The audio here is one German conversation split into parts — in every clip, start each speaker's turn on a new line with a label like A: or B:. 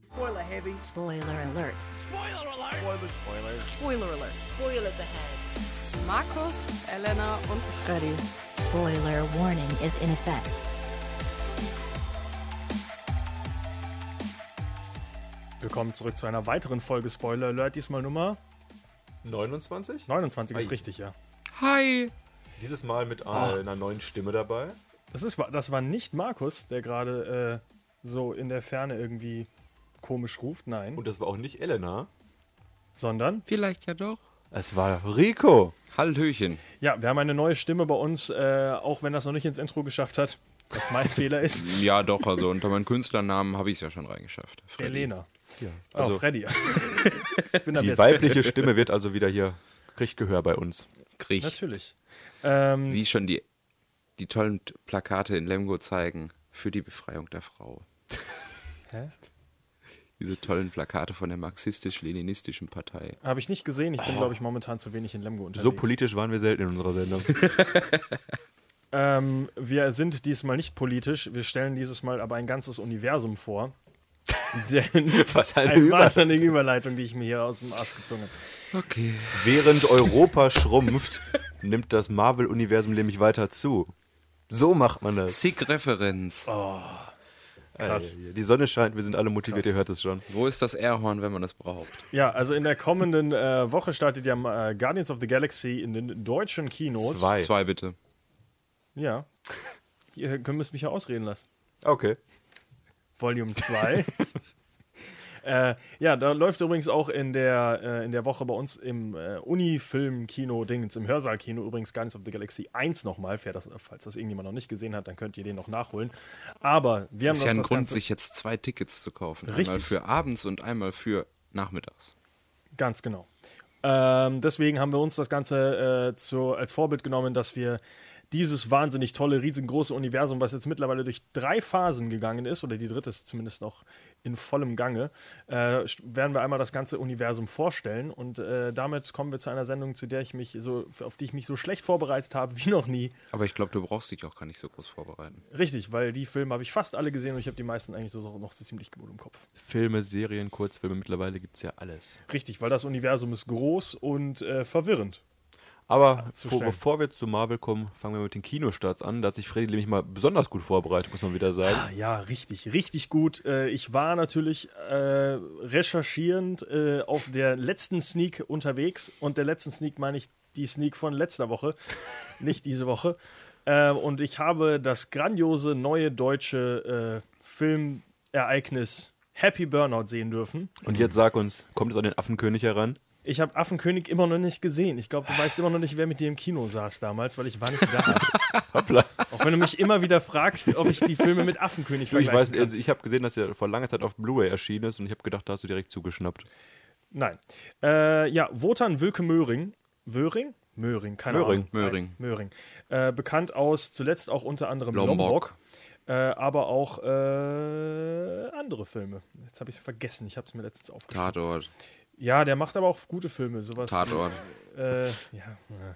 A: Spoiler heavy.
B: Spoiler alert.
A: Spoiler alert. Spoilers. Spoilers.
C: Spoiler alert. Spoilers ahead.
D: Markus, Elena und Freddy.
B: Spoiler warning is in effect.
E: Willkommen zurück zu einer weiteren Folge Spoiler Alert, diesmal Nummer
F: 29?
E: 29 ist
F: Ei.
E: richtig, ja.
G: Hi.
F: Dieses Mal mit einer neuen Stimme dabei.
E: Das, ist, wa- das war nicht Markus, der gerade äh, so in der Ferne irgendwie komisch ruft, nein,
F: Und das war auch nicht Elena.
E: sondern
G: Vielleicht ja doch.
F: Es war Rico.
G: Hallöchen.
E: ja, wir haben eine neue Stimme bei uns, äh, auch wenn das noch nicht ins Intro geschafft hat, was mein Fehler ist.
G: Ja, doch, also unter meinem Künstlernamen habe ich es ja schon reingeschafft. Freddy.
E: Elena.
F: also-
E: oh, Freddy. ich bin ab
F: Die
E: jetzt
F: weibliche Stimme wird also wieder hier, kriegt Gehör bei uns.
G: Krieg,
E: Natürlich. Ähm,
G: wie schon die, die tollen T- Plakate in Lemgo zeigen, für die Befreiung der Frau.
E: Hä?
G: Diese tollen Plakate von der marxistisch-leninistischen Partei.
E: Habe ich nicht gesehen. Ich bin, glaube ich, momentan zu wenig in Lemgo unterwegs.
F: Oh. So politisch waren wir selten in unserer Sendung.
E: Ähm, wir sind diesmal nicht politisch. Wir stellen dieses Mal aber ein ganzes Universum vor. Denn
F: Was eine
E: eine
F: Über-
E: wahnsinnige Überleitung, die ich mir hier aus dem Arsch gezogen habe.
G: Okay.
F: Während Europa schrumpft, nimmt das Marvel-Universum nämlich weiter zu. So macht man das.
G: Sieg-Referenz.
E: Oh. krass.
F: Die Sonne scheint, wir sind alle motiviert, ihr hört es schon.
G: Wo ist das Airhorn, wenn man das braucht?
E: Ja, also in der kommenden äh, Woche startet ja äh, Guardians of the Galaxy in den deutschen Kinos.
F: Zwei.
G: Zwei bitte.
E: Ja. Ihr könnt müsst mich ja ausreden lassen.
F: Okay.
E: Volume 2. äh, ja, da läuft übrigens auch in der, äh, in der Woche bei uns im äh, Uni-Film-Kino, Dingens, im Hörsaalkino übrigens Guardians of the Galaxy 1 nochmal. Wer das- Falls das irgendjemand noch nicht gesehen hat, dann könnt ihr den noch nachholen. Aber wir
G: Das
E: haben
G: ist ja
E: uns
G: ein
E: das
G: Grund,
E: Ganze-
G: sich jetzt zwei Tickets zu kaufen. Einmal
E: Richtig.
G: für abends und einmal für nachmittags.
E: Ganz genau. Ähm, deswegen haben wir uns das Ganze äh, zu, als Vorbild genommen, dass wir dieses wahnsinnig tolle, riesengroße Universum, was jetzt mittlerweile durch drei Phasen gegangen ist, oder die dritte ist zumindest noch in vollem Gange, äh, st- werden wir einmal das ganze Universum vorstellen. Und äh, damit kommen wir zu einer Sendung, zu der ich mich so, auf die ich mich so schlecht vorbereitet habe wie noch nie.
G: Aber ich glaube, du brauchst dich auch gar nicht so groß vorbereiten.
E: Richtig, weil die Filme habe ich fast alle gesehen und ich habe die meisten eigentlich so- so noch ziemlich gut im Kopf.
F: Filme, Serien, Kurzfilme, mittlerweile gibt es ja alles.
E: Richtig, weil das Universum ist groß und äh, verwirrend.
F: Aber
E: zu
F: vor,
E: schnell.
F: bevor wir zu Marvel kommen, fangen wir mit den Kinostarts an. Da hat sich Freddy nämlich mal besonders gut vorbereitet, muss man wieder sagen.
E: Ah, Ja, richtig, richtig gut. Äh, Ich war natürlich äh, recherchierend äh, auf der letzten Sneak unterwegs und der letzten Sneak meine ich die Sneak von letzter Woche, nicht diese Woche. Äh, Und ich habe das grandiose neue deutsche äh, Filmereignis Happy Burnout sehen dürfen.
F: Und jetzt sag uns, kommt es an den Affenkönig heran?
E: Ich habe Affenkönig immer noch nicht gesehen. Ich glaube, du weißt immer noch nicht, wer mit dir im Kino saß damals, weil ich war nicht da.
F: Hoppla.
E: Auch wenn du mich immer wieder fragst, ob ich die Filme mit Affenkönig
F: Ich,
E: vergleichen
F: weiß,
E: kann.
F: also ich habe gesehen, dass er vor langer Zeit auf Blu-ray erschienen ist und ich habe gedacht, da hast du direkt zugeschnappt.
E: Nein. Äh, ja, Wotan Wilke Möhring. Wöring? Möhring, keine
F: Möhring.
E: Ahnung.
G: Möhring.
E: Möhring. Äh, bekannt aus zuletzt auch unter anderem Lombok,
G: Lombok.
E: äh, aber auch äh, andere Filme. Jetzt habe ich es vergessen, ich habe es mir letztens aufgeschrieben.
G: Tatort.
E: Ja, der macht aber auch gute Filme, sowas.
G: Tatort.
E: Wie, äh, ja.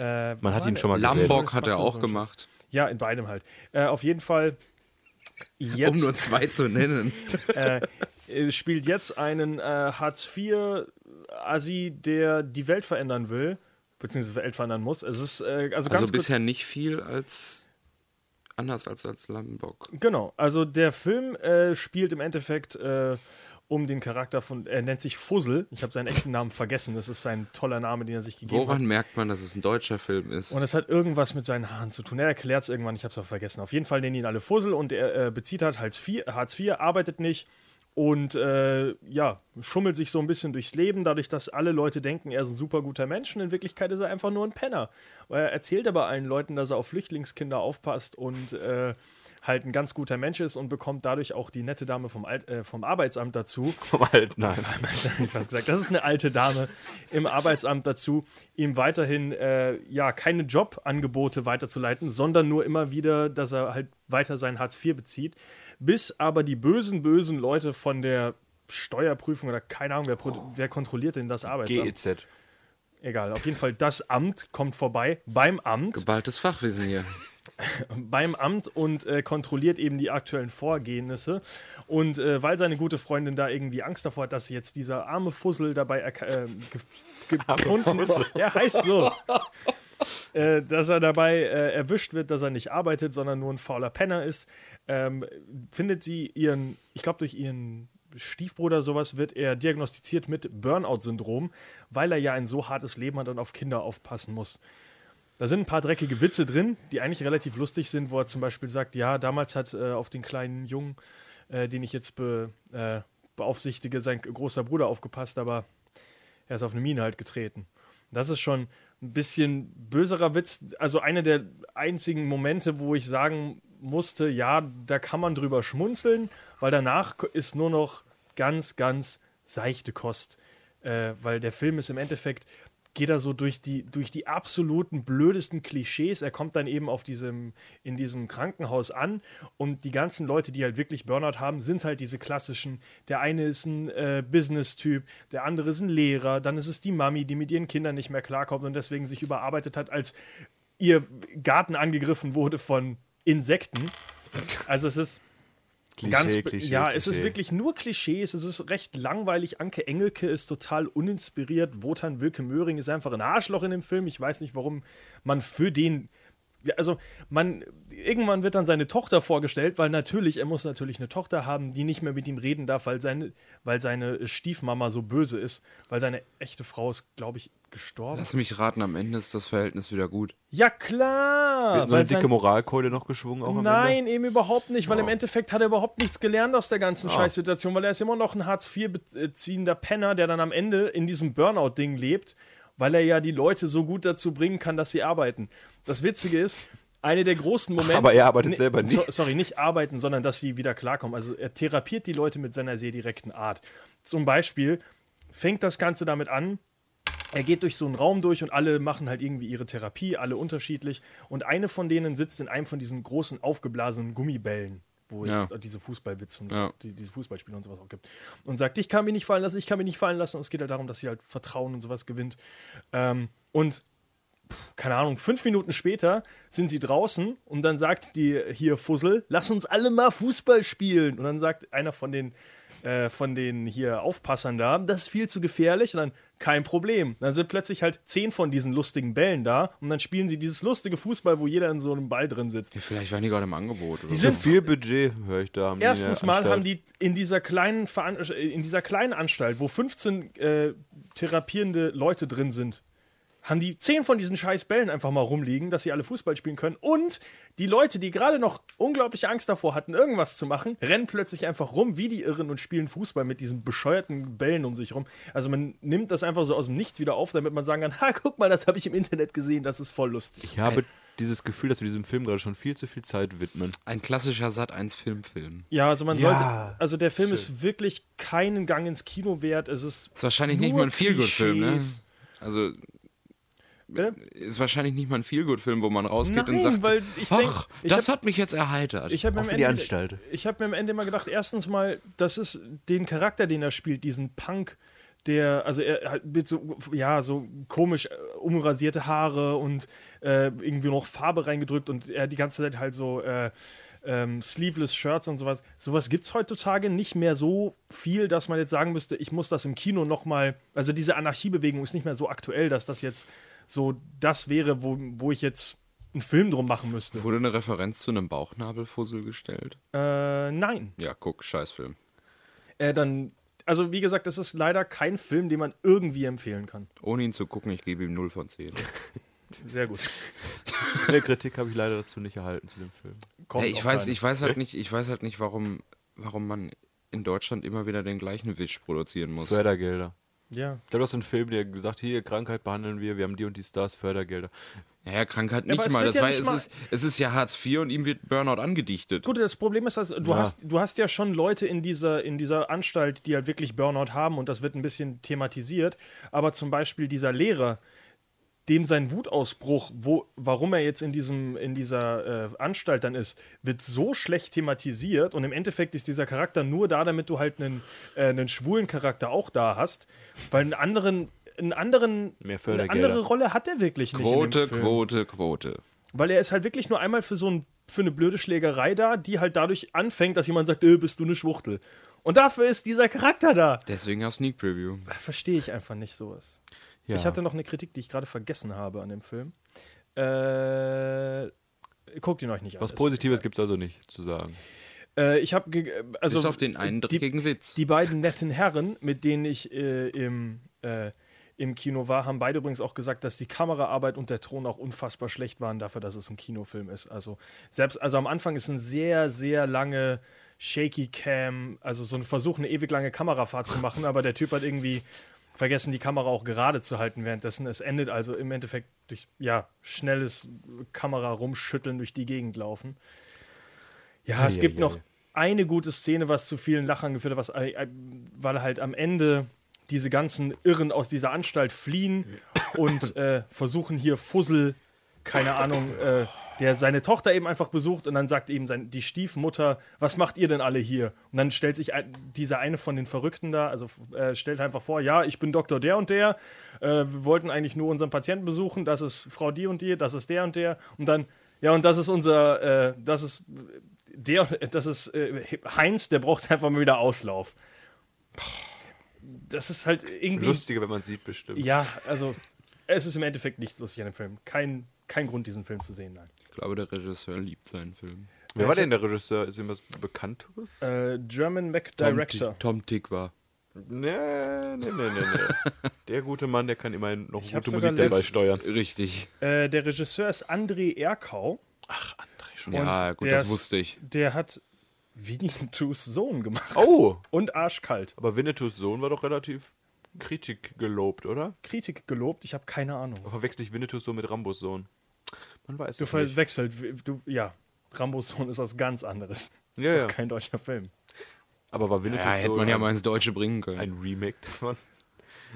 E: äh. Äh,
F: Man hat
E: war
F: ihn
E: der?
F: schon mal gesehen.
G: Lamborg hat er
E: Schönes
G: auch
E: Bastelsohn-Schuss.
G: gemacht.
E: Ja, in beidem halt. Äh, auf jeden Fall. Jetzt.
G: Um nur zwei zu nennen.
E: äh, spielt jetzt einen äh, Hartz IV Asi, der die Welt verändern will, beziehungsweise Welt verändern muss. Es ist äh, also ganz
G: Also
E: kurz,
G: bisher nicht viel als anders als als Lamborg.
E: genau. Also der Film äh, spielt im Endeffekt äh, um den Charakter von er nennt sich Fussel. Ich habe seinen echten Namen vergessen. Das ist sein toller Name, den er sich gegeben hat.
G: Woran merkt man, dass es ein deutscher Film ist?
E: Und es hat irgendwas mit seinen Haaren zu tun. Er erklärt es irgendwann, ich habe es auch vergessen. Auf jeden Fall nennen ihn alle Fussel und er äh, bezieht halt Hartz IV, Hartz IV, arbeitet nicht und äh, ja, schummelt sich so ein bisschen durchs Leben, dadurch, dass alle Leute denken, er ist ein super guter Mensch und in Wirklichkeit ist er einfach nur ein Penner. Er erzählt aber allen Leuten, dass er auf Flüchtlingskinder aufpasst und äh, halt ein ganz guter Mensch ist und bekommt dadurch auch die nette Dame vom, Alt, äh, vom Arbeitsamt dazu.
F: Vom alten Nein.
E: Ich was gesagt. Das ist eine alte Dame im Arbeitsamt dazu, ihm weiterhin äh, ja keine Jobangebote weiterzuleiten, sondern nur immer wieder, dass er halt weiter sein Hartz IV bezieht, bis aber die bösen, bösen Leute von der Steuerprüfung oder keine Ahnung, wer, pro- wer kontrolliert denn das Arbeitsamt?
F: GEZ.
E: Egal, auf jeden Fall das Amt kommt vorbei beim Amt
G: Geballtes Fachwissen hier.
E: beim Amt und äh, kontrolliert eben die aktuellen Vorgehnisse. Und äh, weil seine gute Freundin da irgendwie Angst davor hat, dass jetzt dieser arme Fussel dabei erka- äh, ge ge- gefunden ist, er heißt so, äh, dass er dabei äh, erwischt wird, dass er nicht arbeitet, sondern nur ein fauler Penner ist, ähm, findet sie ihren, ich glaube durch ihren Stiefbruder sowas wird er diagnostiziert mit Burnout-Syndrom, weil er ja ein so hartes Leben hat und auf Kinder aufpassen muss. Da sind ein paar dreckige Witze drin, die eigentlich relativ lustig sind, wo er zum Beispiel sagt, ja, damals hat äh, auf den kleinen Jungen, äh, den ich jetzt be, äh, beaufsichtige, sein großer Bruder aufgepasst, aber er ist auf eine Mine halt getreten. Das ist schon ein bisschen böserer Witz, also einer der einzigen Momente, wo ich sagen musste, ja, da kann man drüber schmunzeln, weil danach k- ist nur noch ganz, ganz seichte Kost, äh, weil der Film ist im Endeffekt geht er so durch die, durch die absoluten blödesten Klischees. Er kommt dann eben auf diesem, in diesem Krankenhaus an und die ganzen Leute, die halt wirklich Burnout haben, sind halt diese klassischen. Der eine ist ein äh, Business-Typ, der andere ist ein Lehrer, dann ist es die Mami, die mit ihren Kindern nicht mehr klarkommt und deswegen sich überarbeitet hat, als ihr Garten angegriffen wurde von Insekten. Also es ist
F: Klischee,
E: ganz,
F: Klischee,
E: ja,
F: Klischee.
E: es ist wirklich nur Klischees, es ist recht langweilig. Anke Engelke ist total uninspiriert. Wotan Wilke Möhring ist einfach ein Arschloch in dem Film. Ich weiß nicht, warum man für den. Ja, also, man, irgendwann wird dann seine Tochter vorgestellt, weil natürlich, er muss natürlich eine Tochter haben, die nicht mehr mit ihm reden darf, weil seine, weil seine Stiefmama so böse ist, weil seine echte Frau ist, glaube ich, gestorben.
G: Lass mich raten, am Ende ist das Verhältnis wieder gut.
E: Ja, klar!
F: Wird so
E: weil
F: eine dicke
E: sein-
F: Moralkeule noch geschwungen auch am Ende? Oh.
E: Nein, eben überhaupt nicht, weil im Endeffekt hat er überhaupt nichts gelernt aus der ganzen Scheißsituation, weil er ist immer noch ein Hartz-IV-beziehender äh, Penner, der dann am Ende in diesem Burnout-Ding lebt, weil er ja die Leute so gut dazu bringen kann, dass sie arbeiten. Das Witzige ist, eine der großen Momente.
F: Aber er arbeitet selber nicht.
E: So, sorry, nicht arbeiten, sondern dass sie wieder klarkommen. Also er therapiert die Leute mit seiner sehr direkten Art. Zum Beispiel fängt das Ganze damit an, er geht durch so einen Raum durch und alle machen halt irgendwie ihre Therapie, alle unterschiedlich. Und eine von denen sitzt in einem von diesen großen aufgeblasenen Gummibällen, wo
G: Ja.
E: jetzt diese Fußballwitze und so,
G: Ja.
E: die, diese Fußballspiele und sowas auch gibt. Und sagt, ich kann mich nicht fallen lassen, ich kann mich nicht fallen lassen. Und es geht halt darum, dass sie halt Vertrauen und sowas gewinnt. Ähm, und pf, keine Ahnung, fünf Minuten später sind sie draußen und dann sagt die hier Fussel, lass uns alle mal Fußball spielen. Und dann sagt einer von den, äh, von den hier Aufpassern da, das ist viel zu gefährlich. Und dann kein Problem. Dann sind plötzlich halt zehn von diesen lustigen Bällen da und dann spielen sie dieses lustige Fußball, wo jeder in so einem Ball drin sitzt.
G: Ja, vielleicht waren die gerade im Angebot. Oder?
E: Die
G: so.
E: sind
F: Viel Budget höre ich da. haben die in der
E: Erstens mal
F: Anstalt.
E: haben die in dieser kleinen Veran äh, in dieser kleinen Anstalt, wo 15 äh, therapierende Leute drin sind, haben die 10 von diesen scheiß Bällen einfach mal rumliegen, dass sie alle Fußball spielen können und die Leute, die gerade noch unglaubliche Angst davor hatten, irgendwas zu machen, rennen plötzlich einfach rum wie die Irren und spielen Fußball mit diesen bescheuerten Bällen um sich rum. Also man nimmt das einfach so aus dem Nichts wieder auf, damit man sagen kann, ha, guck mal, das habe ich im Internet gesehen, das ist voll lustig.
F: Ich habe dieses Gefühl, dass wir diesem Film gerade schon viel zu viel Zeit widmen.
G: Ein klassischer Sat 1 Filmfilm.
E: Ja, also man
F: Ja,
E: sollte, also der Film ist wirklich keinen Gang ins Kino wert. Es ist
G: Ist wahrscheinlich nicht
E: Nur
G: mal ein Feelgood-Film, ne?
E: Klischees.
G: Also
E: Äh?
G: ist wahrscheinlich nicht mal ein Feelgood-Film, wo man rausgeht
E: Nein,
G: und sagt,
E: weil ich denk-
G: ach,
E: ich
G: das
E: hab-
G: hat mich jetzt erheitert.
E: Ich habe mir,
F: Auch
E: am
F: für die
E: Ende-
F: Anstalt.
E: ich hab mir am Ende mal gedacht, erstens mal, das ist den Charakter, den er spielt, diesen Punk, der, also er hat mit so, ja, so komisch äh, umrasierte Haare und äh, irgendwie noch Farbe reingedrückt und er die ganze Zeit halt so äh, ähm, sleeveless Shirts und sowas. Sowas gibt es heutzutage nicht mehr so viel, dass man jetzt sagen müsste, ich muss das im Kino nochmal, also diese Anarchiebewegung ist nicht mehr so aktuell, dass das jetzt so das wäre, wo, wo ich jetzt einen Film drum machen müsste.
G: Wurde eine Referenz zu einem Bauchnabelfussel gestellt?
E: Äh, nein.
G: Ja, guck, Scheißfilm.
E: äh, dann, also wie gesagt, das ist leider kein Film, den man irgendwie empfehlen kann.
G: Ohne ihn zu gucken, ich gebe ihm 0 von 10.
E: Sehr gut.
F: Eine Kritik habe ich leider dazu nicht erhalten zu dem Film.
E: Kommt
G: Ey, ich
E: auch
G: weiß,
E: keine.
G: ich weiß halt nicht, ich weiß halt nicht, warum, warum man in Deutschland immer wieder den gleichen Wisch produzieren muss.
F: Fördergelder.
E: Ja.
F: Ich glaube, das ist ein Film, der gesagt, hier, Krankheit behandeln wir, wir haben die und die Stars, Fördergelder.
G: Naja, Krankheit
E: aber
G: nicht
E: es
G: mal.
E: wird
G: Das
E: ja
G: war,
E: nicht
G: es,
E: mal-
G: Ist, es ist ja Hartz IV und ihm wird Burnout angedichtet.
E: Gut, das Problem ist, also, du,
F: Ja.
E: hast, du hast ja schon Leute in dieser, in dieser Anstalt, die halt wirklich Burnout haben und das wird ein bisschen thematisiert. Aber zum Beispiel dieser Lehrer, dem sein Wutausbruch, wo, warum er jetzt in, diesem, in dieser äh, Anstalt dann ist, wird so schlecht thematisiert und im Endeffekt ist dieser Charakter nur da, damit du halt einen, äh, einen schwulen Charakter auch da hast, weil einen anderen, einen anderen
F: Mehr
E: eine
F: Fördergelder.
E: andere Rolle hat er wirklich nicht in
G: Quote,
E: dem Film.
G: Quote, Quote.
E: Weil er ist halt wirklich nur einmal für so ein, für eine blöde Schlägerei da, die halt dadurch anfängt, dass jemand sagt, äh, bist du eine Schwuchtel. Und dafür ist dieser Charakter da.
G: Deswegen auch Sneak Preview.
E: Verstehe ich einfach nicht sowas.
G: Ja.
E: Ich hatte noch eine Kritik, die ich gerade vergessen habe an dem Film. Äh, guckt ihn euch nicht an.
F: Was
E: Ist-
F: Positives gibt es also nicht zu sagen.
E: Äh, ich habe ge- also
G: Bis auf den einen
E: die,
G: dreckigen Witz.
E: Die beiden netten Herren, mit denen ich äh, im, äh, im Kino war, haben beide übrigens auch gesagt, dass die Kameraarbeit und der Ton auch unfassbar schlecht waren dafür, dass es ein Kinofilm ist. Also selbst, also am Anfang ist ein sehr, sehr lange Shaky Cam, also so ein Versuch, eine ewig lange Kamerafahrt zu machen, aber der Typ hat irgendwie vergessen, die Kamera auch gerade zu halten währenddessen. Es endet also im Endeffekt durch ja, schnelles Kamera rumschütteln, durch die Gegend laufen. Ja, es
F: Ei,
E: gibt
F: ei,
E: noch
F: ei.
E: eine gute Szene, was zu vielen Lachern geführt hat, was, ei, ei, weil halt am Ende diese ganzen Irren aus dieser Anstalt fliehen und äh, versuchen hier Fussel, keine Ahnung, äh, der seine Tochter eben einfach besucht und dann sagt eben sein, die Stiefmutter, was macht ihr denn alle hier? Und dann stellt sich ein, dieser eine von den Verrückten da, also äh, stellt einfach vor, ja, ich bin Doktor der und der, äh, wir wollten eigentlich nur unseren Patienten besuchen, das ist Frau die und die, das ist der und der und dann, ja, und das ist unser, äh, das ist der, das ist äh, Heinz, der braucht einfach mal wieder Auslauf. Das ist halt irgendwie.
F: Lustiger, wenn man es sieht, bestimmt.
E: Ja, also es ist im Endeffekt nichts lustig an dem Film. Kein, kein Grund, diesen Film zu sehen, nein.
G: Ich glaube, der Regisseur liebt seinen Film.
F: Wer war denn der Regisseur? Ist ihm was Bekannteres?
E: Äh, German Mac
G: Tom
E: Director.
G: Tick- Tom Tick war.
F: Nee, nee, nee, nee, nee. der gute Mann, der kann immerhin noch
E: hab
F: gute
E: sogar
F: Musik dabei
E: letzt-
F: steuern.
G: Richtig.
E: Äh, der Regisseur ist André Erkau.
G: Ja, Ah, gut,
E: der
G: das
E: ist-
G: wusste ich.
E: Der hat Winnetous Sohn gemacht.
F: Oh!
E: Und Arschkalt.
F: Aber Winnetous Sohn war doch relativ Kritik gelobt, oder?
E: Kritik gelobt, ich habe keine Ahnung.
F: Verwechsel ich Winnetous Sohn mit Rambos Sohn? Man weiß
E: Du
F: es nicht.
E: verwechselt, du, ja. Rambos Sohn ist was ganz anderes.
F: Ja,
E: ist
F: ja.
E: auch kein deutscher Film.
F: Aber war
G: Ja,
F: Winnetous
G: Ah, hätte
F: Sohn
G: man ja
F: ein-
G: mal ins Deutsche bringen können.
F: ein Remake davon?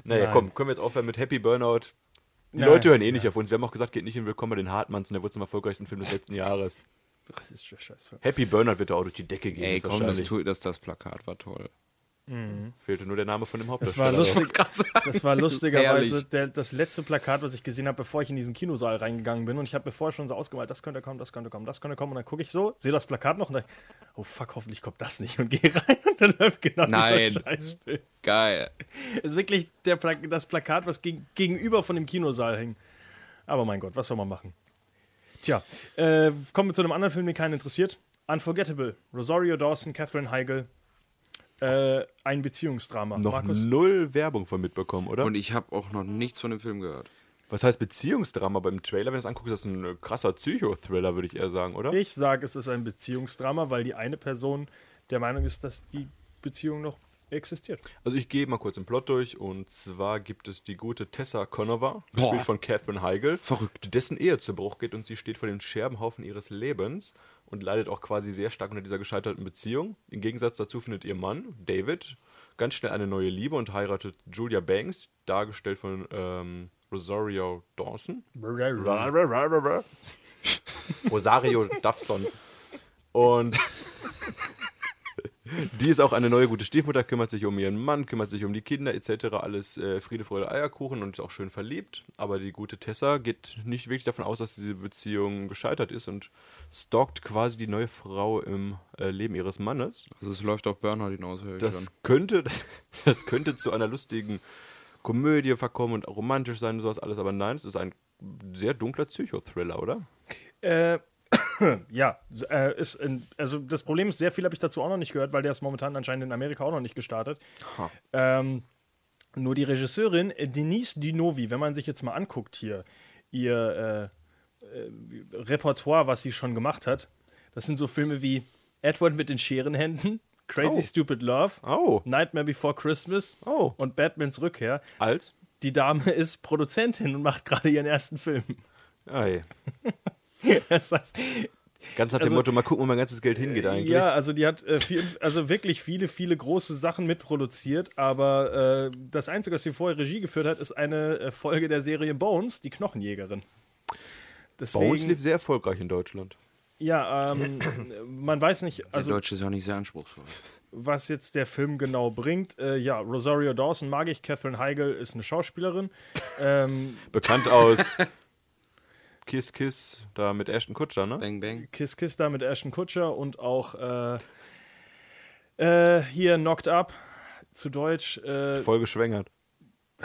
F: Naja,
E: Nein.
F: komm, können wir jetzt aufhören mit Happy Burnout. Die
E: Nein,
F: Leute hören eh nicht auf uns. Wir haben auch gesagt, geht nicht in Willkommen bei den Hartmanns und der wurde zum erfolgreichsten Film des letzten Jahres.
E: Das ist der Scheißfilm.
F: Happy Burnout wird da auch durch die Decke gehen.
G: Ey, komm, das,
F: wahrscheinlich.
G: tu, das, das Plakat war toll.
F: Fehlte nur der Name von dem
E: Das war
F: Hauptdarsteller.
E: lustig. Das war lustigerweise
G: herrlich.
E: der, das letzte Plakat, was ich gesehen habe, bevor ich in diesen Kinosaal reingegangen bin. Und ich habe mir vorher schon so ausgemalt, das könnte kommen, das könnte kommen, das könnte kommen. Und dann gucke ich so, sehe das Plakat noch und denke, oh fuck, hoffentlich kommt das nicht. Und gehe rein und dann läuft genau
G: Nein.
E: dieser Scheißfilm.
G: Geil.
E: Ist wirklich der Pla das Plakat, was geg- gegenüber von dem Kinosaal hing. Aber mein Gott, was soll man machen? Tja, äh, kommen wir zu einem anderen Film, den keinen interessiert. Unforgettable. Rosario Dawson, Catherine Heigl. Äh, ein Beziehungsdrama.
F: noch null Werbung von mitbekommen, oder?
G: Und ich habe auch noch nichts von dem Film gehört.
F: Was heißt Beziehungsdrama beim Trailer? Wenn du es anguckst, ist das ein äh, krasser Psychothriller, würde ich eher sagen, oder?
E: Ich sage, es ist ein Beziehungsdrama, weil die eine Person der Meinung ist, dass die Beziehung noch existiert.
F: Also ich gehe mal kurz den Plot durch und zwar gibt es die gute Tessa Conover,
G: Boah.
F: gespielt von Catherine Heigl,
G: Verrückt.
F: dessen Ehe zu Bruch geht und sie steht vor dem Scherbenhaufen ihres Lebens und leidet auch quasi sehr stark unter dieser gescheiterten Beziehung. Im Gegensatz dazu findet ihr Mann, David, ganz schnell eine neue Liebe und heiratet Julia Banks, dargestellt von ähm, Rosario Dawson. Rosario Dawson. Und die ist auch eine neue gute Stiefmutter, kümmert sich um ihren Mann, kümmert sich um die Kinder etc. Alles äh, Friede, Freude, Eierkuchen und ist auch schön verliebt. Aber die gute Tessa geht nicht wirklich davon aus, dass diese Beziehung gescheitert ist und stalkt quasi die neue Frau im äh, Leben ihres Mannes.
G: Also es läuft auf Burnout hinaus, höre ich
F: Das
G: schon.
F: könnte, das könnte zu einer lustigen Komödie verkommen und romantisch sein und sowas alles, aber nein, es ist ein sehr dunkler Psychothriller, oder?
E: Äh, ja, äh, ist ein, also das Problem ist, sehr viel habe ich dazu auch noch nicht gehört, weil der ist momentan anscheinend in Amerika auch noch nicht gestartet. Ähm, nur die Regisseurin äh, Denise Dinovi, wenn man sich jetzt mal anguckt hier, ihr äh, äh, Repertoire, was sie schon gemacht hat, das sind so Filme wie Edward mit den Scherenhänden, Crazy
F: Oh.
E: Stupid Love,
F: Oh.
E: Nightmare Before Christmas
F: Oh.
E: und Batmans Rückkehr.
F: Alt?
E: Die Dame ist Produzentin und macht gerade ihren ersten Film.
F: Ei.
E: Das heißt,
F: Ah, Ganz nach
E: Also-
F: dem Motto, mal gucken, wo mein ganzes Geld hingeht eigentlich.
E: Ja, also die hat äh, viel, also wirklich viele, viele große Sachen mitproduziert, aber äh, das Einzige, was sie vorher Regie geführt hat, ist eine äh, Folge der Serie Bones, die Knochenjägerin. Deswegen,
F: Bones lief sehr erfolgreich in Deutschland.
E: ja, ähm, man weiß nicht,
G: Der
E: also
G: Deutsche ist ja auch nicht sehr anspruchsvoll.
E: was jetzt der Film genau bringt. Äh, ja, Rosario Dawson mag ich, Catherine Heigl ist eine Schauspielerin. Ähm,
F: Bekannt aus Kiss Kiss da mit Ashton Kutscher, ne?
G: Bang, bang.
E: Kiss Kiss da mit Ashton Kutscher und auch äh, äh, hier Knocked Up zu Deutsch. Äh,
F: Voll geschwängert.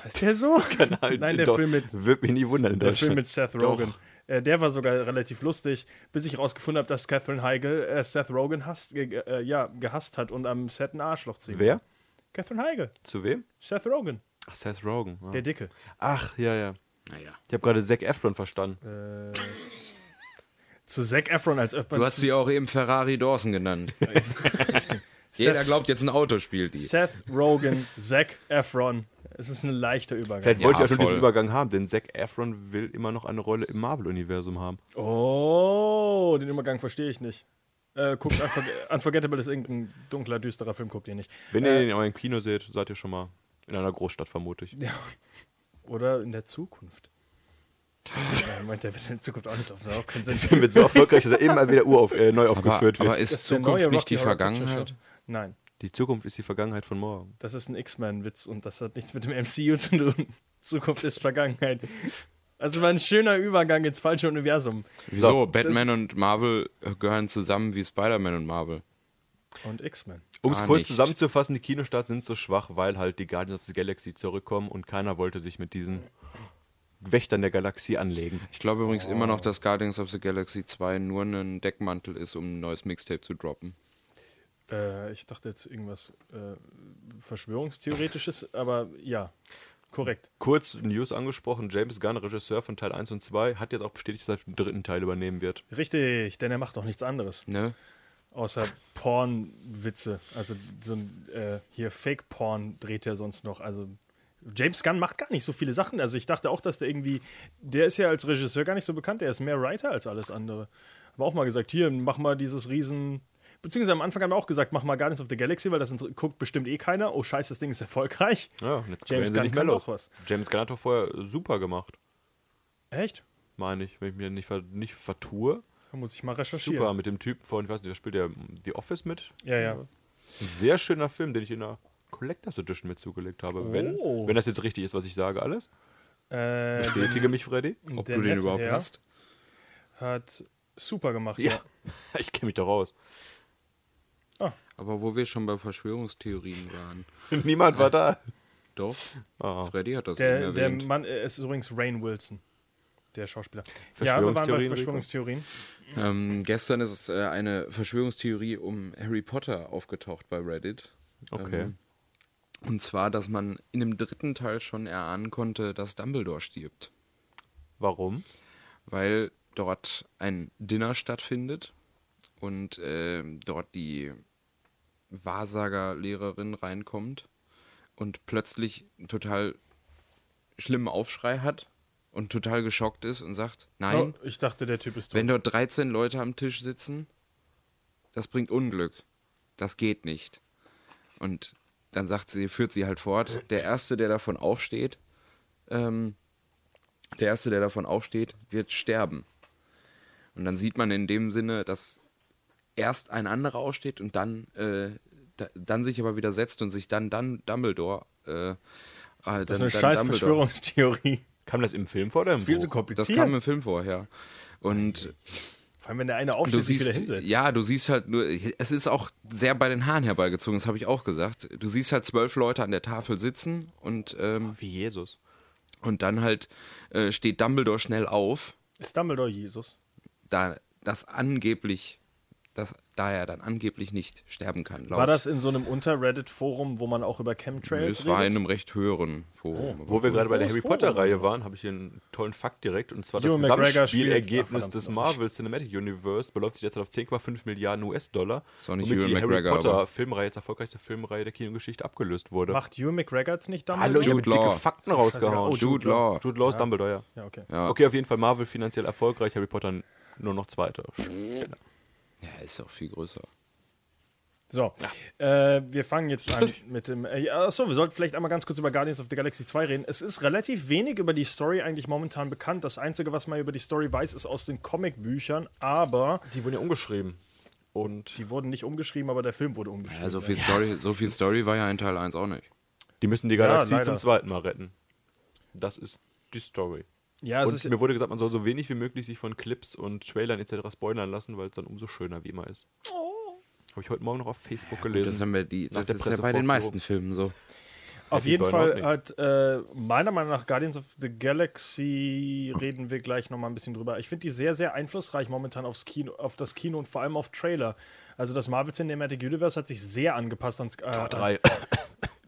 E: heißt der so?
F: Nein,
E: Nein,
F: in
E: der
F: Deu-
E: Film mit
F: Wird mich nie wundern in
E: Der Film
F: Deutschland.
E: mit Seth Rogen. Äh, der war sogar relativ lustig, bis ich rausgefunden habe, dass Catherine Heigl äh, Seth Rogen hasst, ge- ge- äh, ja, gehasst hat und am Set ein Arschloch zieht.
F: Wer?
E: Catherine Heigl,
F: Zu wem?
E: Seth Rogen,
F: Ach, Seth Rogen. Ja.
E: der Dicke.
F: Ach, ja, ja.
G: Naja.
F: Ich habe gerade Zac Efron verstanden.
E: Äh, Zu Zac Efron, als ob man
G: Du hast sie auch eben Ferrari Dawson genannt. Jeder glaubt, jetzt ein Auto spielt die.
E: Seth Rogen, Zac Efron. Es ist ein leichter Übergang.
F: Vielleicht wollte ich
G: Ja,
F: auch nur diesen
G: voll.
F: Übergang haben, denn Zac Efron will immer noch eine Rolle im Marvel-Universum haben.
E: Oh, den Übergang verstehe ich nicht. Äh, guckt Unforg Unforgettable ist irgendein dunkler, düsterer Film, guckt ihr nicht. Äh,
F: Wenn ihr den in eurem Kino seht, seid ihr schon mal in einer Großstadt vermutlich.
E: Oder in der Zukunft. äh, meint der wird in der Zukunft auch nicht auf, das hat auch keinen Sinn.
F: Film wird so erfolgreich, dass er immer wieder urauf, äh, neu
G: Aber,
F: aufgeführt
G: aber
F: wird.
G: ist
E: Der neue
G: Zukunft nicht
E: Rocky
G: die
E: Horror Picture
G: Vergangenheit?
E: Show. Nein,
F: Die Zukunft ist die Vergangenheit von morgen.
E: das ist ein X-Men-Witz und das hat nichts mit dem MCU zu tun. Zukunft ist Vergangenheit. Also war ein schöner Übergang ins falsche Universum.
G: Wieso? Batman und Marvel äh, gehören zusammen wie Spider-Man und Marvel.
E: Und X-Men.
F: Um es
G: Gar
F: kurz
G: nicht.
F: zusammenzufassen, die Kinostarts sind so schwach, weil halt die Guardians of the Galaxy zurückkommen und keiner wollte sich mit diesen Wächtern der Galaxie anlegen.
G: Ich glaube übrigens immer noch, dass Guardians of the Galaxy 2 nur ein Deckmantel ist, um ein neues Mixtape zu droppen.
E: Äh, ich dachte jetzt irgendwas äh, Verschwörungstheoretisches, aber ja, korrekt.
F: Kurz News angesprochen, James Gunn, Regisseur von Teil 1 und 2, hat jetzt auch bestätigt, dass er den dritten Teil übernehmen wird.
E: Richtig, denn er macht doch nichts anderes.
G: Ne?
E: Außer Porn-Witze. Also so ein, äh, hier Fake-Porn dreht er sonst noch. Also James Gunn macht gar nicht so viele Sachen. Also ich dachte auch, dass der irgendwie, der ist ja als Regisseur gar nicht so bekannt. Der ist mehr Writer als alles andere. Haben wir auch mal gesagt, hier, mach mal dieses riesen... Beziehungsweise am Anfang haben wir auch gesagt, mach mal Guardians of the Galaxy, weil das inter- guckt bestimmt eh keiner. Oh scheiße, das Ding ist erfolgreich.
F: Ja, und
E: James
F: jetzt werden sie
E: Gunn
F: nicht mehr
E: kann
F: los.
E: doch was.
F: James Gunn hat doch vorher super gemacht,
E: Echt?
F: meine ich, wenn ich mir nicht, ver nicht vertue.
E: Da muss ich mal recherchieren.
F: Super, mit dem Typen von, ich weiß nicht, da spielt der The Office mit.
E: Ja, ja.
F: Ein sehr schöner Film, den ich in der Collectors Edition mit zugelegt habe. Wenn,
E: Oh.
F: wenn das jetzt richtig ist, was ich sage, alles.
E: Äh,
F: Bestätige mich, Freddy.
G: Ob
E: Der
G: du den
E: nette
G: überhaupt
E: Herr.
G: hast?
E: hat super gemacht.
F: Ja, ich kenne mich da raus.
G: Aber wo wir schon bei Verschwörungstheorien waren.
F: Niemand war da.
G: Doch,
F: Ah,
G: Freddy hat das
E: Der,
G: eben
E: der
G: erwähnt.
E: Mann äh, es ist übrigens Rain Wilson, der Schauspieler. Ja, wir waren bei
F: Verschwörungstheorien,
E: Verschwörungstheorien.
G: Ähm, gestern ist es, äh, eine Verschwörungstheorie um Harry Potter aufgetaucht bei Reddit.
F: okay.
G: Ähm, und zwar, dass man in dem dritten Teil schon erahnen konnte, dass Dumbledore stirbt.
F: Warum?
G: weil dort ein Dinner stattfindet und ähm, dort die Wahrsagerlehrerin reinkommt und plötzlich einen total schlimmen Aufschrei hat und total geschockt ist und sagt, nein,
E: Oh, ich dachte, der Typ ist tot.
G: wenn dort 13 Leute am Tisch sitzen, das bringt Unglück. Das geht nicht. Und dann sagt sie, führt sie halt fort, der Erste, der davon aufsteht, ähm, der Erste, der davon aufsteht, wird sterben. Und dann sieht man in dem Sinne, dass erst ein anderer aufsteht und dann, äh, da, dann sich aber wieder setzt und sich dann, dann Dumbledore. Äh, äh,
E: das ist eine scheiß Verschwörungstheorie.
F: Kam das im Film vor oder im
E: Viel
F: Buch?
E: zu
G: Das
E: kompliziert.
G: kam im Film vorher. Und
E: Vor allem, wenn der eine
G: du
E: aufsteht, sich wieder
G: siehst,
E: hinsetzt.
G: ja, du siehst halt nur, es ist auch sehr bei den Haaren herbeigezogen, das habe ich auch gesagt. Du siehst halt zwölf Leute an der Tafel sitzen und, ähm,
F: Wie Jesus.
G: und dann halt äh, steht Dumbledore schnell auf,
E: Ist Dumbledore Jesus?
G: da das angeblich, das, da er dann angeblich nicht sterben kann. Laut.
E: War das in so einem Unter-Reddit-Forum, wo man auch über Chemtrails
G: Es war in
E: redet?
G: einem recht höheren Forum.
F: Wo wir gerade bei der
E: Wo
F: Harry
E: ist Vorbereitung?
F: Potter-Reihe waren, habe ich hier einen tollen Fakt direkt. Und zwar das
E: Ewan McGregor spielt- Ach,
F: Gesamtspielergebnis
E: verdammt.
F: des Marvel Cinematic Universe beläuft sich derzeit auf 10,5 Milliarden US-Dollar,
G: auch nicht
F: womit die
G: Ewan
F: Harry
G: McGregor, aber-
F: Potter-Filmreihe als erfolgreichste Filmreihe der Kinogeschichte abgelöst wurde.
E: Macht Hugh McGregor jetzt nicht Dumbledore?
F: Hallo, ich habe
G: Jude Law.
F: dicke Fakten rausgehauen.
E: Oh,
G: Jude, Law.
F: Jude Law ist Dumbledore, ja.
E: Ja, okay.
G: Ja.
F: Okay, auf jeden Fall Marvel finanziell erfolgreich, Harry Potter nur noch Zweiter.
G: Ja, ist auch viel größer.
E: So, äh, wir fangen jetzt an mit dem. Äh, ja, achso, wir sollten vielleicht einmal ganz kurz über Guardians of the Galaxy 2 reden. Es ist relativ wenig über die Story eigentlich momentan bekannt. Das Einzige, was man über die Story weiß, ist aus den Comicbüchern, aber
F: Die wurden ja umgeschrieben. Und
E: die wurden nicht umgeschrieben, aber der Film wurde umgeschrieben.
G: Ja, so viel, Story, so viel Story war ja in Teil 1 auch nicht.
F: die müssen die Galaxie
E: leider.
F: zum zweiten Mal retten. Das ist die Story.
E: Ja, Also es
F: Und
E: ist
F: mir wurde gesagt, man soll so wenig wie möglich sich von Clips und Trailern etc. spoilern lassen, weil es dann umso schöner wie immer ist.
E: Oh.
F: Habe ich heute Morgen noch auf Facebook gelesen.
G: Das haben wir die,
F: Nach der
G: das ist ja bei
F: Pressevorführung.
G: den meisten Filmen so.
E: Auf jeden
F: Burnout
E: Fall
F: nicht.
E: hat äh, meiner Meinung nach Guardians of the Galaxy reden wir gleich noch mal ein bisschen drüber. Ich finde die sehr sehr einflussreich momentan aufs Kino, auf das Kino und vor allem auf Trailer. Also das Marvel Cinematic Universe hat sich sehr angepasst ans äh, Tor
F: drei.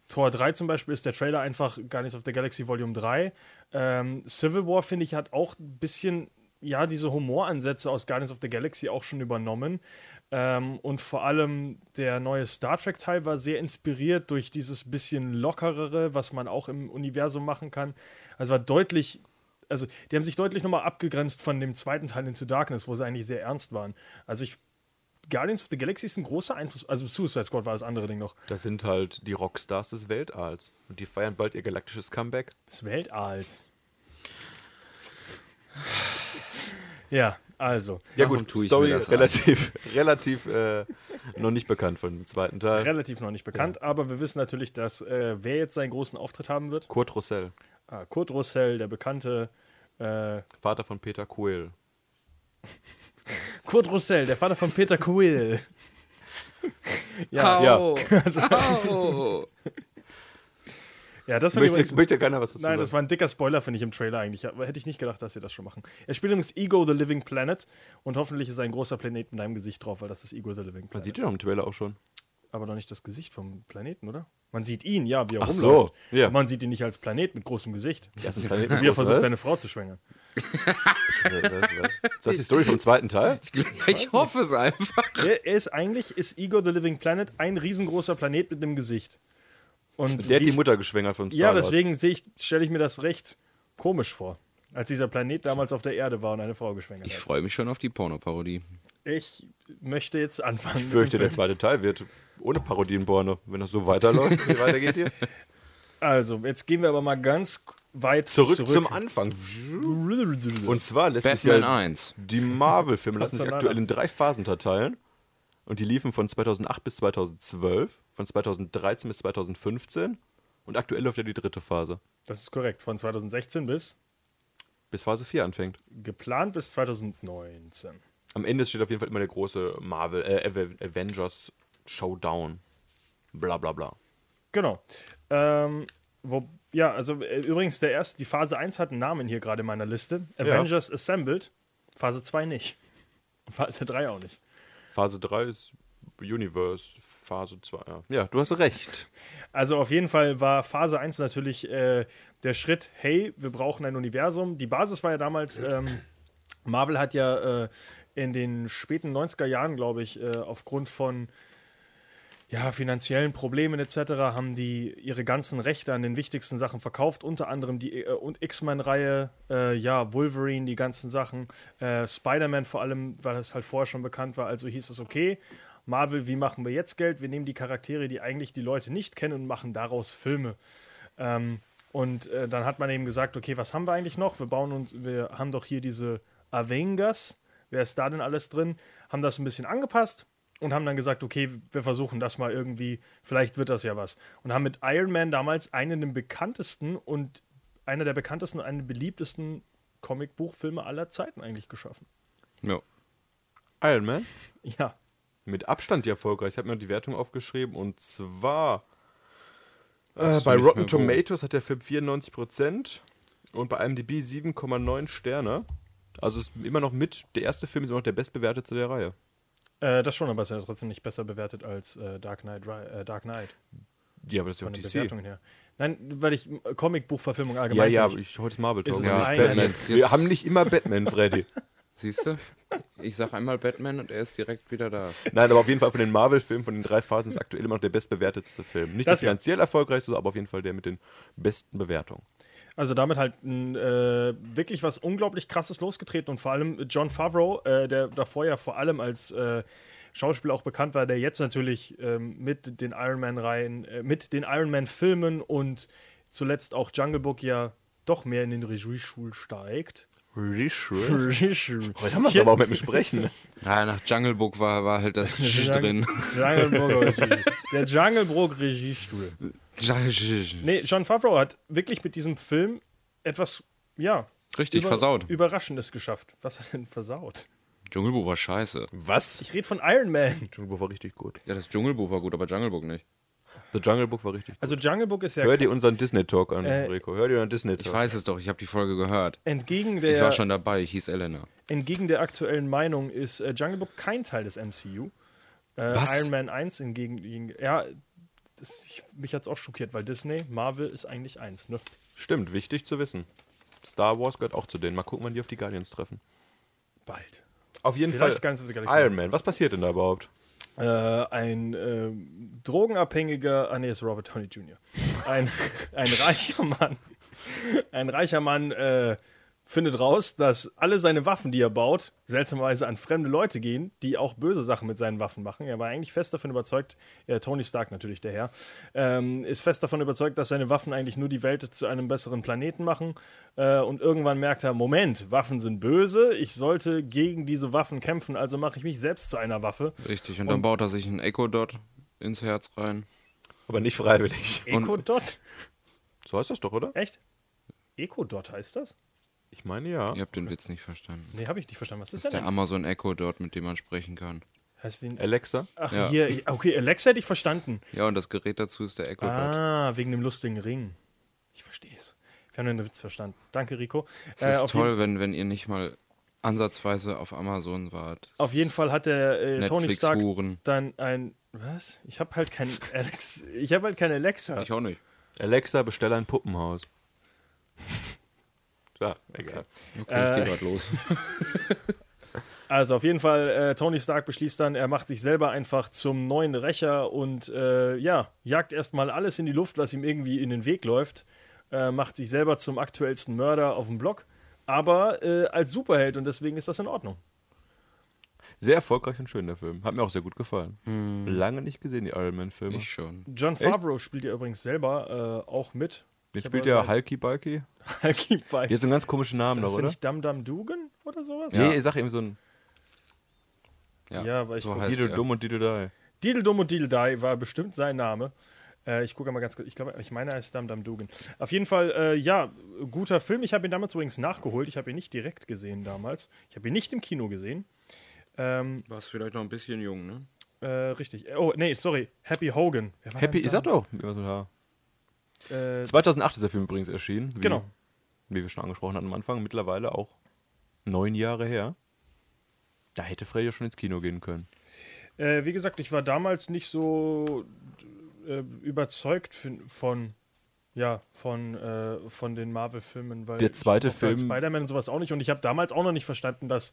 E: Tor 3 zum Beispiel ist der Trailer einfach Guardians of the Galaxy Volume 3. Ähm, Civil War, finde ich, hat auch ein bisschen, ja, diese Humoransätze aus Guardians of the Galaxy auch schon übernommen. Ähm, und vor allem der neue Star Trek-Teil war sehr inspiriert durch dieses bisschen lockerere, was man auch im Universum machen kann. Also war deutlich, also die haben sich deutlich nochmal abgegrenzt von dem zweiten Teil Into Darkness, wo sie eigentlich sehr ernst waren. Also ich. Guardians of the Galaxy ist ein großer Einfluss, also Suicide Squad war das andere Ding noch.
F: Das sind halt die Rockstars des Weltalls. Und die feiern bald ihr galaktisches Comeback.
E: des Weltalls. Ja, also.
F: Ja
G: Warum
F: gut,
G: tue ich
F: Story
G: mir das an?
F: relativ, relativ äh, noch nicht bekannt von dem zweiten Teil.
E: Relativ noch nicht bekannt, aber wir wissen natürlich, dass äh, wer jetzt seinen großen Auftritt haben wird.
F: Kurt Russell,
E: Ah, Kurt Russell, der bekannte. Äh,
F: Vater von Peter Quill.
E: Kurt Russell, der Vater von Peter Quill.
F: ja.
G: Au. Au.
E: Ja, das war übrigens.
F: Möchte, möchte keiner was dazu
E: Nein, das
F: sagen?
E: war ein dicker Spoiler, finde ich, im Trailer eigentlich. Aber Hätte ich nicht gedacht, dass sie das schon machen. Er spielt übrigens Ego the Living Planet und hoffentlich ist ein großer Planet mit einem Gesicht drauf, weil das ist Ego the Living
F: Man
E: Planet.
F: sieht ihn doch im Trailer auch schon.
E: aber noch nicht das Gesicht vom Planeten, oder? Man sieht ihn, ja, wie er
F: Ach
E: rumläuft.
F: so, ja.
E: Aber Man sieht ihn nicht als Planet mit großem Gesicht.
F: Das ist ein Planet.
E: Wie er versucht, deine Frau zu schwängern.
F: Ist das die Story vom zweiten Teil?
G: ich hoffe es einfach.
E: Er, er ist eigentlich, ist Ego the Living Planet ein riesengroßer Planet mit einem Gesicht. Und
F: Der hat
E: wie-
F: die Mutter geschwängert von
E: Ja,
F: Star-Lord.
E: deswegen sehe ich, stelle ich mir das recht komisch vor. Als dieser Planet damals auf der Erde war und eine Frau geschwängert
G: Ich
E: hat.
G: freue mich schon auf die Pornoparodie.
E: Ich möchte jetzt anfangen.
F: Ich
E: mit
F: fürchte,
E: dem
F: der
E: Film.
F: zweite Teil wird ohne Parodienborne, wenn das so weiterläuft. Wie weitergeht hier?
E: Also, jetzt gehen wir aber mal ganz weit
F: Zurück,
E: zurück.
F: zum Anfang.
E: Und
F: Und zwar lässt sich
G: Batman
F: ja
G: 1.
F: die Marvel-Filme lassen sich
E: 1989.
F: aktuell in drei Phasen unterteilen. Und die liefen von 2008 bis 2012, von 2013 bis 2015. Und aktuell läuft ja die dritte Phase,
E: das ist korrekt. Von 2016 bis
F: bis Phase 4 anfängt.
E: geplant bis 2019.
F: Am Ende steht auf jeden Fall immer der große Marvel, äh, Ave- Avengers Showdown. Bla bla bla.
E: Genau. Ähm, wo, ja, also äh, übrigens, der erste, die Phase 1 hat einen Namen hier gerade in meiner Liste. Avengers Assembled, Phase 2 nicht. Und Phase 3 auch nicht.
F: Phase 3 ist Universe, Phase 2. Ja, ja du hast recht.
E: Also auf jeden Fall war Phase 1 natürlich äh, der Schritt, hey, wir brauchen ein Universum. Die Basis war ja damals, ähm, Marvel hat ja äh, in den späten 90er Jahren, glaube ich, äh, aufgrund von ja, finanziellen Problemen etc. haben die ihre ganzen Rechte an den wichtigsten Sachen verkauft, unter anderem die äh, und X-Men-Reihe, äh, ja, Wolverine, die ganzen Sachen, äh, Spider-Man vor allem, weil das halt vorher schon bekannt war, also hieß es okay. Marvel, wie machen wir jetzt Geld? Wir nehmen die Charaktere, die eigentlich die Leute nicht kennen und machen daraus Filme. Ähm, und äh, dann hat man eben gesagt, okay, was haben wir eigentlich noch? Wir bauen uns, wir haben doch hier diese Avengers. Wer ist da denn alles drin? Haben das ein bisschen angepasst und haben dann gesagt, okay, wir versuchen das mal irgendwie. Vielleicht wird das ja was. Und haben mit Iron Man damals einen der bekanntesten und einer der bekanntesten und einen der beliebtesten Comicbuchfilme aller Zeiten eigentlich geschaffen.
G: Ja.
F: Iron Man?
E: Ja,
F: mit Abstand die erfolgreich. Ich habe mir die Wertung aufgeschrieben und zwar äh, bei Rotten
G: nicht mehr wo.
F: Tomatoes hat der Film 94% und bei IMDb 7,9 Sterne. Also ist immer noch mit, der erste Film ist immer noch der bestbewertete der Reihe.
E: äh, das schon, aber es ist ja trotzdem nicht besser bewertet als äh, Dark Knight. Ri- Äh, Dark Knight.
F: Ja, aber das
E: von den
F: ist ja auch DC.
E: Bewertungen her. Nein, weil ich äh, Comicbuchverfilmung
F: Ja,
E: allgemein.
F: ja,
E: find
F: aber ich, heute ist Marvel
E: Ist
F: Talk.
E: es
F: Ja,
E: ein-
F: Batman.
G: Jetzt-
F: Wir
G: jetzt-
F: haben nicht immer Batman, Freddy.
G: Siehst du? Ich sag einmal Batman und er ist direkt wieder da.
F: Nein, aber auf jeden Fall von den Marvel-Filmen, von den drei Phasen ist aktuell immer noch der bestbewertetste Film. Nicht
E: Das
F: der
E: ja.
F: finanziell erfolgreichste, aber auf jeden Fall der mit den besten Bewertungen.
E: Also damit halt ein, äh, wirklich was unglaublich krasses losgetreten und vor allem John Favreau, äh, der davor ja vor allem als äh, Schauspieler auch bekannt war, der jetzt natürlich ähm, mit den Iron Man Reihen, äh, mit den Iron Man Filmen und zuletzt auch Jungle Book ja doch mehr in den Regiestuhl steigt.
F: Richard.
E: Regiestuhl.
F: Heute haben wir es aber auch mit dem Sprechen.
G: Ja, nach Jungle Book war, war halt das drin.
E: Jungle Book Regie. Der Jungle Book Regiestuhl.
G: Jungle
E: Nee, John Favreau hat wirklich mit diesem Film etwas, ja,
G: Richtig, versaut.
E: Überraschendes geschafft. Was hat er denn versaut?
G: Dschungelbuch war scheiße.
F: Was?
E: Ich rede von Iron Man.
F: Jungle Book war richtig gut.
G: Ja, das Dschungelbuch war gut, aber Jungle Book nicht.
F: The Jungle Book war richtig gut.
E: Also Jungle Book ist ja
F: Hör dir unseren Disney-Talk an,
E: Äh,
F: Rico. Hör dir unseren Disney-Talk
G: Ich weiß es doch, ich habe die Folge gehört.
E: entgegen
G: Ich
E: der,
G: war schon dabei, ich hieß Elena.
E: entgegen der aktuellen Meinung ist äh, Jungle Book kein Teil des MCU. Äh,
G: Was?
E: Iron Man 1 hingegen, hingegen- ja, das, ich, mich hat's auch schockiert, weil Disney, Marvel ist eigentlich eins, ne?
F: Stimmt, wichtig zu wissen. Star Wars gehört auch zu denen. Mal gucken, wann die auf die Guardians treffen.
E: Bald.
F: Auf jeden
E: Vielleicht
F: Fall.
E: Guardians of the Galaxy.
F: Iron Man, was passiert denn da überhaupt?
E: Äh, ein äh, drogenabhängiger, ah nee, ist Robert Downey Jr. Ein, ein reicher Mann, ein reicher Mann äh, findet raus, dass alle seine Waffen, die er baut, seltsamerweise an fremde Leute gehen, die auch böse Sachen mit seinen Waffen machen. Er war eigentlich fest davon überzeugt, äh, Tony Stark natürlich der Herr, ähm, ist fest davon überzeugt, dass seine Waffen eigentlich nur die Welt zu einem besseren Planeten machen. Äh, und irgendwann merkt er, Moment, Waffen sind böse, ich sollte gegen diese Waffen kämpfen, also mache ich mich selbst zu einer Waffe.
G: Richtig, und dann baut er sich einen Echo Dot ins Herz rein.
F: Aber nicht freiwillig.
E: Ecodot?
F: So heißt das doch, oder?
E: Echt? Ecodot heißt das?
F: Ich meine ja.
G: Ihr habt den Witz nicht verstanden.
E: Nee, habe ich nicht verstanden. Was ist,
G: Das ist
E: denn?
G: der Amazon Echo Dot, mit dem man sprechen kann.
E: heißt die,
F: Alexa?
E: ach,
G: ja.
E: hier. ich- Okay, Alexa hätte ich verstanden.
G: Ja, und das Gerät dazu ist der Echo Dot.
E: Ah, wegen dem lustigen Ring. Ich verstehe es. Wir haben den Witz verstanden. Danke, Rico. Äh,
G: Das
E: auf
G: ist toll, wenn, wenn ihr nicht mal ansatzweise auf Amazon wart.
E: Auf jeden Fall hat der äh, Tony
G: Netflix
E: Stark
G: Huren.
E: dann ein. Was? Ich habe halt kein Alex. Ich habe halt kein Alexa.
G: Ich auch nicht.
F: Alexa, bestelle ein Puppenhaus. Ja, egal.
G: Okay,
E: Äh,
G: ich gehe gerade los.
E: Also auf jeden Fall, äh, Tony Stark beschließt dann, er macht sich selber einfach zum neuen Rächer und äh, ja, jagt erstmal alles in die Luft, was ihm irgendwie in den Weg läuft, äh, macht sich selber zum aktuellsten Mörder auf dem Block, aber äh, als Superheld und deswegen ist das in Ordnung.
F: Sehr erfolgreich und schön, der Film. Hat mir auch sehr gut gefallen. Lange nicht gesehen, die Iron Man-Filme.
G: Ich schon.
E: John Favreau spielt ja übrigens selber äh, auch mit. Ich
F: Jetzt spielt halt
E: hab also aber
F: ja Hulky Bulky.
E: seit- Hulky bei.
F: Die hat so einen ganz komischen Namen noch,
E: ist er
F: oder?
E: nicht Dam Dam Dugan oder sowas?
F: Nee, ich sag eben so ein
G: Ja,
E: Ja, weil ich
G: so
E: guck-
G: heißt
F: Dido
G: er.
F: Dumm und Dido Die.
E: Dideldum und Dideldai war bestimmt sein Name. Äh, ich gucke mal ganz kurz. Ich glaube, ich meine, er ist Dam Dam Dugan. Auf jeden Fall, äh, ja, guter Film. Ich habe ihn damals übrigens nachgeholt. Ich habe ihn nicht direkt gesehen damals. Ich habe ihn nicht im Kino gesehen. Ähm,
G: Warst vielleicht noch ein bisschen jung, ne?
E: äh, richtig. Oh, nee, sorry. Happy Hogan. Wer war
F: Happy
E: denn
F: ist
E: da?
F: er doch. Immer so ein Haar.
E: Äh,
F: 2008 ist der Film übrigens erschienen. Wie,
E: Genau.
F: Wie wir schon angesprochen hatten am Anfang. Mittlerweile auch neun Jahre her. Da hätte Freddy ja schon ins Kino gehen können.
E: äh, wie gesagt, ich war damals nicht so äh, überzeugt fin- von. Ja, von, äh, von den Marvel-Filmen, weil
F: Der
E: ich
F: zweite
E: mochte als
F: Film-
E: Spider-Man und sowas auch nicht. Und ich habe damals auch noch nicht verstanden, dass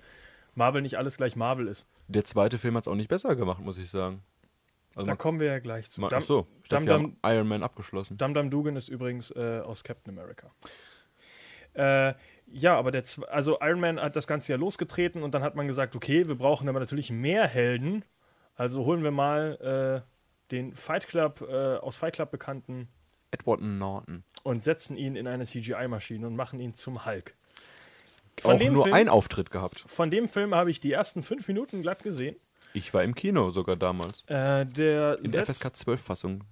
E: Marvel nicht alles gleich Marvel ist.
F: Der zweite Film hat es auch nicht besser gemacht, muss ich sagen. Also
E: Da
F: man,
E: kommen wir ja gleich zu.
F: man,
E: Dam,
F: ach so, ich
E: Dam,
F: dachte, wir
E: Dam,
F: haben Iron Man abgeschlossen.
E: Dam Dam Dugan ist übrigens äh, aus Captain America. Äh, ja, aber der, zw- also Iron Man hat das Ganze ja losgetreten und dann hat man gesagt, okay, wir brauchen aber natürlich mehr Helden. Also holen wir mal äh, den Fight Club äh, aus Fight Club bekannten
F: Edward Norton.
E: und setzen ihn in eine CGI-Maschine und machen ihn zum Hulk.
F: auch nur
E: Film,
F: einen Auftritt gehabt.
E: von dem Film habe ich die ersten fünf Minuten glatt gesehen.
F: Ich war im Kino sogar damals.
E: Äh, der
F: In der FSK 12-Fassung.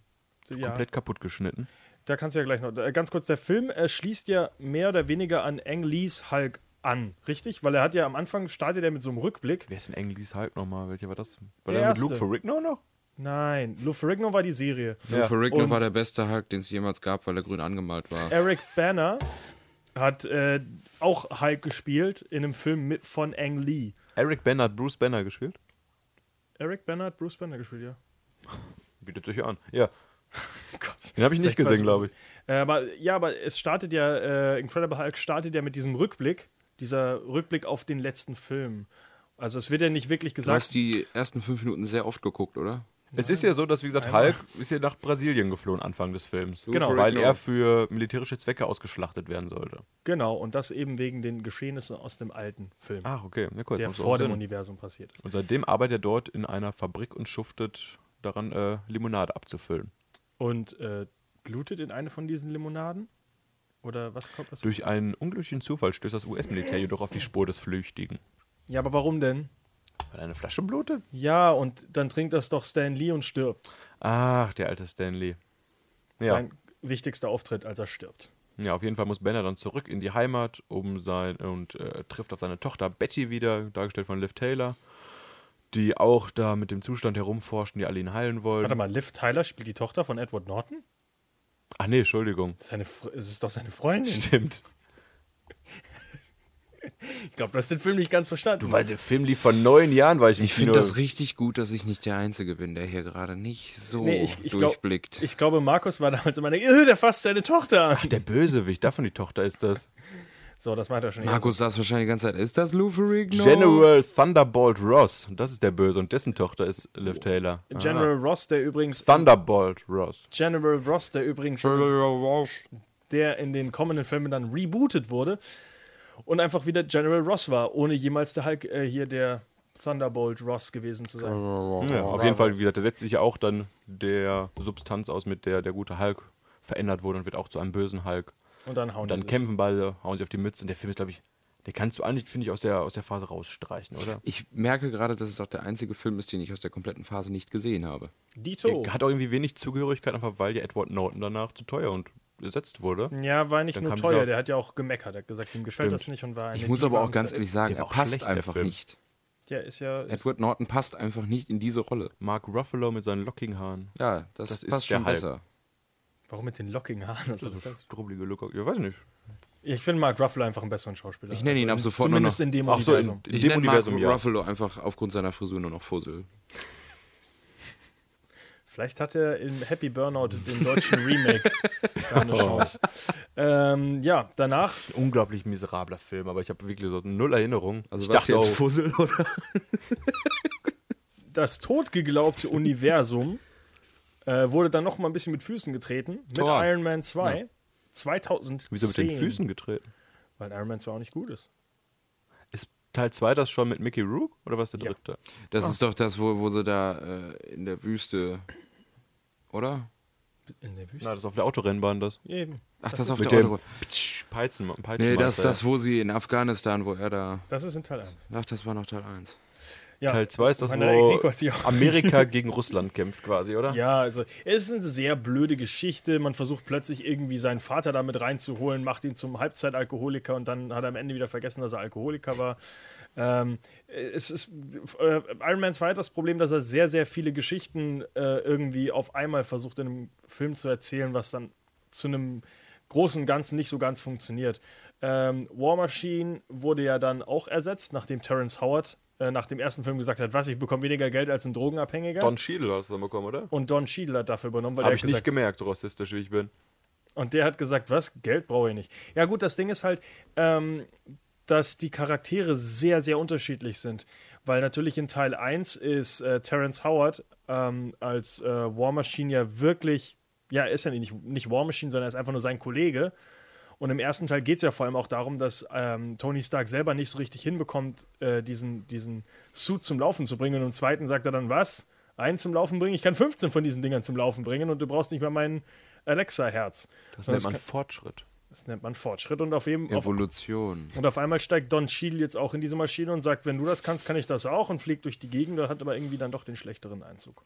E: ja.
F: Komplett kaputt geschnitten.
E: Da kannst du ja gleich noch. äh, Ganz kurz, der Film äh, schließt ja mehr oder weniger an Ang Lees Hulk an, richtig? Weil er hat ja am Anfang startet er mit so einem Rückblick.
F: Wer ist denn Englis Hulk nochmal? Welcher war das?
E: Der
F: War der, mit
E: erste.
F: Luke Ferrigno noch?
E: Nein, Lou Ferrigno war die Serie.
G: Ja. Lou Ferrigno
E: Und- Äh,
G: war der beste Hulk, den es jemals gab, weil er grün angemalt war.
E: Eric Banner hat äh, auch Hulk gespielt in einem Film mit, von Ang Lee.
F: Eric Banner hat Bruce Banner gespielt.
E: Eric Banner hat Bruce Banner gespielt, ja.
F: Bietet sich ja an. Ja,
E: Gott.
F: den habe ich nicht
E: Vielleicht
F: gesehen,
E: weiß
F: glaube ich.
E: Äh, aber, ja, aber es startet ja, äh, Incredible Hulk startet ja mit diesem Rückblick, dieser Rückblick auf den letzten Film. Also es wird ja nicht wirklich
G: Du hast
E: gesagt,
G: die ersten fünf Minuten sehr oft geguckt, oder?
F: Es ist ja so, dass, wie gesagt,
E: Einmal.
F: Hulk ist ja nach Brasilien geflohen Anfang des Films.
E: Genau.
F: Weil
G: Ferrigno.
F: er für militärische Zwecke ausgeschlachtet werden sollte.
E: genau, und das eben wegen den Geschehnissen aus dem alten Film.
F: Ach, okay. Ja, cool.
E: der
F: Ah, Macht auch
E: vor dem
F: Sinn.
E: Universum passiert ist.
F: Und seitdem arbeitet er dort in einer Fabrik und schuftet daran, äh, Limonade abzufüllen.
E: Und äh, blutet in eine von diesen Limonaden? Oder was kommt das?
F: Durch einen unglücklichen Zufall stößt das US-Militär jedoch auf die Spur des Flüchtigen.
E: Ja, aber warum denn?
F: Weil er eine Flasche blutet?
E: Ja, und dann trinkt das doch Stan Lee und stirbt.
F: Ach, der alte Stanley. Ja,
E: Sein wichtigster Auftritt, als er stirbt.
F: Ja, auf jeden Fall muss Banner dann zurück in die Heimat um sein und äh, trifft auf seine Tochter Betty wieder, dargestellt von Liv Taylor, die auch da mit dem Zustand herumforschen, die alle ihn heilen
E: Warte
F: wollen.
E: mal, Liv Tyler spielt die Tochter von Edward Norton?
F: Ach nee, Entschuldigung.
E: Seine, Fr- es ist doch seine Freundin.
F: Stimmt.
E: Ich glaube, du hast den Film nicht ganz verstanden.
F: Du, weil der Film lief vor neun Jahren, weil ich im
G: Ich finde
F: Kino-
G: das richtig gut, dass ich nicht der Einzige bin, der hier gerade nicht so
E: Nee, ich, ich, glaub,
G: durchblickt.
E: ich glaube, Markus war damals immer, äh, der fasst seine Tochter an.
F: Der Bösewicht, davon die Tochter ist das.
E: So, das meint er schon.
G: Markus saß wahrscheinlich die ganze Zeit, ist das Luferigno?
F: General Thunderbolt Ross, das ist der Böse und dessen Tochter ist Liv Taylor.
E: jetzt. General
F: Ah.
E: Ross, der übrigens.
F: Thunderbolt Ross.
E: General Ross, der übrigens. Der in den kommenden Filmen dann rebootet wurde und einfach wieder General Ross war, ohne jemals der Hulk, äh, hier der Thunderbolt Ross gewesen zu sein.
F: Ja, auf jeden Fall, wie gesagt, der setzt sich ja auch dann der Substanz aus, mit der der gute Hulk verändert wurde und wird auch zu einem bösen Hulk.
G: Äh,
E: Und dann hauen
F: Und dann
E: die sich.
F: kämpfen beide, hauen sich auf die Mütze und der Film ist, glaube ich, den kannst du eigentlich, finde ich, aus der, aus der Phase rausstreichen, oder?
G: Ich merke gerade, dass es auch der einzige Film ist, den ich aus der kompletten Phase nicht gesehen habe.
E: Dito.
F: Der hat auch irgendwie wenig Zugehörigkeit, einfach weil ja Edward Norton danach zu teuer und ersetzt wurde.
E: Ja, war nicht
F: Dann
E: nur
F: kam
E: teuer,
F: dieser-
E: der hat ja auch gemeckert, hat gesagt, ihm gefällt
F: Stimmt.
E: das nicht und war eine
G: Ich muss
E: Diva
G: aber auch
E: am
G: ganz
E: Set.
G: ehrlich sagen,
F: Der
G: er
F: war auch schlecht,
G: passt
F: der
G: einfach
F: Film.
G: nicht.
E: Ja, ist ja. Ist,
G: Edward Norton passt einfach nicht in diese Rolle.
F: Mark Ruffalo mit seinen lockigen Haaren.
G: Ja, das,
F: Das ist
G: passt
F: der
G: schon
F: Hulk.
G: besser.
E: warum mit den lockigen Haaren? Also, das heißt,
F: Strubbelige Look. Ja, weiß nicht.
E: ich finde Mark Ruffalo einfach einen besseren Schauspieler.
G: Ich nenne ihn
E: in-
G: ab sofort nur
E: Zumindest
G: noch-
E: in dem
F: Ach so, in,
E: Universum.
F: in
G: Ich
F: dem
G: nenne Mark
F: Universum, ja.
G: Ruffalo einfach aufgrund seiner Frisur nur noch Fussel.
E: Vielleicht hat er in Happy Burnout den deutschen Remake keine Chance.
G: Oh.
E: Ähm, ja, danach.
F: Das ist ein unglaublich miserabler Film, aber ich habe wirklich so null Erinnerung.
G: Also
F: ich
G: was
F: dachte
G: jetzt
F: auch,
G: Fussel oder?
E: das totgeglaubte Universum äh, wurde dann noch mal ein bisschen mit Füßen getreten. Mit
G: Tor.
E: Iron Man 2. 2010.
F: wieso mit den Füßen getreten?
E: Weil Iron Man 2 auch nicht gut ist.
F: Ist Teil 2 das schon mit Mickey Rook oder was der
E: Ja.
F: dritte?
G: Das ist doch das, wo, wo sie da äh, in der Wüste, oder?
E: In der Wüste.
F: Na, das ist auf der Autorennbahn das.
E: Eben.
G: Ach, das, auf
F: mit
G: der
F: dem
G: Autobahn.
F: Ptsch, Peizen, Peizen
G: Nee, das, das, wo sie in Afghanistan, wo er da.
E: Das ist in Teil 1.
G: Ach, das war noch Teil 1.
E: Ja.
F: Teil 2 ist das,
E: Meiner Enrico
F: wo
E: hat sich auch-
F: Amerika gegen Russland kämpft quasi, oder?
E: Ja, also es ist eine sehr blöde Geschichte. Man versucht plötzlich irgendwie seinen Vater damit reinzuholen, macht ihn zum Halbzeitalkoholiker und dann hat er am Ende wieder vergessen, dass er Alkoholiker war. Ähm, es ist äh, Iron Man 2 hat das Problem, dass er sehr, sehr viele Geschichten äh, irgendwie auf einmal versucht, in einem Film zu erzählen, was dann zu einem großen Ganzen nicht so ganz funktioniert. Ähm, War Machine wurde ja dann auch ersetzt, nachdem Terrence Howard äh, nach dem ersten Film gesagt hat, was, ich bekomme weniger Geld als ein Drogenabhängiger.
F: Don Cheadle hast du dann bekommen, oder?
E: Und Don Cheadle hat dafür übernommen, weil
F: Habe
E: der
F: ich
E: hat gesagt,
F: nicht gemerkt, so rassistisch wie ich bin.
E: und der hat gesagt, was, Geld brauche ich nicht. Ja gut, das Ding ist halt, ähm, dass die Charaktere sehr, sehr unterschiedlich sind. Weil natürlich in Teil 1 ist äh, Terrence Howard ähm, als äh, War Machine ja wirklich, ja, er ist ja nicht, nicht War Machine, sondern er ist einfach nur sein Kollege. Und im ersten Teil geht es ja vor allem auch darum, dass ähm, Tony Stark selber nicht so richtig hinbekommt, äh, diesen, diesen Suit zum Laufen zu bringen. Und im zweiten sagt er dann, was? Einen zum Laufen bringen? Ich kann 15 von diesen Dingern zum Laufen bringen und du brauchst nicht mehr mein Alexa-Herz.
F: Das
E: Sondern
F: nennt
E: es
F: man
E: kann-
F: Fortschritt.
E: das nennt man Fortschritt. Und auf,
G: Oh.
E: eben, auf,
G: Evolution.
E: und auf einmal steigt Don Cheadle jetzt auch in diese Maschine und sagt, wenn du das kannst, kann ich das auch und fliegt durch die Gegend und hat aber irgendwie dann doch den schlechteren Einzug.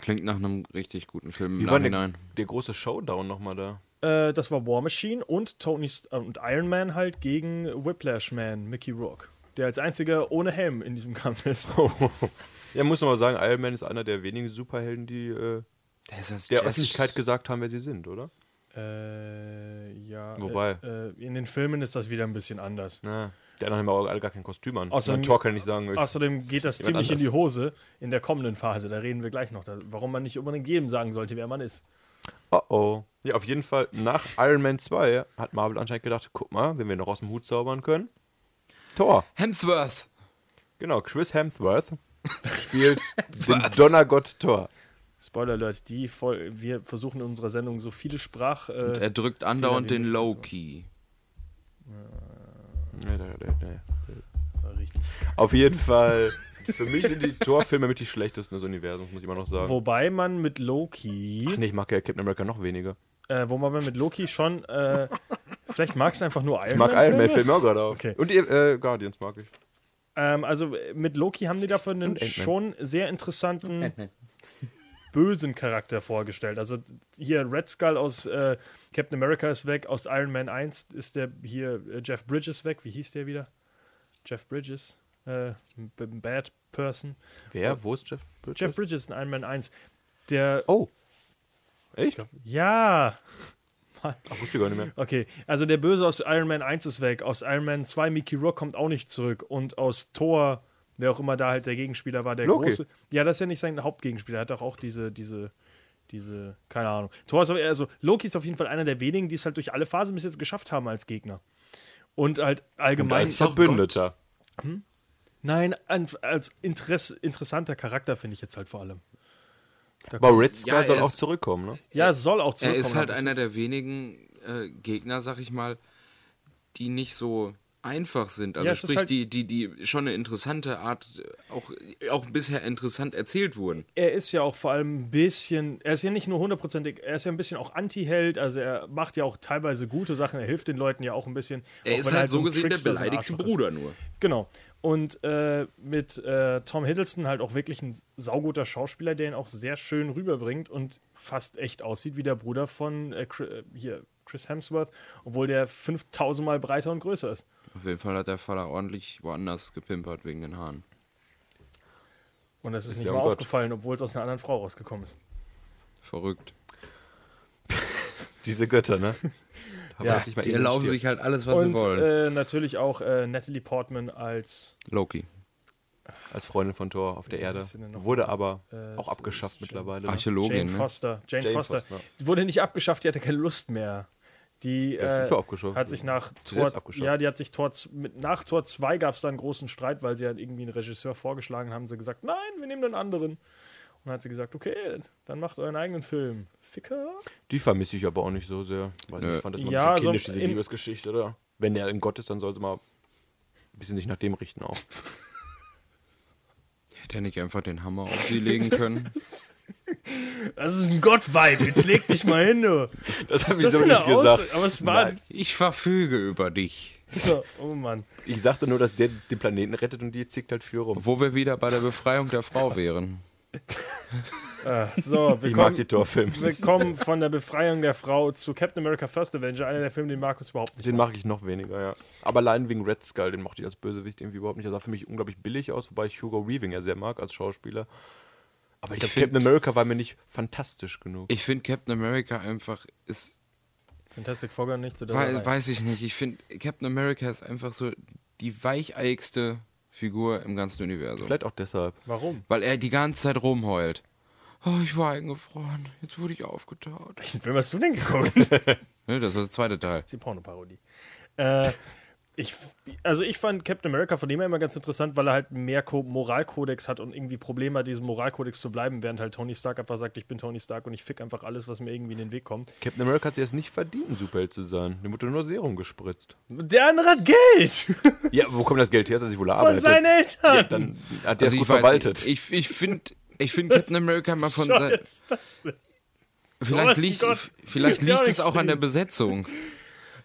G: Klingt nach einem richtig guten Film
F: Wie
G: im
F: war denn
G: Nachhinein.
F: der, der große Showdown nochmal da?
E: Äh, das war War Machine und Tony St äh, und Iron Man halt gegen Whiplash Man, Mickey Rourke, der als einziger ohne Helm in diesem Kampf ist.
F: Ja, muss man mal sagen, Iron Man ist einer der wenigen Superhelden, die äh,
G: Der ist als
F: der
G: Jazz-
F: Öffentlichkeit gesagt haben, wer sie sind, oder?
E: äh, ja.
F: Wobei.
E: Äh, äh, in den Filmen ist das wieder ein bisschen anders.
F: Na, die anderen haben ja auch alle gar kein Kostüm an.
E: Außer-
F: Außer Tor kann ich nicht sagen. Ich,
E: Außerdem geht das
F: Jemand
E: ziemlich in die
F: anders.
E: Hose in der kommenden Phase. Da reden wir gleich noch, da, warum man nicht unbedingt jedem sagen sollte, wer man ist.
F: oh oh. Ja, auf jeden Fall, nach Iron Man 2 hat Marvel anscheinend gedacht, guck mal, wenn wir noch aus dem Hut zaubern können. Tor.
G: Hemsworth.
F: Genau, Chris Hemsworth spielt den Donnergott Tor.
E: Spoiler Alert, die Fol wir versuchen in unserer Sendung so viele Sprach. Äh,
G: Und er drückt andauernd den Low-Key.
E: richtig.
F: Auf jeden Fall, für mich sind die Tor-Filme mit die schlechtesten des Universums, muss ich immer noch sagen.
E: Wobei man mit Loki,
F: Ach nee, ich mag ja Captain America noch weniger.
E: äh, wo man mit Loki schon, äh, vielleicht magst du einfach nur Iron
F: Ich mag
E: Man.
F: Iron Man-Filme auch gerade auf.
E: Okay.
F: Und ihr, äh, Guardians mag ich.
E: Ähm, also äh, mit Loki haben die dafür einen
F: Ant-Man.
E: schon sehr interessanten bösen Charakter vorgestellt. Also hier Red Skull aus äh, Captain America ist weg, aus Iron Man 1 ist der hier äh, Jeff Bridges weg. Wie hieß der wieder? Jeff Bridges, äh, b- Bad Person.
F: Wer? Wo ist Jeff Bridges?
E: Jeff Bridges in Iron Man 1. Der,
F: Äh. Oh. Echt? Ich
E: ja,
F: wusste gar nicht mehr.
E: Okay, also der Böse aus Iron Man 1 ist weg, aus Iron Man 2 Mickey Rourke kommt auch nicht zurück und aus Thor, wer auch immer da halt der Gegenspieler war, der
F: Loki.
E: große. Ja, das ist ja nicht sein Hauptgegenspieler, er hat doch auch diese, diese, diese, keine Ahnung. Thor ist, aber- also Loki ist auf jeden Fall einer der wenigen, die es halt durch alle Phasen bis jetzt geschafft haben als Gegner. Und halt allgemein.
F: Als Verbündeter.
E: nein, an- als Interess, interessanter Charakter finde ich jetzt halt vor allem.
F: Aber Red Skull
G: Ja, er
F: soll auch
G: ist-
F: zurückkommen, ne?
E: Ja, es soll auch
G: Er
E: zurückkommen.
G: ist halt
E: hab ich-
G: einer der wenigen äh, Gegner, sag ich mal, die nicht so einfach sind. Also
E: Ja, es ist
G: sprich,
E: halt-
G: die, die, die schon eine interessante Art, äh, auch, auch bisher interessant erzählt wurden.
E: er ist ja auch vor allem ein bisschen, er ist ja nicht nur hundertprozentig, er ist ja ein bisschen auch Anti-Held, also er macht ja auch teilweise gute Sachen, er hilft den Leuten ja auch ein bisschen.
G: Er
E: auch
G: ist
E: wenn
G: halt, so
E: ein
G: gesehen der
E: Trickster, so ein
G: beleidigte
E: Arschloch ist.
G: Bruder nur.
E: Genau. Und äh, mit äh, Tom Hiddleston halt auch wirklich ein sauguter Schauspieler, der ihn auch sehr schön rüberbringt und fast echt aussieht wie der Bruder von äh, Chri- äh, hier, Chris Hemsworth, obwohl der 5000 Mal breiter und größer ist.
G: Auf jeden Fall hat der Vater ordentlich woanders gepimpert wegen den Haaren.
E: Und das ist, nicht
F: ja
E: mal
F: um Gott.
E: aufgefallen, obwohl es aus einer anderen Frau rausgekommen ist.
G: Verrückt.
F: Diese Götter, ne? Da
E: Ja,
F: weiß ich mal
G: Die
F: eben
G: erlauben
F: nicht.
G: sich halt alles, was
E: Und
G: sie wollen.
E: äh, natürlich auch äh, Natalie Portman als
G: Loki.
F: Als Freundin von Thor auf der Erde.
E: hieß sie denn noch?
F: Wurde aber auch
E: so
F: abgeschafft mittlerweile. ne?
G: Archäologin,
E: genau. Jane
G: ne?
E: Foster. Jane,
F: Jane
E: Foster.
F: Foster,
E: Die Wurde nicht abgeschafft, die hatte keine Lust mehr. Die
F: Ja,
E: äh,
F: FIFA abgeschafft.
E: hat sich nach Tor,
F: selbst abgeschafft.
E: ja, die hat sich Tor, z- mit, nach Tor 2 gab es da einen großen Streit, weil sie halt irgendwie einen Regisseur vorgeschlagen haben. Sie gesagt, nein, wir nehmen den anderen. Und dann hat sie gesagt, okay, dann macht euren eigenen Film. Ficker.
F: Die vermisse ich aber auch nicht so sehr. Weiß nicht,
G: Nö.
F: ich fand das mal
E: Ja,
F: ein bisschen
E: so
F: kindisch, diese
E: im-
F: Liebesgeschichte, oder? Wenn der in Gott ist, dann soll sie mal ein bisschen sich nach dem richten auch.
G: Hätte er nicht einfach den Hammer auf sie legen können?
E: Das ist ein Gottweib, jetzt leg dich mal hin, du. Was
F: Das habe
E: ist
F: ich
E: das
F: so
E: für
F: nicht
E: eine
F: gesagt.
E: Aussage? Aber es war.
F: Nein.
G: Ich verfüge über dich.
E: So, oh Mann.
F: Ich sagte nur, dass der den Planeten rettet und die zickt halt für rum.
G: Wo wir wieder bei der Befreiung der Frau wären.
E: Äh, So, wir
F: Ich mag
E: kommen,
F: die Torfilme.
E: wir kommen von der Befreiung der Frau zu Captain America First Avenger, einer der Filme, den Markus überhaupt nicht
F: Den mag ich noch weniger, ja. Aber allein wegen Red Skull, den mochte ich als Bösewicht irgendwie überhaupt nicht. Der sah für mich unglaublich billig aus, wobei ich Hugo Weaving ja sehr mag als Schauspieler. Aber ich
G: Ich
F: glaube, Captain
G: find-
F: America war mir nicht fantastisch genug.
G: Ich finde Captain America einfach ist
E: Fantastic Four gehört nicht zu der
G: Wei
E: Reihe.
G: weiß ich nicht. Ich finde, Captain America ist einfach so die weicheigste Figur im ganzen Universum.
F: Vielleicht auch deshalb.
E: Warum?
G: Weil er die ganze Zeit rumheult. Oh, ich war eingefroren. Jetzt wurde ich aufgetaut.
E: Welchen Film hast du denn geguckt? das ist
G: Ne, das war der zweite Teil.
E: die Pornoparodie. Äh, ich, f- also ich fand Captain America von dem her immer ganz interessant, weil er halt mehr Ko Moralkodex hat und irgendwie Probleme hat, diesem Moralkodex zu bleiben, während halt Tony Stark einfach sagt, ich bin Tony Stark und ich fick einfach alles, was mir irgendwie in den Weg kommt.
F: Captain America hat sich jetzt nicht verdient, ein Superheld zu sein. Dem wurde nur Serum gespritzt.
E: Der andere hat Geld
F: Ja, wo kommt das Geld her, dass ich wohl
E: von
F: arbeite?
E: seinen Eltern.
F: ja, dann hat der es
G: Also ich
F: gut
G: weiß
F: verwaltet.
G: nicht. Ich, ich finde ich find Captain America mal von.
E: Schau,
G: sein-
E: ist das denn?
G: Vielleicht
E: Thomas oh
G: liegt,
E: Gott.
G: vielleicht
E: Ja,
G: liegt es
E: ich
G: auch
E: bin-
G: an der Besetzung.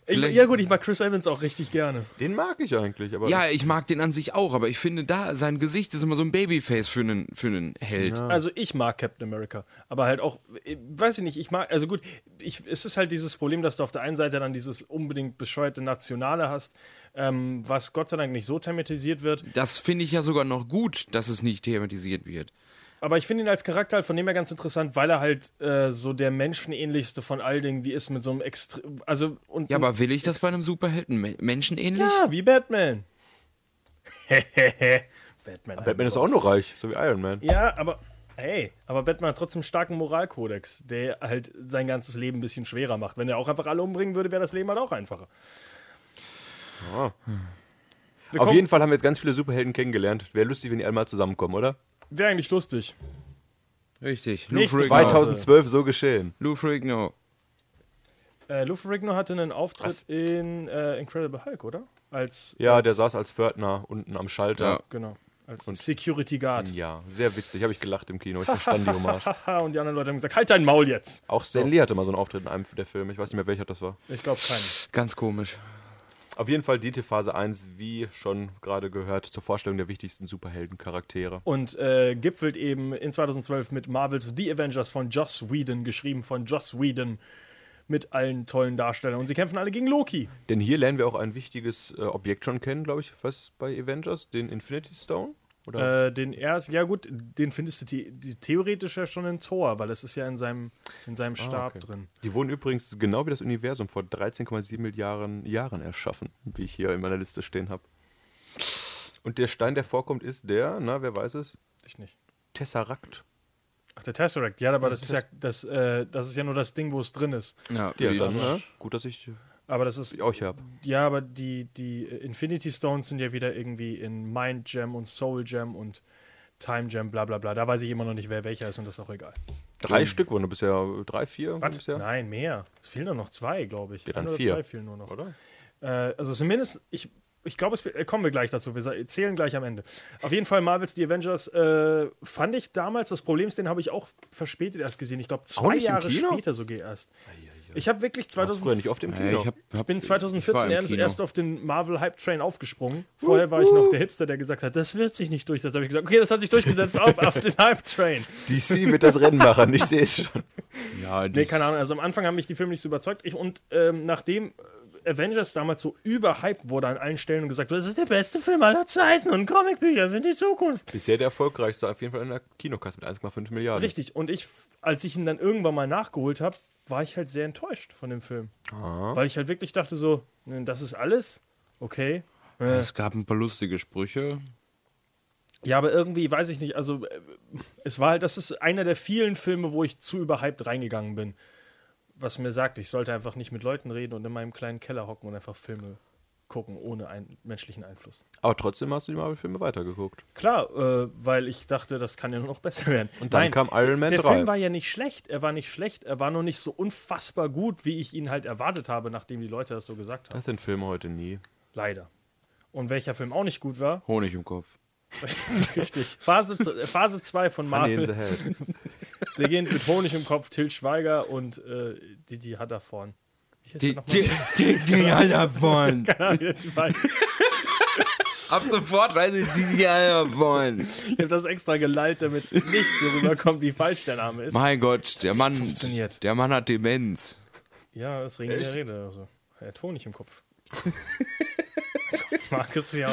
E: ich,
G: Vielleicht-
E: ja gut, ich mag Chris Evans auch richtig gerne.
F: Den mag ich eigentlich, aber
G: Ja, ich mag den an sich auch, aber ich finde da, sein Gesicht ist immer so ein Babyface für einen, für einen Held.
E: Also ich mag Captain America, aber halt auch, äh, weiß ich nicht, ich mag, also gut, ich, es ist halt dieses Problem, dass du auf der einen Seite dann dieses unbedingt bescheuerte Nationale hast, ähm, was Gott sei Dank nicht so thematisiert wird,
G: Das finde ich ja sogar noch gut, dass es nicht thematisiert wird.
E: aber ich finde ihn als Charakter halt von dem her ganz interessant, weil er halt äh, so der menschenähnlichste von all den, wie ist mit so einem extra, also und
G: Ja, aber will ich das bei einem Superhelden? Me- Menschenähnlich?
E: ja, wie Batman. Batman.
F: Batman ist auch nur reich, so wie Iron Man.
E: Ja, aber hey, aber Batman hat trotzdem einen starken Moralkodex, der halt sein ganzes Leben ein bisschen schwerer macht. Wenn er auch einfach alle umbringen würde, wäre das Leben halt auch einfacher. Wir
F: Ah. Auf
E: kommen-
F: jeden Fall haben wir jetzt ganz viele Superhelden kennengelernt. Wäre lustig, wenn die einmal zusammenkommen, oder?
E: Wäre eigentlich lustig.
G: Richtig. Lou
E: Nächstes
G: Ferrigno.
F: 2012 so geschehen.
G: Lou Ferrigno.
E: Äh, Lou Ferrigno hatte einen Auftritt in äh, Incredible Hulk, oder? Als
F: Ja,
E: als,
F: der saß als Pförtner unten am Schalter.
E: genau als Security Guard.
F: Ja, sehr witzig. Habe ich gelacht im Kino. Ich verstand die Hommage.
E: Haha, und die anderen Leute haben gesagt, halt dein Maul jetzt.
F: Auch Stan Lee hatte mal so einen Auftritt in einem der Filme. Ich weiß nicht mehr, welcher das war.
E: Ich glaube keinen.
G: Ganz komisch.
F: Auf jeden Fall Dete Phase 1, wie schon gerade gehört, zur Vorstellung der wichtigsten Superheldencharaktere.
E: Und äh, gipfelt eben in 2012 mit Marvels The Avengers von Joss Whedon, geschrieben von Joss Whedon, mit allen tollen Darstellern. Und sie kämpfen alle gegen Loki.
F: Denn hier lernen wir auch ein wichtiges äh, Objekt schon kennen, glaube ich, was bei Avengers, den Infinity Stone? Oder?
E: Äh, den erst, ja gut, den findest du die, die, theoretisch ja schon in Thor, weil das ist ja in seinem, in seinem Stab
F: okay.
E: drin.
F: Die wurden übrigens genau wie das Universum vor 13,7 Milliarden Jahren erschaffen, wie ich hier in meiner Liste stehen habe. Und der Stein, der vorkommt, ist der, na, wer weiß es?
E: Ich nicht.
F: Tesseract.
E: Ach, der Tesseract, ja, aber das ist ja, das, äh, das ist ja nur das Ding, wo es drin ist.
G: Ja,
F: Ja,
G: die-
F: dann, ne? Gut, dass ich
E: Aber das ist.
F: die euch habe.
E: Ja, aber die, die Infinity Stones sind ja wieder irgendwie in Mind Gem und Soul Gem und Time Gem, bla bla bla. Da weiß ich immer noch nicht, wer welcher ist und das ist auch egal.
F: Drei Stück wurden bisher, drei, vier
E: Was?
F: bisher.
E: Nein, mehr. Es fehlen nur noch zwei, glaube ich.
F: Ja, dann
E: oder
F: vier.
E: zwei fehlen nur noch.
F: Oder?
E: Äh, also zumindest, ich, ich glaube, es fe- äh, kommen wir gleich dazu. Wir sa- zählen gleich am Ende. Auf jeden Fall Marvels The Avengers äh, fand ich damals, das Problem ist, den habe ich auch verspätet erst gesehen. Ich glaube, zwei
F: nicht im
E: Jahre
F: Kino?
E: später sogar erst. Ich habe wirklich
F: Warst du früher
E: 2000,
F: nicht oft im Kino.
G: Ja, Äh, ich, hab, hab,
E: bin
G: ich war
E: 2014
G: im
E: erst,
G: Kino.
E: erst auf den Marvel Hype Train aufgesprungen. Vorher war ich noch der Hipster, der gesagt hat, das wird sich nicht durchsetzen. habe ich gesagt, okay, das hat sich durchgesetzt, auf, auf den Hype Train.
F: DC wird das Rennen machen, ich sehe es schon.
G: Ja,
E: Nee, keine Ahnung. Also am Anfang haben mich die Filme nicht so überzeugt. Ich, und ähm, nachdem äh, Avengers damals so überhyped wurde an allen Stellen und gesagt wurde, das ist der beste Film aller Zeiten und Comicbücher sind die Zukunft.
F: Bisher der erfolgreichste, auf jeden Fall in der Kinokasse mit 1,5 Milliarden.
E: Richtig. Und ich, als ich ihn dann irgendwann mal nachgeholt habe, war ich halt sehr enttäuscht von dem Film. Weil ich halt wirklich dachte so, "Ne, das ist alles? Okay.
G: Es gab ein paar lustige Sprüche.
E: Ja, aber irgendwie weiß ich nicht. Also, äh, es war halt, das ist einer der vielen Filme, wo ich zu überhyped reingegangen bin. Was mir sagt, ich sollte einfach nicht mit Leuten reden und in meinem kleinen Keller hocken und einfach Filme gucken, ohne einen menschlichen Einfluss.
F: Aber trotzdem hast du die Marvel-Filme weitergeguckt.
E: Klar, äh, weil ich dachte, das kann ja nur noch besser werden.
F: Und dann kam Iron Man
E: Der
F: 3.
E: Film war ja nicht schlecht, er war nicht schlecht, er war nur nicht so unfassbar gut, wie ich ihn halt erwartet habe, nachdem die Leute das so gesagt haben.
F: Das sind Filme heute nie.
E: Leider. Und welcher Film auch nicht gut war,
G: Honig im Kopf.
E: richtig. Phase 2 Phase zwei von
F: Honey in
E: Marvel.
F: the Head.
E: Beginnt mit Honig im Kopf, Til Schweiger und äh, Didi Hatterforn. Wie heißt der nochmal?
G: die Eierborn.
E: Ich weiß.
G: Ab sofort weiß ich, die, die Eierborn.
E: Ich habe das extra geleilt, damit es nicht so rüberkommt, wie falsch der Name ist.
G: Mein Gott, der Mann,
E: Funktioniert.
G: der Mann hat Demenz.
E: Ja, das Ring der Rede. Also. Er hat Honig im Kopf. Markus ja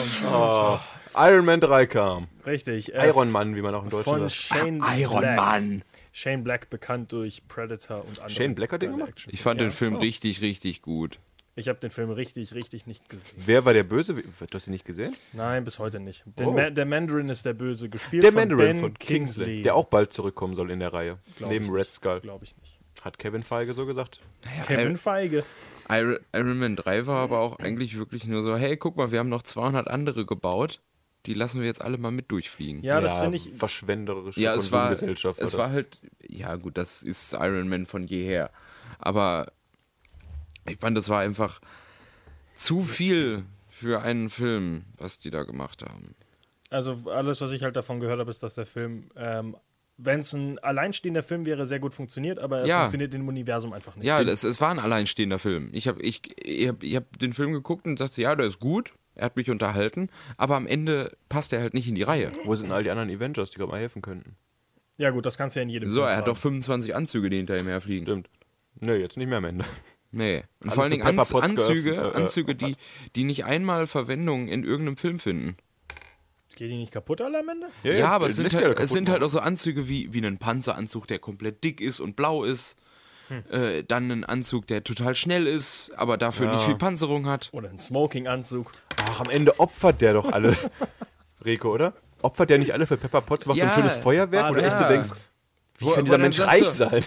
F: Iron Man 3 kam.
E: Richtig. äh,
F: Iron Man, Ah, wie man auch in
E: von
F: Deutschland sagt.
E: Shane
G: Iron
E: Black.
G: Mann.
E: Shane Black, bekannt durch Predator und andere.
F: Shane Black hat den gemacht?
E: Action.
G: Ich fand den
E: Oh.
G: Film richtig, richtig gut.
E: Ich habe den Film richtig, richtig nicht gesehen.
F: Wer war der Böse? Du hast ihn nicht gesehen?
E: Nein, bis heute nicht. Den
F: Oh.
E: Ma der Mandarin ist der Böse, gespielt
F: Der
E: von
F: Mandarin
E: ben
F: von
E: Kingsley.
F: Kingsley, der auch bald zurückkommen soll in der Reihe.
E: Glaub
F: neben
E: ich
F: Red
E: nicht.
F: Skull.
E: Glaube ich nicht.
F: Hat Kevin Feige so gesagt.
G: Äh,
E: Kevin Feige.
G: Iron, Iron Man 3 war aber auch eigentlich wirklich nur so, hey, guck mal, wir haben noch 200 andere gebaut, die lassen wir jetzt alle mal mit durchfliegen.
E: Ja, das finde ich.
F: Verschwenderische
G: ja es war,
F: Konsumgesellschaft
G: es war halt, ja gut, das ist Iron Man von jeher, aber ich fand, das war einfach zu viel für einen Film, was die da gemacht haben.
E: Also alles, was ich halt davon gehört habe, ist, dass der Film, ähm, wenn es ein alleinstehender Film wäre, sehr gut funktioniert, aber er
G: Ja.
E: funktioniert im Universum einfach nicht.
G: Ja, es, es war ein alleinstehender Film. Ich habe ich, ich hab, ich hab den Film geguckt und dachte, ja, der ist gut, er hat mich unterhalten, aber am Ende passt er halt nicht in die Reihe.
F: Wo sind denn all die anderen Avengers, die gerade mal helfen könnten?
E: Ja gut, das kannst du ja in jedem
G: So,
E: Film
G: er hat
E: sagen.
G: doch 25 Anzüge, die hinter ihm herfliegen.
F: Stimmt. Nö, jetzt nicht mehr am Ende.
G: Nee. Und
F: Alles
G: vor allen
F: für
G: Dingen Anz
F: Pepperpots
G: Anzüge,
F: geöffnet, äh,
G: Anzüge die, die nicht einmal Verwendung in irgendeinem Film finden.
E: Geht die nicht kaputt alle am Ende?
G: Ja, aber es sind,
F: Äh, lässt sich
G: halt,
F: alle
G: es
F: kaputt
G: sind halt
F: machen.
G: auch so Anzüge wie, wie ein Panzeranzug, der komplett dick ist und blau ist.
F: Hm.
G: Äh, dann ein Anzug, der total schnell ist, aber dafür nicht viel Panzerung hat.
E: Oder ein Smoking-Anzug.
F: Ach, am Ende opfert der doch alle. Rico, oder? Opfert der nicht alle für Pepper Potts? Macht so
G: Ja.
F: ein schönes Feuerwerk?
E: Ah,
F: Oder echt, du
G: ja.
F: denkst, wie
G: Wo-
F: kann
G: wo
F: dieser
G: dann
F: Mensch
G: sagst du-
F: reich sein?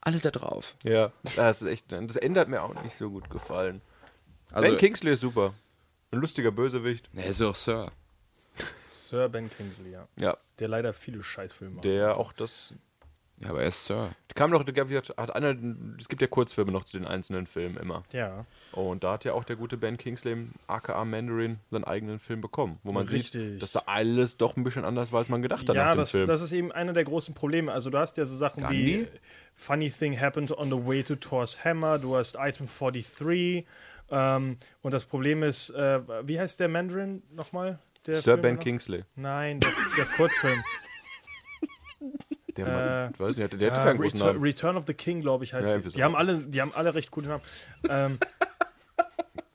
G: Alle da drauf.
F: Ja, das ist echt, das Ende hat mir auch nicht so gut gefallen.
G: Also,
F: ben Kingsley ist super. Ein lustiger Bösewicht.
G: er ist ja auch Sir.
E: Sir Ben Kingsley, ja.
F: Ja,
E: Der leider viele Scheißfilme macht.
F: der auch das.
G: Ja, aber er ist Sir.
F: Kam doch, der hat einer, es gibt ja Kurzfilme noch zu den einzelnen Filmen immer.
E: Ja,
F: Und da hat ja auch der gute Ben Kingsley, aka Mandarin, seinen eigenen Film bekommen, wo man
E: Richtig.
F: sieht, dass da alles doch ein bisschen anders war, als man gedacht hat nach
E: ja
F: dem
E: das,
F: Film.
E: das ist eben einer der großen Probleme. Also du hast ja so Sachen wie äh,
G: Gandhi?
E: Funny Thing Happened on the Way to Thor's Hammer, du hast Item 43 Ähm, und das Problem ist, äh, wie heißt der Mandarin nochmal? Der
F: Sir
E: Film genau.
F: Ben
E: noch?
F: Kingsley.
E: Nein, der, der Kurzfilm.
F: Der, Mann, weiß nicht, der, hatte- der hatte
E: Ah,
F: keinen großen
E: Return,
F: Namen.
E: Return of the King, glaube ich, heißt
F: Ja,
E: die.
F: irgendwie so.
E: Die haben, alle, die haben alle recht coole Namen. Ähm,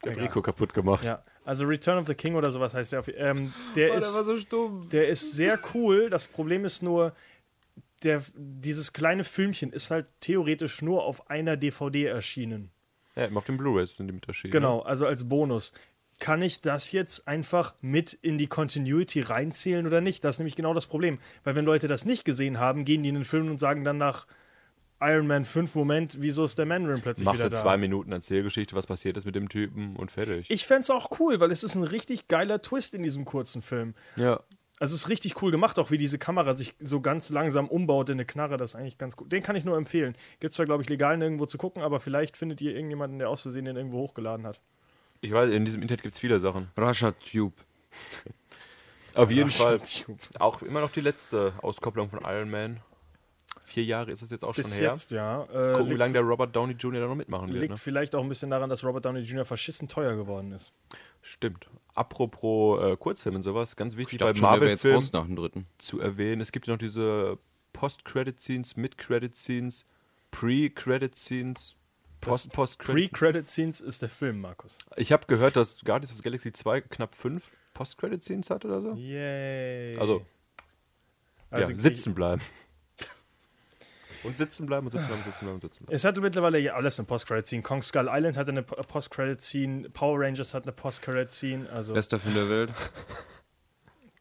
F: Der hat
E: egal.
F: Rico kaputt gemacht.
E: ja, also Return of the King oder sowas heißt der. auf- Ähm, der
G: Oh, der
E: ist,
G: war so stumm.
E: Der ist sehr cool. Das Problem ist nur, der, dieses kleine Filmchen ist halt theoretisch nur auf einer DVD erschienen.
F: Ja, immer auf dem Blu-rays sind die mit erschienen.
E: Genau, also als Bonus. Kann ich das jetzt einfach mit in die Continuity reinzählen oder nicht? Das ist nämlich genau das Problem. Weil wenn Leute das nicht gesehen haben, gehen die in den Film und sagen dann nach Iron Man 5, Moment, wieso ist der Mandarin plötzlich
F: Machst
E: wieder
F: du
E: da?
F: zwei Minuten Erzählgeschichte, was passiert ist mit dem Typen und fertig.
E: Ich fände es auch cool, weil es ist ein richtig geiler Twist in diesem kurzen Film.
F: ja.
E: Also es ist richtig cool gemacht, auch wie diese Kamera sich so ganz langsam umbaut in eine Knarre. Das ist eigentlich ganz cool. Den kann ich nur empfehlen. Gibt zwar, glaube ich, legal nirgendwo zu gucken, aber vielleicht findet ihr irgendjemanden, der aus Versehen den irgendwo hochgeladen hat.
F: Ich weiß, in diesem Internet gibt es viele Sachen.
G: Russia Tube.
F: Auf jeden Fall. Auch immer noch die letzte Auskopplung von Iron Man. Vier Jahre ist es jetzt auch
E: Bis
F: schon her.
E: jetzt, ja. Äh,
F: Gucken, wie
E: liegt
F: lange der Robert Downey Jr. da noch mitmachen wird.
E: liegt
F: Ne?
E: vielleicht auch ein bisschen daran, dass Robert Downey Jr. verschissen teuer geworden ist.
F: Stimmt. Apropos äh, Kurzfilm und sowas, ganz wichtig
G: Ich
F: bei
G: dachte schon, der wäre jetzt
F: Marvel-Filmen
G: raus nach dem dritten.
F: zu erwähnen, es gibt ja noch diese Post-Credit-Scenes, Mid-Credit-Scenes, Pre-Credit-Scenes,
E: Das
F: Post-Post-Credit.
E: Pre-Credit-Scenes ist der Film, Markus.
F: Ich habe gehört, dass Guardians of the Galaxy 2 knapp fünf Post-Credit-Scenes hat oder so.
E: Yay.
F: Also,
E: Also
F: ja,
E: krieg-
F: sitzen bleiben. Und sitzen bleiben und sitzen bleiben und sitzen bleiben und sitzen bleiben.
E: Es hatte mittlerweile ja alles eine Post-Credit-Scene. Kong Skull Island hatte eine Po- Post-Credit-Scene. Power Rangers hat eine Post-Credit-Scene. Also
G: Bester Film der Welt.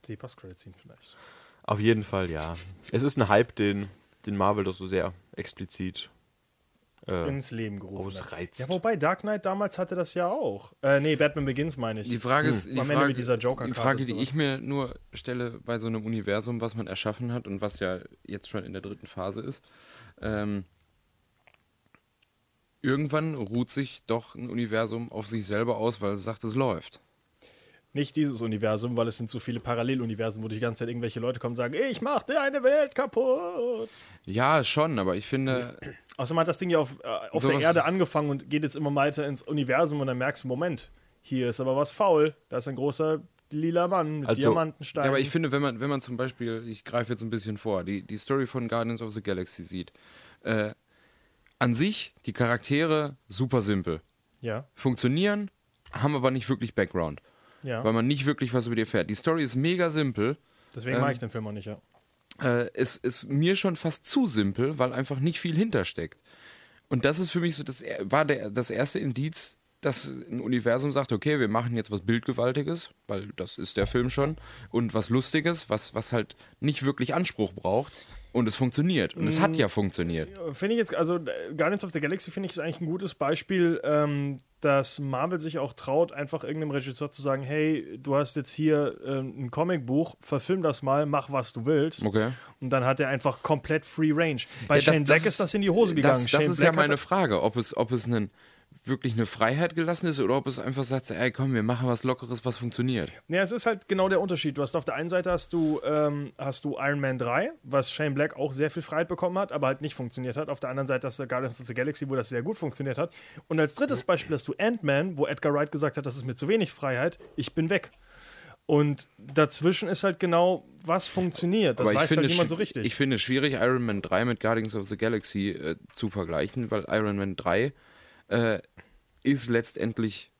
E: die Post-Credit-Scene vielleicht.
F: Auf jeden Fall, ja. Es ist ein Hype, den, den Marvel doch so sehr explizit. Äh,
E: ins Leben gerufen
F: Ausreizt.
E: hat. Ja, wobei Dark Knight damals hatte das ja auch. Äh, nee, Batman Begins meine ich.
G: Die Frage ist, die
E: Am Ende
G: Frage,
E: mit dieser Joker-Karte
G: die, Frage
E: und
G: die
E: sowas.
G: ich mir nur stelle bei so einem Universum, was man erschaffen hat und was ja jetzt schon in der dritten Phase ist. Ähm, irgendwann ruht sich doch ein Universum auf sich selber aus, weil es sagt, es läuft.
E: Nicht dieses Universum, weil es sind so viele Paralleluniversen, wo die ganze Zeit irgendwelche Leute kommen und sagen, ich mach dir eine Welt kaputt.
G: Ja, schon, aber ich finde,
E: Außerdem hat das Ding ja auf, äh, auf
G: Sowas-
E: der Erde angefangen und geht jetzt immer weiter ins Universum und dann merkst du, Moment, hier ist aber was faul. Da ist ein großer lila Mann mit
F: Also-
E: Diamantenstein.
G: ja, aber ich finde, wenn man, wenn man zum Beispiel, ich greife jetzt ein bisschen vor, die, die Story von Guardians of the Galaxy sieht, äh, an sich die Charaktere super simpel.
E: ja,
G: funktionieren, haben aber nicht wirklich Background,
E: ja.
G: weil man nicht wirklich was über die erfährt. Die Story ist mega simpel.
E: Deswegen
G: ähm,
E: mag ich den Film auch nicht, ja.
G: Äh, es ist mir schon fast zu simpel, weil einfach nicht viel hintersteckt. Und das ist für mich so, das er- war der, das erste Indiz, dass ein Universum sagt, okay, wir machen jetzt was Bildgewaltiges, weil das ist der Film schon, und was Lustiges, was, was halt nicht wirklich Anspruch braucht. Und es funktioniert. Und es
E: Mhm.
G: hat ja funktioniert.
E: finde ich jetzt, also äh, Guardians of the Galaxy finde ich ist eigentlich ein gutes Beispiel, ähm, dass Marvel sich auch traut, einfach irgendeinem Regisseur zu sagen, hey, du hast jetzt hier ähm, ein Comicbuch, verfilm das mal, mach was du willst.
G: Okay.
E: Und dann hat er einfach komplett Free Range. Bei
G: Ja, das-
E: Shane
G: das
E: Black ist das in die Hose gegangen.
G: Das, das
E: Shane
G: ist
E: Black
G: ja meine
E: hat-
G: Frage, ob es, ob es einen, wirklich eine Freiheit gelassen ist oder ob es einfach sagt, ey komm, wir machen was Lockeres, was funktioniert.
E: Ja, es ist halt genau der Unterschied. Du hast auf der einen Seite hast du, ähm, hast du Iron Man 3, was Shane Black auch sehr viel Freiheit bekommen hat, aber halt nicht funktioniert hat. Auf der anderen Seite hast du Guardians of the Galaxy, wo das sehr gut funktioniert hat. Und als drittes Beispiel hast du Ant-Man, wo Edgar Wright gesagt hat, das ist mir zu wenig Freiheit, ich bin weg. Und dazwischen ist halt genau, was funktioniert. Das
G: ich
E: weiß halt
G: es
E: niemand so
G: schw-
E: richtig.
G: Ich finde es schwierig, Iron Man 3 mit Guardians of the Galaxy äh, zu vergleichen, weil Iron Man 3 äh, ist letztendlich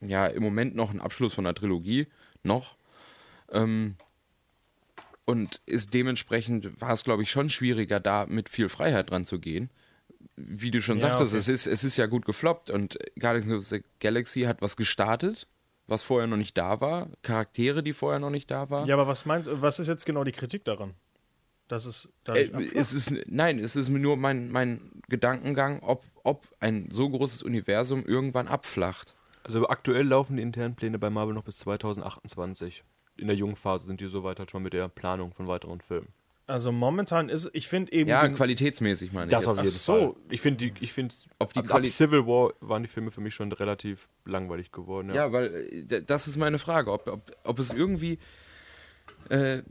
G: ja im Moment noch ein Abschluss von der Trilogie, noch. Ähm, und ist dementsprechend war es, glaube ich, schon schwieriger, da mit viel Freiheit dran zu gehen. Wie du schon
E: Ja,
G: sagtest,
E: okay.
G: es, ist, es ist ja gut gefloppt und Guardians of the Galaxy hat was gestartet, was vorher noch nicht da war, Charaktere, die vorher noch nicht da waren.
E: ja, aber was meinst was ist jetzt genau die Kritik daran? Das ist.
G: Äh, es ist, nein, es ist nur mein, mein Gedankengang, ob, ob ein so großes Universum irgendwann abflacht.
F: Also aktuell laufen die internen Pläne bei Marvel noch bis 2028. In der jungen Phase sind die soweit halt schon mit der Planung von weiteren Filmen.
E: also momentan ist, ich finde eben.
G: Ja,
E: den-
G: qualitätsmäßig meine ich. Jetzt.
E: jeden so.
F: Fall. Ich finde, die- ich finde,
G: Ob die
F: ab, ab
G: Quali-
F: Civil War waren die Filme für mich schon relativ langweilig geworden. Ja.
G: Ja, weil äh, d- das ist meine Frage, ob, ob, ob es irgendwie, äh,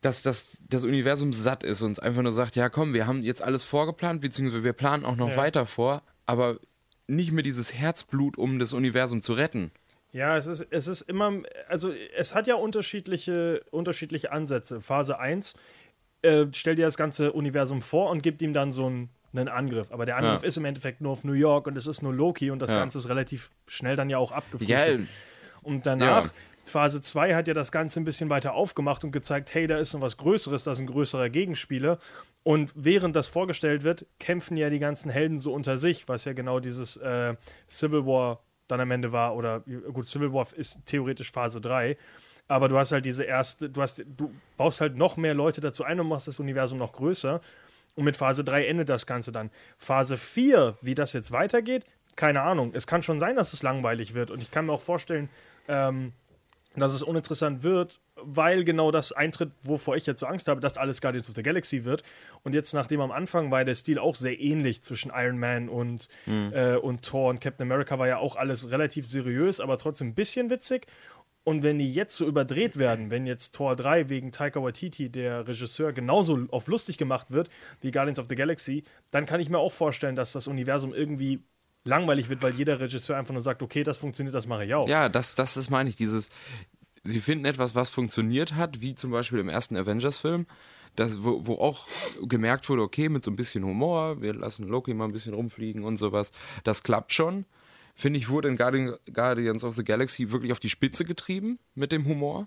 G: dass, dass das Universum satt ist und es einfach nur sagt, ja komm, wir haben jetzt alles vorgeplant, beziehungsweise wir planen auch noch weiter vor, aber nicht mehr dieses Herzblut, um das Universum zu retten.
E: Ja, es ist, es ist immer, also es hat ja unterschiedliche, unterschiedliche Ansätze. Phase 1 äh, stellt dir das ganze Universum vor und gibt ihm dann so einen, einen Angriff. Aber der Angriff
G: Ja.
E: ist im Endeffekt nur auf New York und es ist nur Loki und das
G: Ja.
E: Ganze ist relativ schnell dann ja auch
G: Ja, ähm,
E: abgefrühstückt. Und danach,
G: Ja.
E: Phase 2 hat ja das Ganze ein bisschen weiter aufgemacht und gezeigt, hey, da ist noch was Größeres, da ist ein größerer Gegenspieler. Und während das vorgestellt wird, kämpfen ja die ganzen Helden so unter sich, was ja genau dieses äh, Civil War dann am Ende war. Oder gut, Civil War ist theoretisch Phase 3. Aber du hast halt diese erste, du hast, du baust halt noch mehr Leute dazu ein und machst das Universum noch größer. Und mit Phase 3 endet das Ganze dann. Phase 4, wie das jetzt weitergeht, keine Ahnung. Es kann schon sein, dass es langweilig wird. Und ich kann mir auch vorstellen, ähm, dass es uninteressant wird, weil genau das eintritt, wovor ich jetzt so Angst habe, dass alles Guardians of the Galaxy wird. Und jetzt, nachdem am Anfang war der Stil auch sehr ähnlich zwischen Iron Man und,
G: Hm.
E: äh, und Thor und Captain America, war ja auch alles relativ seriös, aber trotzdem ein bisschen witzig. Und wenn die jetzt so überdreht werden, wenn jetzt Tor 3 wegen Taika Waititi, der Regisseur, genauso auf lustig gemacht wird wie Guardians of the Galaxy, dann kann ich mir auch vorstellen, dass das Universum irgendwie langweilig wird, weil jeder Regisseur einfach nur sagt, okay, das funktioniert, das mache ich auch.
G: Ja, das, das ist, meine ich, dieses, sie finden etwas, was funktioniert hat, wie zum Beispiel im ersten Avengers-Film, das, wo, wo auch gemerkt wurde, okay, mit so ein bisschen Humor, wir lassen Loki mal ein bisschen rumfliegen und sowas, das klappt schon. Finde ich, wurde in Guardian, Guardians of the Galaxy wirklich auf die Spitze getrieben mit dem Humor,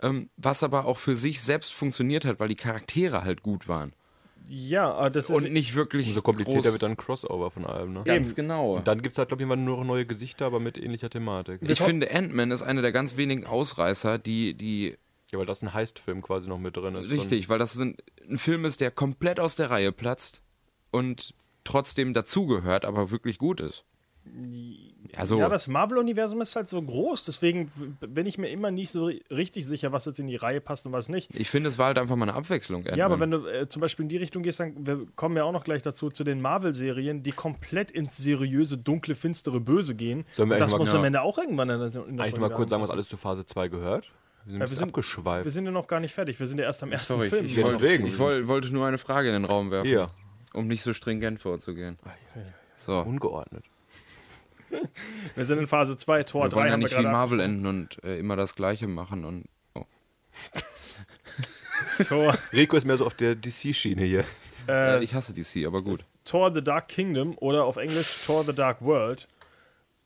G: ähm, was aber auch für sich selbst funktioniert hat, weil die Charaktere halt gut waren
E: Ja, aber das
G: und nicht wirklich
F: Umso komplizierter
G: groß-
F: wird dann ein Crossover von allem, ne?
G: Ganz genau.
F: Und dann gibt es halt, glaube ich, immer nur noch neue Gesichter, aber mit ähnlicher Thematik.
G: ich finde, Ant-Man ist einer der ganz wenigen Ausreißer, die, die
F: Ja, weil das ein Heist-Film quasi noch mit drin ist.
G: Richtig, weil das ein, ein Film ist, der komplett aus der Reihe platzt und trotzdem dazugehört, aber wirklich gut ist. Also,
E: Ja, das Marvel-Universum ist halt so groß, deswegen bin ich mir immer nicht so ri- richtig sicher, was jetzt in die Reihe passt und was nicht.
G: ich finde, es war halt einfach mal eine Abwechslung.
E: Ja, aber
G: Ant-Man.
E: wenn du äh, zum Beispiel in die Richtung gehst, dann wir kommen ja auch noch gleich dazu zu den Marvel-Serien, die komplett ins seriöse, dunkle, finstere Böse gehen.
F: Sollen wir
E: das
F: eigentlich mal-
E: muss
F: ja.
E: am Ende auch irgendwann in das, in
F: Und
E: das
F: eigentlich mal
E: Universum
F: kurz sagen, was
E: passen.
F: alles zu Phase 2 gehört. Wir sind,
E: Ja,
F: ein bisschen abgeschweift.
E: Wir sind ja noch gar nicht fertig. Wir sind ja erst am ersten
G: Sorry,
E: Film.
G: ich, ich, wollte,
F: Deswegen.
G: ich woll- wollte nur eine Frage in den Raum werfen,
F: Ja.
G: um nicht so stringent vorzugehen.
E: Ah,
G: So,
F: Ungeordnet.
E: wir sind in Phase 2, Tor
G: wir
E: 3
G: wollen ja
E: haben wir
G: nicht wie
E: gerade.
G: Marvel enden und äh, immer das Gleiche machen und oh.
E: Tor,
F: Rico ist mehr so auf der DC-Schiene hier.
G: ja,
E: Äh,
G: ich hasse DC, aber gut.
E: Tor The Dark Kingdom oder auf Englisch Tor The Dark World.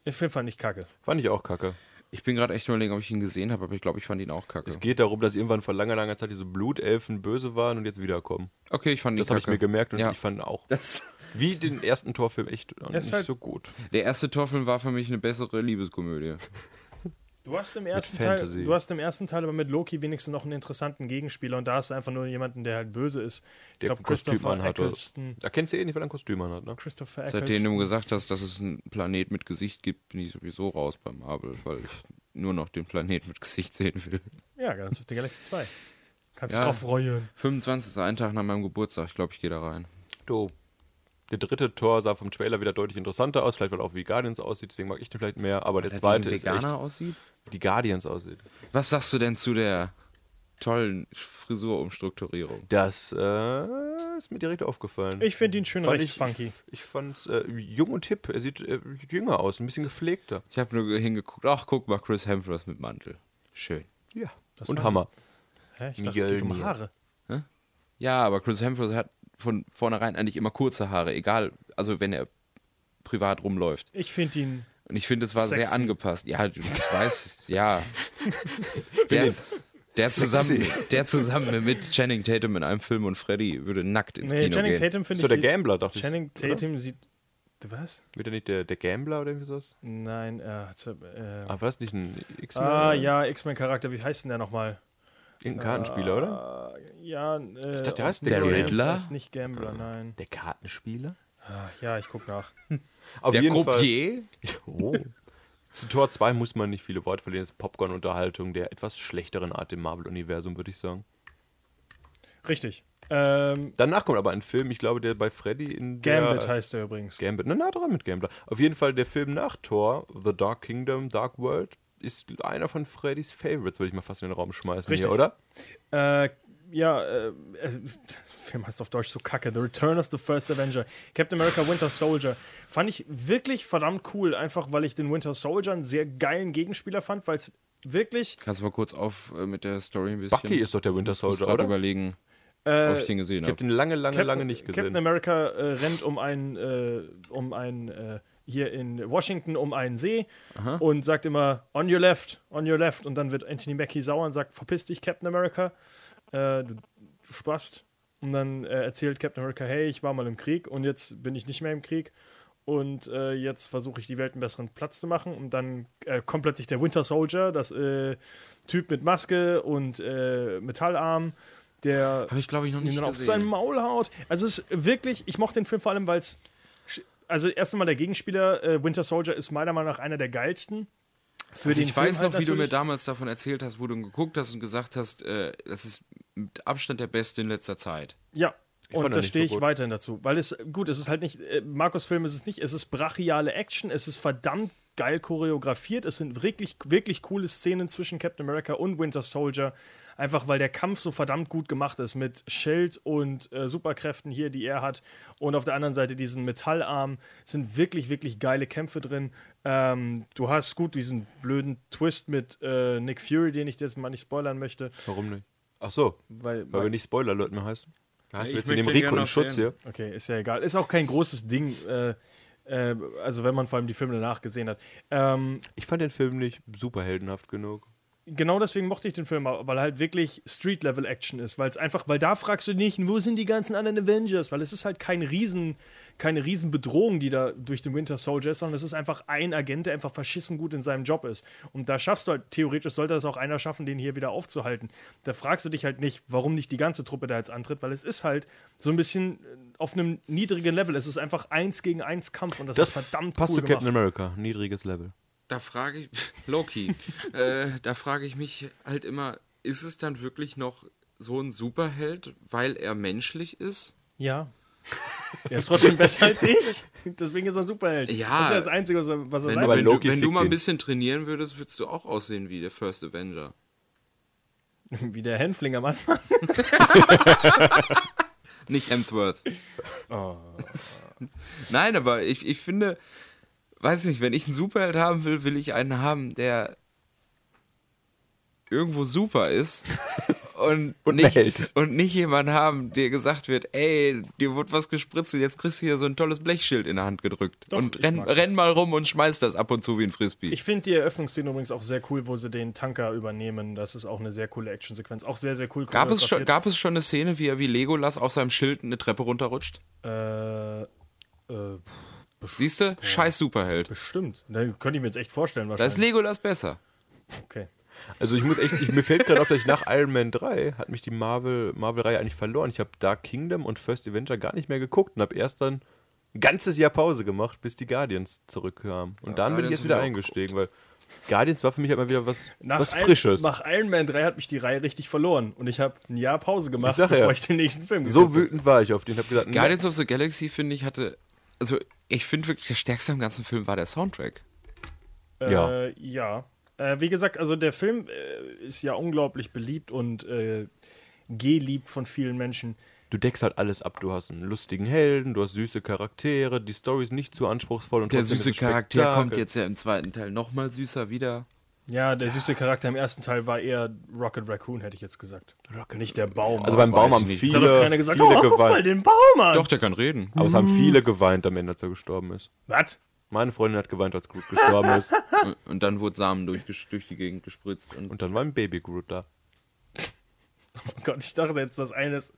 E: Den Film fand ich kacke.
F: Fand ich auch kacke.
G: Ich bin gerade echt überlegen, ob ich ihn gesehen habe, aber ich glaube, ich fand ihn auch kacke.
F: Es geht darum, dass irgendwann vor langer, langer Zeit diese Blutelfen böse waren und jetzt wiederkommen.
G: Okay, ich fand ihn
F: Das habe
G: kacke.
F: ich mir gemerkt und
G: ja.
F: ich fand auch,
G: das
F: wie den ersten Torfilm, echt nicht
E: halt-
F: so gut.
G: Der erste Toffeln war für mich eine bessere Liebeskomödie.
E: Du hast, im ersten Teil,
F: Fantasy.
E: du hast im ersten Teil aber mit Loki wenigstens noch einen interessanten Gegenspieler und da hast du einfach nur jemanden, der halt böse ist. Ich
F: Der
E: glaube,
F: Kostüm
E: Christopher
F: anhat. oder-
E: Eccleston.
F: Da kennst du eh nicht, weil er ein Kostüm anhat, ne?
E: Christopher
G: Seitdem
E: Eccleston.
G: du gesagt hast, dass es einen Planet mit Gesicht gibt, bin ich sowieso raus bei Marvel, weil ich nur noch den Planet mit Gesicht sehen will.
E: Ja, Guardians of the Galaxy 2. Kannst dich
G: Ja.
E: drauf freuen.
G: 25 ist ein Tag nach meinem Geburtstag. Ich glaube, ich gehe da rein.
F: Du. Der dritte Tor sah vom Trailer wieder deutlich interessanter aus, vielleicht weil er auch wie Guardians aussieht, deswegen mag ich den vielleicht mehr, aber der zweite ist echt,
G: Veganer aussieht.
F: die Guardians aussieht.
G: Was sagst du denn zu der tollen Frisurumstrukturierung?
F: Das äh, ist mir direkt aufgefallen.
E: Ich finde ihn schön
F: Fand
E: recht
F: ich-
E: funky.
F: Ich fand's äh, jung und hip. Er sieht äh, jünger aus, ein bisschen gepflegter.
G: Ich habe nur hingeguckt. Ach, guck mal, Chris Hemsworth mit Mantel. Schön.
F: Ja.
E: Das
F: und
E: war-
F: Hammer.
E: Hä? Ich dachte, es geht um
F: Mjölnir.
E: Haare.
G: Ja, aber Chris Hemsworth hat von vornherein eigentlich immer kurze Haare, egal, also wenn er privat rumläuft.
E: Ich finde ihn.
G: Und ich finde, es war sehr
E: Sexy.
G: angepasst. Ja, du- ich weiß, ja. Der, der,
F: Sexy.
G: zusammen, der zusammen mit Channing Tatum in einem Film und Freddy würde nackt ins
E: Nee,
G: Kino
E: Channing
G: gehen.
E: Tatum finde
F: So
E: ich.
F: der
E: sieht-
F: Gambler, dachte
E: Channing
F: ich. oder?
E: Tatum sieht. Was?
F: Wird er nicht der, der Gambler oder irgendwie sowas?
E: Nein, äh, zu- äh,
F: Ah, war das nicht ein X-Men?
E: Ah,
F: oder?
E: ja, X-Men-Charakter. Wie heißt denn der nochmal?
F: Irgendein Kartenspieler,
E: Ah.
F: oder?
E: Ja, äh,
F: dachte, der
E: aus
F: heißt der
E: Heroes,
G: Riddler?
E: Das heißt nicht Gambler, nein.
F: Der Kartenspieler?
E: Ah, ja, ich guck nach.
F: Auf
G: Der
F: jeden
G: Croupier?
F: Fall. Oh. Zu Tor 2 muss man nicht viele Worte verlieren. Das ist Popcorn-Unterhaltung der etwas schlechteren Art im Marvel-Universum, würde ich sagen.
E: Richtig. Ähm,
F: Danach kommt aber ein Film, ich glaube, der bei Freddy in der.
E: Gambit heißt er übrigens.
F: Gambit, na, nah dran mit Gambler. Auf jeden Fall der Film nach Thor, The Dark Kingdom, Dark World, ist einer von Freddys Favorites, würde ich mal fast in den Raum schmeißen
E: Richtig.
F: hier, oder?
E: Äh, ja, äh, äh, das Film heißt auf Deutsch so kacke, The Return of the First Avenger, Captain America Winter Soldier, fand ich wirklich verdammt cool, einfach weil ich den Winter Soldier einen sehr geilen Gegenspieler fand, weil es wirklich,
G: Kannst du mal kurz auf äh, mit der Story ein bisschen.
F: Bucky ist doch der Winter
G: muss
F: Soldier,
G: grad
F: oder?
G: überlegen,
E: äh,
G: ob ich den gesehen
F: Ich habe
G: habe.
F: den lange, lange,
E: Captain-
F: lange nicht gesehen.
E: Captain America äh, rennt um einen, äh, um einen, äh, hier in Washington um einen See und sagt immer, on your left, on your left. Und dann wird Anthony Mackie sauer und sagt, verpiss dich, Captain America, äh, du, du spast. Und dann äh, erzählt Captain America, hey, ich war mal im Krieg und jetzt bin ich nicht mehr im Krieg. Und äh, jetzt versuche ich die Welt einen besseren Platz zu machen. Und dann äh, kommt plötzlich der Winter Soldier, das äh, Typ mit Maske und äh, Metallarm, der
G: Habe ich, glaube ich, noch
E: ihn
G: nicht
E: dann auf
G: gesehen.
E: sein Maul haut. Also es ist wirklich, ich mochte den Film vor allem, weil es, also erst einmal der Gegenspieler, äh, Winter Soldier, ist meiner Meinung nach einer der geilsten. Für
G: Also
E: den
G: ich
E: Film
G: weiß
E: halt
G: noch, wie du mir
E: natürlich.
G: damals davon erzählt hast, wo du ihn geguckt hast und gesagt hast, äh, das ist mit Abstand der beste in letzter Zeit.
E: Ja.
F: fand
E: Und
F: den
E: da
F: nicht
E: stehe
F: so
E: ich
F: gut.
E: weiterhin dazu. Weil es, gut, es ist halt nicht, äh, Markus Film ist es nicht, es ist brachiale Action, es ist verdammt geil choreografiert, es sind wirklich, wirklich coole Szenen zwischen Captain America und Winter Soldier, einfach weil der Kampf so verdammt gut gemacht ist mit Schild und äh, Superkräften hier, die er hat und auf der anderen Seite diesen Metallarm, es sind wirklich, wirklich geile Kämpfe drin. Ähm, du hast gut diesen blöden Twist mit äh, Nick Fury, den ich jetzt mal nicht spoilern möchte,
F: Warum nicht? Ach so,
E: weil,
F: weil wir nicht Spoiler-Leute mehr heißen. Da hast
G: Ich
F: du jetzt in dem
G: möchte ihn
F: Rico
G: gerne
F: einen
G: noch
F: Schutz
G: sehen.
F: hier.
E: Okay, ist ja egal. Ist auch kein großes Ding. Äh, äh, also, wenn man vor allem die Filme danach gesehen hat. Ähm,
F: Ich fand den Film nicht superheldenhaft genug.
E: genau deswegen mochte ich den Film, auch, weil halt wirklich Street-Level-Action ist. Weil es einfach, weil da fragst du nicht, wo sind die ganzen anderen Avengers? Weil es ist halt kein Riesen, keine Riesenbedrohung, die da durch den Winter Soldier ist, sondern es ist einfach ein Agent, der einfach verschissen gut in seinem Job ist. Und da schaffst du halt, theoretisch sollte das auch einer schaffen, den hier wieder aufzuhalten. Da fragst du dich halt nicht, warum nicht die ganze Truppe da jetzt antritt, weil es ist halt so ein bisschen auf einem niedrigen Level. Es ist einfach eins gegen eins Kampf und das, ist verdammt
F: passt
E: cool
F: zu
E: gemacht.
F: Captain America. Niedriges Level.
G: Da frage ich, Loki, äh, da frage ich mich halt immer, ist es dann wirklich noch so ein Superheld, weil er menschlich ist?
E: Ja. Er ist trotzdem besser als ich. Deswegen ist er ein Superheld.
G: Ja.
E: Das ist ja das Einzige, was er, was er
G: Wenn,
E: sein
F: aber
G: wenn, du,
F: Loki
G: wenn du
F: fickt
G: mal ein
F: ihn.
G: bisschen trainieren würdest, würdest du auch aussehen wie der First Avenger.
E: kann. Wie der Hänfling am Anfang.
G: Nicht Hemsworth. Nein, aber ich, ich finde, weiß nicht, wenn ich einen Superheld haben will, will ich einen haben, der irgendwo super ist. Und,
F: Und ein Held.
G: nicht, und nicht jemanden haben, der gesagt wird, ey, dir wurde was gespritzt und jetzt kriegst du hier so ein tolles Blechschild in der Hand gedrückt.
E: Doch,
G: und
E: ich
G: renn,
E: mag das.
G: renn mal rum und schmeiß das ab und zu wie ein Frisbee.
E: Ich finde die Eröffnungsszene übrigens auch sehr cool, wo sie den Tanker übernehmen. Das ist auch eine sehr coole Actionsequenz. Auch sehr, sehr cool.
G: gab, es schon,
E: choreografiert.
G: gab es schon eine Szene, wie er wie Legolas auf seinem Schild eine Treppe runterrutscht?
E: Äh, äh,
G: Siehst du? Scheiß Superheld.
E: bestimmt. Da könnte ich mir jetzt echt vorstellen,
G: Da ist
E: wahrscheinlich.
G: Legolas besser.
E: Okay.
F: Also ich muss echt, ich, mir fällt gerade auf, dass ich nach Iron Man 3 hat mich die Marvel- Marvel-Reihe eigentlich verloren. Ich habe Dark Kingdom und First Avenger gar nicht mehr geguckt und habe erst dann ein ganzes Jahr Pause gemacht, bis die Guardians zurückkamen. Und dann bin ich
G: Guardians
F: jetzt wieder
G: hab ich auch
F: eingestiegen, weil Guardians war für mich halt mal wieder was,
E: Nach
F: was
E: Iron-
F: Frisches.
E: Nach Iron Man 3 hat mich die Reihe richtig verloren. Und ich habe ein Jahr Pause gemacht,
F: Ich sag ja.
E: bevor ich den nächsten Film
F: So
E: geguckt
F: wütend war ich auf den, habe gesagt, nee,
G: Guardians of the Galaxy, finde ich, hatte. Also, ich finde wirklich, das Stärkste am ganzen Film war der Soundtrack.
E: Äh,
F: Ja.
E: ja. Äh, wie gesagt, also der Film äh, ist ja unglaublich beliebt und äh, geliebt von vielen Menschen.
F: du deckst halt alles ab. Du hast einen lustigen Helden, du hast süße Charaktere, die Story ist nicht zu anspruchsvoll und
G: Der
F: trotzdem ist
G: süße
F: es
G: Charakter
F: Spektakel.
G: kommt jetzt ja im zweiten Teil nochmal süßer wieder.
E: Ja, der süße Charakter im ersten Teil war eher Rocket Raccoon, hätte ich jetzt gesagt. Rocket. Nicht der Baum.
F: Also beim
G: Weiß
F: Baum
G: ich
F: haben
G: nicht.
E: es hat doch
F: viele,
E: keiner gesagt,
F: viele
E: oh, guck mal
F: geweint.
E: den Baum an.
G: Doch, der kann reden.
F: Aber es haben viele geweint am Ende, als er gestorben ist.
E: Was?
F: Meine Freundin hat geweint, als Groot gestorben ist.
G: Und- Und dann wurde Samen durch, durch die Gegend gespritzt. Und
F: Und dann war ein Baby Groot da.
E: Oh Gott, ich dachte jetzt, das eine ist...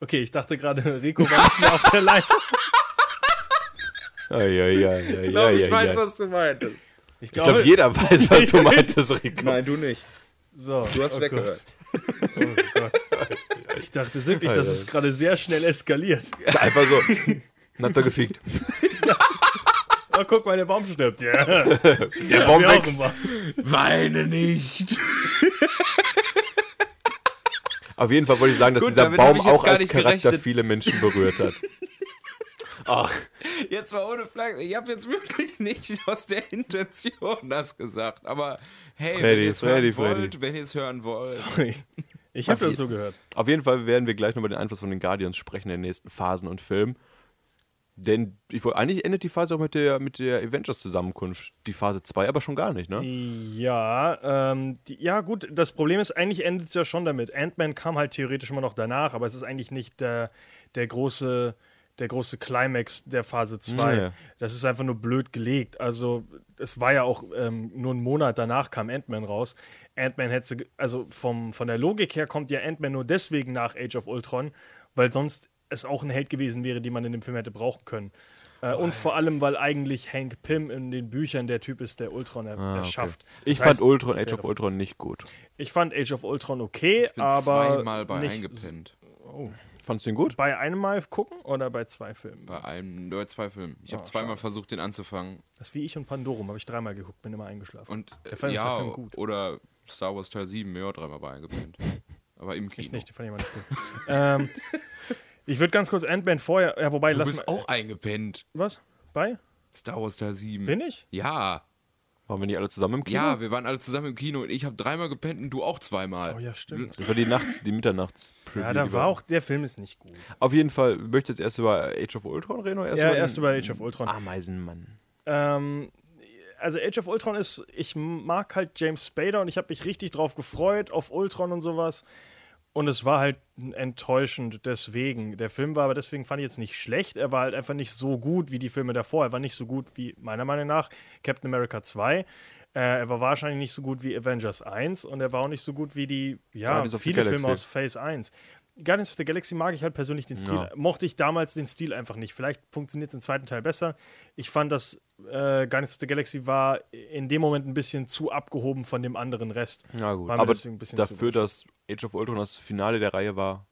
E: Okay, ich dachte gerade, Rico war nicht mehr auf der Leine.
F: Eieieiei.
G: Genau,
F: Ich glaube,
G: du meintest.
E: Ich
F: Ich glaube, jeder weiß, was du meintest, Rico.
G: Nein, du nicht.
E: so,
G: Du hast
E: oh
G: weggehört.
E: Gott. Oh Gott. Ich dachte wirklich, dass es gerade sehr schnell eskaliert.
F: Einfach so. Dann habt ihr gefickt.
E: Oh, guck mal, der Baum stirbt. Ja,
F: Der Baum
E: wir
G: genau,
E: auch
F: wächst.
E: gemacht.
G: Weine nicht!
F: Auf jeden Fall wollte ich sagen, dass
G: Gut,
F: dieser
G: damit hab
F: Baum
G: ich jetzt
F: auch
G: gar
F: als
G: nicht
F: Charakter
G: gerechnet.
F: viele Menschen berührt hat. Ach,
G: Jetzt mal ohne Flagge. Ich habe jetzt wirklich nicht aus der Intention das gesagt. Aber hey,
F: Freddy,
G: wenn ihr es
F: Freddy,
G: hören
F: Freddy.
G: wollt, wenn ihr es hören wollt.
E: Ich Ich habe das so gehört.
F: Auf jeden Fall werden wir gleich noch über den Einfluss von den Guardians sprechen in den nächsten Phasen und Filmen. Denn ich wollte, eigentlich endet die Phase auch mit der, mit der Avengers-Zusammenkunft, die Phase 2, aber schon gar nicht, ne?
E: Ja, ähm, die, ja gut, das Problem ist, eigentlich endet es ja schon damit. Ant-Man kam halt theoretisch immer noch danach, aber es ist eigentlich nicht der, der große der große Climax der Phase 2.
F: Nee.
E: Das ist einfach nur blöd gelegt. Also es war ja auch ähm, nur einen Monat danach kam Ant-Man raus. Ant-Man hätte, ge- also vom, von der Logik her kommt ja Ant-Man nur deswegen nach Age of Ultron, weil sonst es auch ein Held gewesen wäre, den man in dem Film hätte brauchen können. Äh, und vor allem, weil eigentlich Hank Pym in den Büchern der Typ ist, der Ultron er,
F: Ah, okay.
E: erschafft. Das
F: Ich fand
E: heißt,
F: Ultron, Age
E: der-
F: of Ultron nicht gut.
E: Ich fand Age of Ultron okay,
G: bin
E: aber
G: zweimal bei
E: nicht
G: eingepinnt.
F: Fandst du ihn gut?
E: bei einem Mal gucken oder bei zwei Filmen?
G: Bei einem, nur zwei Filmen. Ich
E: Ah,
G: habe zweimal versucht, den anzufangen.
E: Das ist wie ich und Pandorum, habe ich dreimal geguckt, bin immer eingeschlafen.
G: Und äh,
E: der Film
G: ja,
E: ist der Film gut.
G: oder Star Wars Teil 7, ja, dreimal bei eingepinnt. Aber im Kino.
E: Ich nicht, den fand ich immer nicht gut. ähm, ich würde ganz kurz Ant-Man vorher, ja, wobei,
G: Du
E: lass
G: bist
E: mal.
G: auch eingepennt.
E: Was? Bei?
G: Star Wars Teil 7.
E: Bin ich?
G: Ja.
F: Waren wir nicht alle zusammen im Kino?
G: Ja, wir waren alle zusammen im Kino und ich habe dreimal gepennt und du auch zweimal.
E: Oh ja, stimmt.
F: Das war die Nachts, die Mitternachts.
E: Ja, da war auch, der Film ist nicht gut.
F: Auf jeden Fall, möchtest du jetzt erst über Age of Ultron reden oder erst
E: Ja,
F: über
E: erst
F: den
E: über Age of Ultron.
F: Ameisenmann?
E: Ähm, also Age of Ultron ist, ich mag halt James Spader und ich habe mich richtig drauf gefreut auf Ultron und sowas. Und es war halt enttäuschend deswegen. Der Film war aber deswegen fand ich jetzt nicht schlecht. Er war halt einfach nicht so gut wie die Filme davor. Er war nicht so gut wie meiner Meinung nach Captain America 2. Äh, er war wahrscheinlich nicht so gut wie Avengers 1 und er war auch nicht so gut wie die, ja,
F: Guardians of the
E: viele Filme
F: Galaxy.
E: aus Phase 1. Guardians of the Galaxy mag ich halt persönlich den Stil.
F: Ja.
E: Mochte ich damals den Stil einfach nicht. Vielleicht funktioniert es im zweiten Teil besser. Ich fand, dass äh, Guardians of the Galaxy war in dem Moment ein bisschen zu abgehoben von dem anderen Rest.
F: Ja, gut.
E: War mir
F: Aber
E: deswegen ein bisschen zu
F: dafür,
E: weit.
F: dass Age of Ultron das Finale der Reihe war,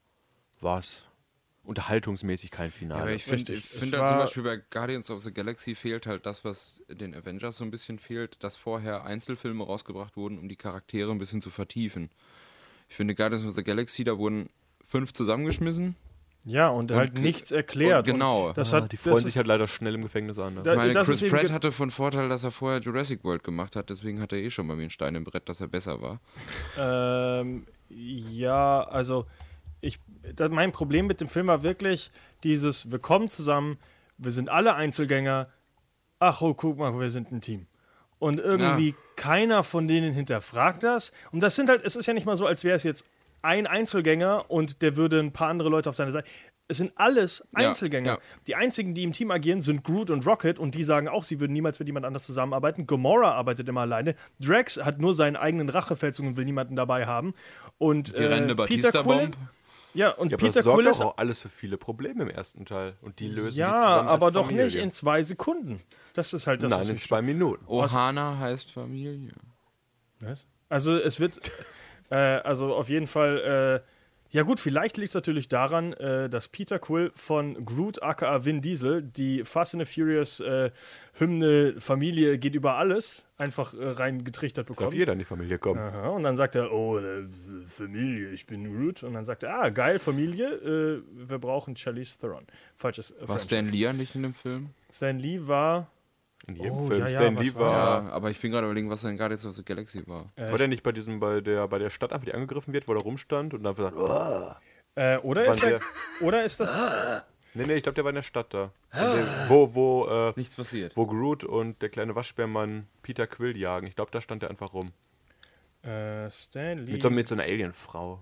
F: war es unterhaltungsmäßig kein
G: Ja,
F: Finale.
G: aber ich finde
E: richtig.
G: find
E: Es
G: halt zum
E: war-
G: Beispiel bei Guardians of the Galaxy fehlt halt das, was den Avengers so ein bisschen fehlt, dass vorher Einzelfilme rausgebracht wurden, um die Charaktere ein bisschen zu vertiefen. Ich finde Guardians of the Galaxy, da wurden fünf zusammengeschmissen.
E: ja, und, halt
G: und-
E: nichts erklärt.
G: und genau.
E: Und das
F: ah,
E: hat,
F: die
E: das
F: freuen
E: ist-
F: sich halt leider schnell im Gefängnis an. Ne?
E: Da-
G: Ich meine,
E: das ist
G: Chris
E: eben
G: Pratt
E: ge-
G: hatte von Vorteil, dass er vorher Jurassic World gemacht hat, deswegen hat er eh schon bei mir einen Stein im Brett, dass er besser war.
E: Ähm, ja, also ich, da, mein Problem mit dem Film war wirklich dieses, wir kommen zusammen, wir sind alle Einzelgänger, ach, oh, guck mal, wir sind ein Team. Und irgendwie
G: Ja.
E: keiner von denen hinterfragt das. Und das sind halt, es ist ja nicht mal so, als wäre es jetzt ein Einzelgänger und der würde ein paar andere Leute auf seine Seite. Es sind alles
G: Ja,
E: Einzelgänger.
G: ja.
E: Die einzigen, die im Team agieren, sind Groot und Rocket und die sagen auch, sie würden niemals mit jemand anders zusammenarbeiten. Gamora arbeitet immer alleine. Drax hat nur seinen eigenen Rachefeldzug und will niemanden dabei haben. Und
G: Die
E: äh,
G: rennende
E: Peter Quill,
G: Batista-Bomb.
E: ja, und
F: Ja, aber
E: Peter
F: das sorgt
E: Quill ist
F: doch auch alles für viele Probleme im ersten Teil. Und die lösen die
E: ja,
F: zusammen als
E: aber doch
F: Familie.
E: nicht in zwei Sekunden. Das ist halt das,
F: Nein,
E: was
F: in
E: mich
F: zwei Minuten.
G: Ohana heißt Familie.
E: Was? Also es wird, äh, also auf jeden Fall, äh, ja gut, vielleicht liegt es natürlich daran, äh, dass Peter Quill von Groot aka Vin Diesel die Fast and the Furious äh, Hymne Familie geht über alles einfach äh, rein getrichtert
F: Darf
E: bekommt.
F: jeder in die Familie kommen.
E: Aha, und dann sagt er, oh, äh, Familie, ich bin Groot. Und dann sagt er, ah, geil, Familie, äh, wir brauchen Charlize Theron. Falsches äh,
G: War Stan
E: Franchise.
G: Lee eigentlich in dem Film?
E: Stan Lee war,
F: In jedem
E: Oh,
F: Film.
E: ja, ja,
F: Stan
E: was
F: Lee
E: war-
F: war.
G: Ja, aber ich bin gerade überlegen, was er in Guardians of the Galaxy war.
F: War der nicht bei diesem, bei der, bei der Stadt, einfach, die angegriffen wird, wo er rumstand und dann gesagt, oh.
E: äh, oder,
F: Wann
E: ist er,
F: der- Ah.
E: oder ist das,
F: Nee, nee, ich glaube, der war in der Stadt da. In dem, wo, wo, äh,
G: Nichts passiert.
F: wo Groot und der kleine Waschbärmann Peter Quill jagen. Ich glaube, da stand er einfach rum.
E: äh, Stan Lee?
F: Mit so, mit so einer Alienfrau.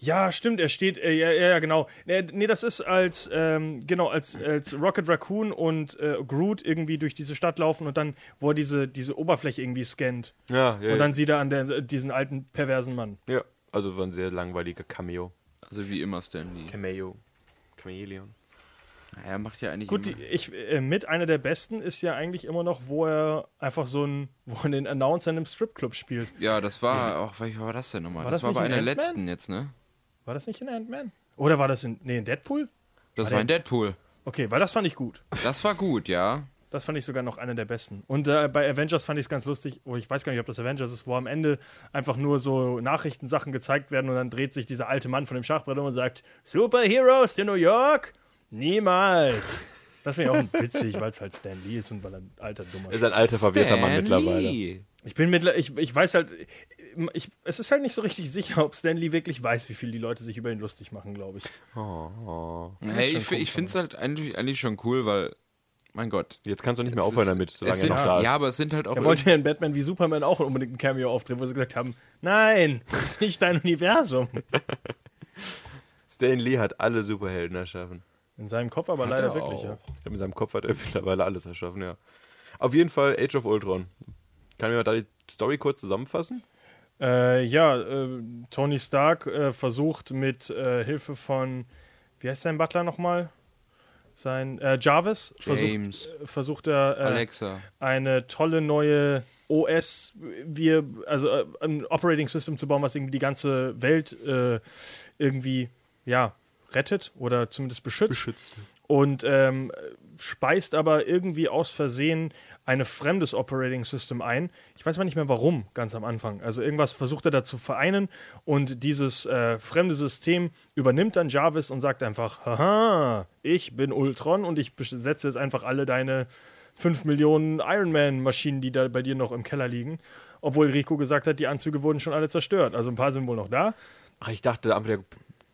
E: Ja, stimmt, er steht, äh, ja, ja, ja, genau. Nee, nee, das ist als, ähm, genau, als, als Rocket Raccoon und äh, Groot irgendwie durch diese Stadt laufen und dann, wo er diese, diese Oberfläche irgendwie scannt.
F: Ja, ja.
E: Und dann
F: ja.
E: sieht er an der, diesen alten perversen Mann.
F: ja. Also war ein sehr langweiliger Cameo.
G: Also wie immer Stan Lee.
F: Cameo. Chameleon.
G: Er macht ja eigentlich
E: Gut, die,
G: immer.
E: ich, äh, mit einer der besten ist ja eigentlich immer noch, wo er einfach so ein, wo er den Announcer in einem Stripclub spielt.
G: Ja, das war auch, welcher war das denn nochmal?
E: War
G: das,
E: das
G: war
E: nicht
G: bei
E: in
G: einer
E: Ant-Man?
G: letzten jetzt, ne?
E: War das nicht in Ant-Man? Oder war das in, nee, in Deadpool?
G: Das war in Deadpool.
E: Okay, weil das fand ich gut.
G: Das war gut, ja.
E: Das fand ich sogar noch einer der besten. Und äh, bei Avengers fand ich es ganz lustig, oh, ich weiß gar nicht, ob das Avengers ist, wo am Ende einfach nur so Nachrichtensachen gezeigt werden und dann dreht sich dieser alte Mann von dem Schachbrett um und sagt, Superheroes in New York? Niemals. Das finde ich auch witzig, weil es halt Stan Lee ist und weil er ein alter Dummer
F: halt Er ist ein alter, verwirrter Mann
G: Stan
F: mittlerweile.
G: Lee.
E: Ich bin mittler, ich, ich weiß halt, ich, es ist halt nicht so richtig sicher, ob Stanley wirklich weiß, wie viel die Leute sich über ihn lustig machen, glaube ich.
G: Hey, ich, fi- ich finde es halt eigentlich, eigentlich schon cool, weil, mein Gott.
F: Jetzt kannst du nicht mehr
G: Es
F: aufhören
G: ist-
F: damit,
G: es
F: solange er
G: sind,
F: noch da ist.
G: Ja, aber es sind halt auch.
E: Er wollte ja in Batman wie Superman auch unbedingt einen Cameo auftreten, wo sie gesagt haben, nein, das ist nicht dein Universum.
F: Stan Lee hat alle Superhelden erschaffen.
E: In seinem Kopf aber
G: er
E: leider wirklich,
G: auch.
E: ja.
F: Ja, mit seinem Kopf hat er mittlerweile alles erschaffen, ja. Auf jeden Fall Age of Ultron. Kann mir da die Story kurz zusammenfassen?
E: Äh, ja, äh, Tony Stark äh, versucht mit äh, Hilfe von, wie heißt sein Butler nochmal? Sein äh, Jarvis
G: James.
E: versucht, äh, versucht er äh,
G: Alexa.
E: eine tolle neue OS, wir, also äh, ein Operating System zu bauen, was irgendwie die ganze Welt äh, irgendwie ja rettet oder zumindest beschützt. Und ähm, speist aber irgendwie aus Versehen ein fremdes Operating System ein. Ich weiß mal nicht mehr warum, ganz am Anfang. Also irgendwas versucht er da zu vereinen und dieses äh, fremde System übernimmt dann Jarvis und sagt einfach, haha, ich bin Ultron und ich besetze jetzt einfach alle deine 5 Millionen Iron Man-Maschinen, die da bei dir noch im Keller liegen. Obwohl Rico gesagt hat, die Anzüge wurden schon alle zerstört. Also ein paar sind wohl noch da.
F: Ach, ich dachte einfach, der,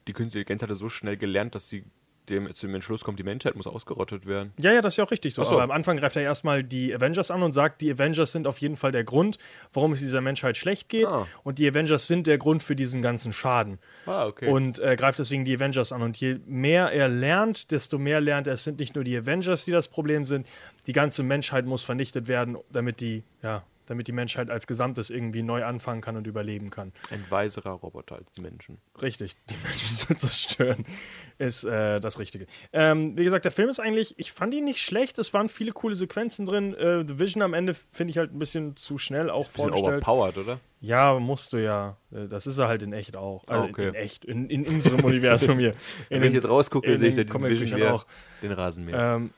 F: die künstliche Intelligenz hatte so schnell gelernt, dass sie dem, zu dem Entschluss kommt, die Menschheit muss ausgerottet werden.
E: Ja, ja, das ist ja auch richtig so.
F: Ach so.
E: Aber am Anfang greift er erstmal die Avengers an und sagt, die Avengers sind auf jeden Fall der Grund, warum es dieser Menschheit schlecht geht.
F: Ah.
E: Und die Avengers sind der Grund für diesen ganzen Schaden.
F: Ah, okay.
E: Und äh, greift deswegen die Avengers an. Und je mehr er lernt, desto mehr lernt er, es sind nicht nur die Avengers, die das Problem sind. Die ganze Menschheit muss vernichtet werden, damit die, ja, damit die Menschheit als Gesamtes irgendwie neu anfangen kann und überleben kann.
F: Ein weiserer Roboter als die Menschen.
E: Richtig, die Menschen zu zerstören, ist äh, das Richtige. Ähm, wie gesagt, der Film ist eigentlich, ich fand ihn nicht schlecht, es waren viele coole Sequenzen drin. Äh, The Vision am Ende finde ich halt ein bisschen zu schnell auch
F: Bisschen
E: vorgestellt.
F: overpowered, oder?
E: Ja, musst du ja. Äh, Das ist er halt in echt auch. Also
F: Ah, okay.
E: in echt, in, in unserem Universum hier. In
F: Wenn ich jetzt rausgucke,
E: in
F: sehe ich da
E: den
F: diesen
E: Comicbüchern
F: Vision auch.
E: auch.
F: Den Rasenmäher.
E: Ähm,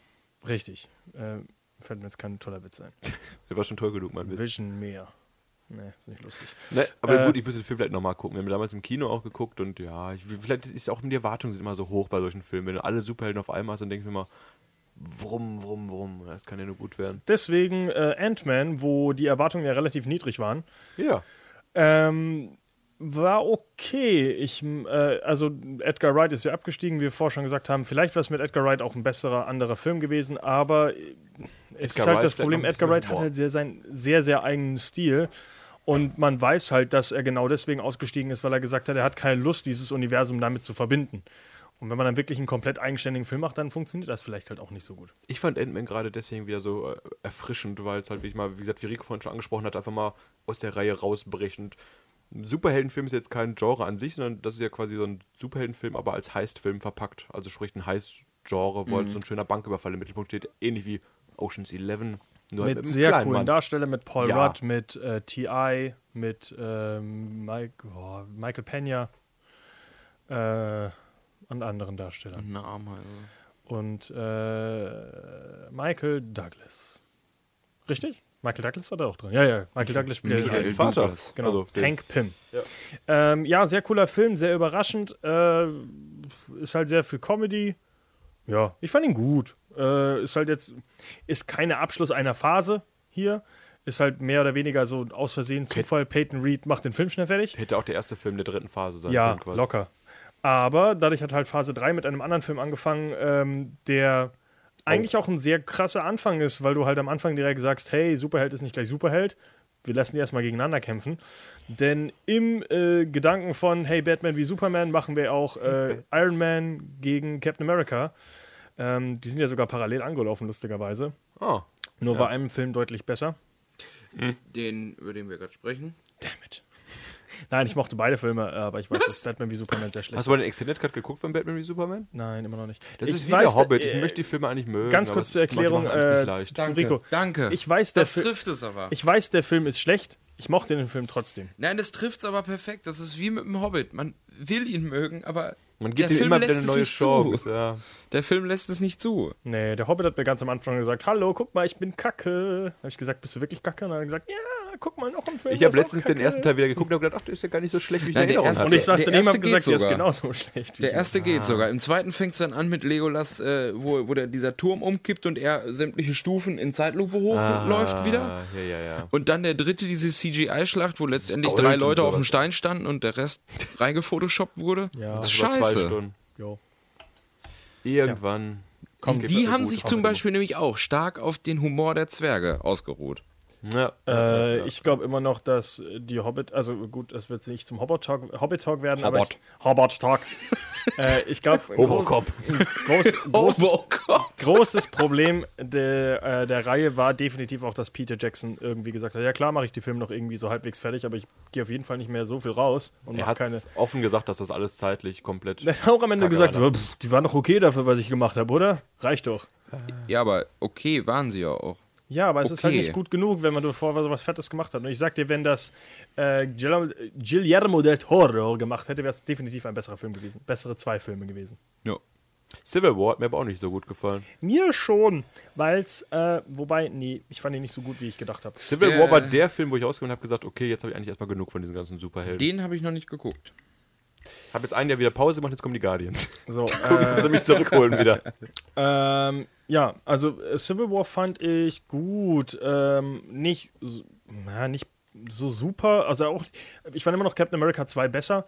E: richtig. Ähm, fällt mir jetzt kein toller Witz ein.
F: Der war schon toll genug, mein Witz.
E: Vision mehr. Nee, ist nicht lustig.
F: Ne, aber
E: Äh,
F: gut, ich muss den Film vielleicht nochmal gucken. Wir haben ihn damals im Kino auch geguckt und ja, ich, vielleicht ist auch die Erwartungen sind immer so hoch bei solchen Filmen. Wenn du alle Superhelden auf einmal hast, dann denkst du immer, brumm, brumm, brumm, das kann ja nur gut werden.
E: Deswegen äh, Ant-Man, wo die Erwartungen ja relativ niedrig waren,
F: Ja.
E: Ähm, war okay. Ich, m, äh, also Edgar Wright ist ja abgestiegen, wie wir vorher schon gesagt haben. Vielleicht wäre es mit Edgar Wright auch ein besserer anderer Film gewesen, aber äh, es ist
F: Edgar
E: halt
F: Wright
E: das
F: vielleicht
E: Problem,
F: noch ein
E: Edgar
F: bisschen
E: Wright hat
F: Humor.
E: halt sehr, seinen sehr, sehr eigenen Stil. Und man weiß halt, dass er genau deswegen ausgestiegen ist, weil er gesagt hat, er hat keine Lust, dieses Universum damit zu verbinden. Und wenn man dann wirklich einen komplett eigenständigen Film macht, dann funktioniert das vielleicht halt auch nicht so gut.
F: Ich fand Ant-Man gerade deswegen wieder so äh, erfrischend, weil es halt wirklich mal, wie gesagt, wie Rico vorhin schon angesprochen hat, einfach mal aus der Reihe rausbrechend. Ein Superheldenfilm ist jetzt kein Genre an sich, sondern das ist ja quasi so ein Superheldenfilm, aber als Heist-Film verpackt. Also sprich ein Heist-Genre,
E: Mhm.
F: wo halt so ein schöner Banküberfall im Mittelpunkt steht, ähnlich wie Ocean's Eleven. Nur halt
E: Mit
F: einem
E: sehr
F: kleinen
E: coolen
F: Mann.
E: Darstellern, mit Paul
F: Ja.
E: Rudd, mit äh, T.I., mit ähm, Mike, oh, Michael Pena äh, und anderen
F: Mhm.
E: Darstellern.
G: Eine Ameise.
E: Und äh, Michael Douglas. Richtig? Michael Douglas war da auch drin. Ja, ja, Michael Douglas spielt
G: Michael
E: den-
F: Vater.
G: Douglas.
E: Genau,
F: Also den-
E: Hank Pym. Ja. Ähm, ja, sehr cooler Film, sehr überraschend. Äh, ist halt sehr viel Comedy. Ja, ich fand ihn gut. Äh, ist halt jetzt, ist keine Abschluss einer Phase hier. Ist halt mehr oder weniger so aus Versehen Zufall. Peyton Reed macht den Film schnell fertig.
F: Hätte auch der erste Film der dritten Phase sein
E: Ja,
F: können. quasi.
E: locker. Aber dadurch hat halt Phase 3 mit einem anderen Film angefangen, ähm, der eigentlich auch ein sehr krasser Anfang ist, weil du halt am Anfang direkt sagst, hey, Superheld ist nicht gleich Superheld. Wir lassen die erstmal gegeneinander kämpfen. Denn im äh, Gedanken von, hey, Batman wie Superman machen wir auch äh, Iron Man gegen Captain America. Ähm, die sind ja sogar parallel angelaufen, lustigerweise.
F: Ah,
E: Nur war einem Film deutlich besser.
G: Den, über den wir gerade sprechen.
E: Damn it. Nein, ich mochte beide Filme, aber ich weiß, dass Batman wie Superman sehr schlecht
F: Hast du mal den Extended Cut geguckt von Batman wie Superman?
E: Nein, immer noch nicht.
F: Das
E: ich äh,
F: ist wie der Hobbit. Ich möchte die Filme eigentlich mögen.
E: ganz
F: aber
E: kurz
F: es
E: zur
F: macht- die
E: Erklärung,
F: machen es
E: äh,
F: nicht leicht.
E: zu Rico.
G: Danke.
E: Ich weiß,
G: das
E: der Fi-
G: trifft es aber.
E: Ich weiß, der Film ist schlecht. Ich mochte den Film trotzdem.
G: Nein, das trifft es aber perfekt. Das ist wie mit dem Hobbit. Man will ihn mögen, aber
F: Man gibt
G: der
F: ihm
G: Film
F: immer wieder
G: lässt
F: eine
G: es
F: neue
G: nicht
F: Chance.
G: Zu.
F: Ja.
G: Der Film lässt es nicht zu.
E: Nee, der Hobbit hat mir ganz am Anfang gesagt, hallo, guck mal, ich bin Kacke. Habe ich gesagt, bist du wirklich Kacke? Und dann hat er gesagt, ja, guck mal noch einen Film.
F: Ich habe
E: der ist
F: letztens
E: auch kacke.
F: den ersten Teil wieder geguckt und habe gedacht, ach, der ist ja gar nicht so schlecht, wie ich in
G: Nein, der
F: Erinnerung
G: erste-
E: Und ich
F: hatte.
E: saß
G: Der
E: daneben und
G: erste
E: hab gesagt,
G: geht
E: der ist
G: sogar.
E: genauso schlecht. wie
G: Der
E: ich.
G: erste geht sogar. Im zweiten fängt es dann an mit Legolas, äh, wo, wo der, dieser Turm umkippt und er sämtliche Stufen in Zeitlupe hochläuft wieder.
F: Ah, Ja, ja, ja.
G: Und dann der dritte, diese CGI-Schlacht, wo letztendlich
F: Gold
G: drei
F: und
G: Leute auf dem
F: sowas.
G: Stein standen und der Rest reingefotoshoppt wurde.
E: Ja.
G: das ist
F: Das war Zwei
G: scheiße.
F: Stunden.
E: Jo.
F: Irgendwann.
G: Und
F: geht's
G: die
F: mir
G: haben
F: gut.
G: sich zum Beispiel nämlich auch stark auf den Humor der Zwerge ausgeruht.
F: Ja.
E: Äh, ich glaube immer noch, dass äh, die Hobbit, also gut, das wird jetzt nicht zum Hobbit-Talk Hobbit -Talk werden, aber
G: Hobbit.
E: ich, Hobbit-Talk. äh, ich glaube,
F: Robocop.
E: Groß, großes,
G: oh Gott.
E: großes Problem der, äh, der Reihe war definitiv auch, dass Peter Jackson irgendwie gesagt hat, ja klar mache ich die Filme noch irgendwie so halbwegs fertig, aber ich gehe auf jeden Fall nicht mehr so viel raus und
F: Er
E: mache
F: hat
E: keine...
F: offen gesagt, dass das alles zeitlich komplett.
E: Er hat auch am Ende
F: Kacke
E: gesagt,
F: war
E: "Ja, pff, die waren doch okay dafür, was ich gemacht habe, oder? Reicht doch.
G: Ja, aber okay, waren sie ja auch.
E: Ja, aber es ist halt
G: Okay.
E: nicht gut genug, wenn man davor so was Fettes gemacht hat. Und ich sag dir, wenn das äh, Guillermo- Guillermo del Toro gemacht hätte, wäre es definitiv ein besserer Film gewesen. Bessere zwei Filme gewesen.
G: Ja.
F: Civil War hat mir aber auch nicht so gut gefallen.
E: Mir schon, weil es, äh, wobei, nee, ich fand ihn nicht so gut, wie ich gedacht habe.
F: Civil
G: Der-
F: War war der Film, wo ich rausgekommen habe, gesagt, okay, jetzt habe ich eigentlich erstmal genug von diesen ganzen Superhelden.
G: Den habe ich noch nicht geguckt.
F: Habe jetzt ein Jahr wieder Pause gemacht, jetzt kommen die Guardians.
E: So,
F: Gucken,
E: äh,
F: dass sie mich zurückholen wieder.
E: ähm, ja, also äh, Civil War fand ich gut. Ähm, nicht, so- na, nicht so super. Also auch, ich fand immer noch Captain America 2 besser.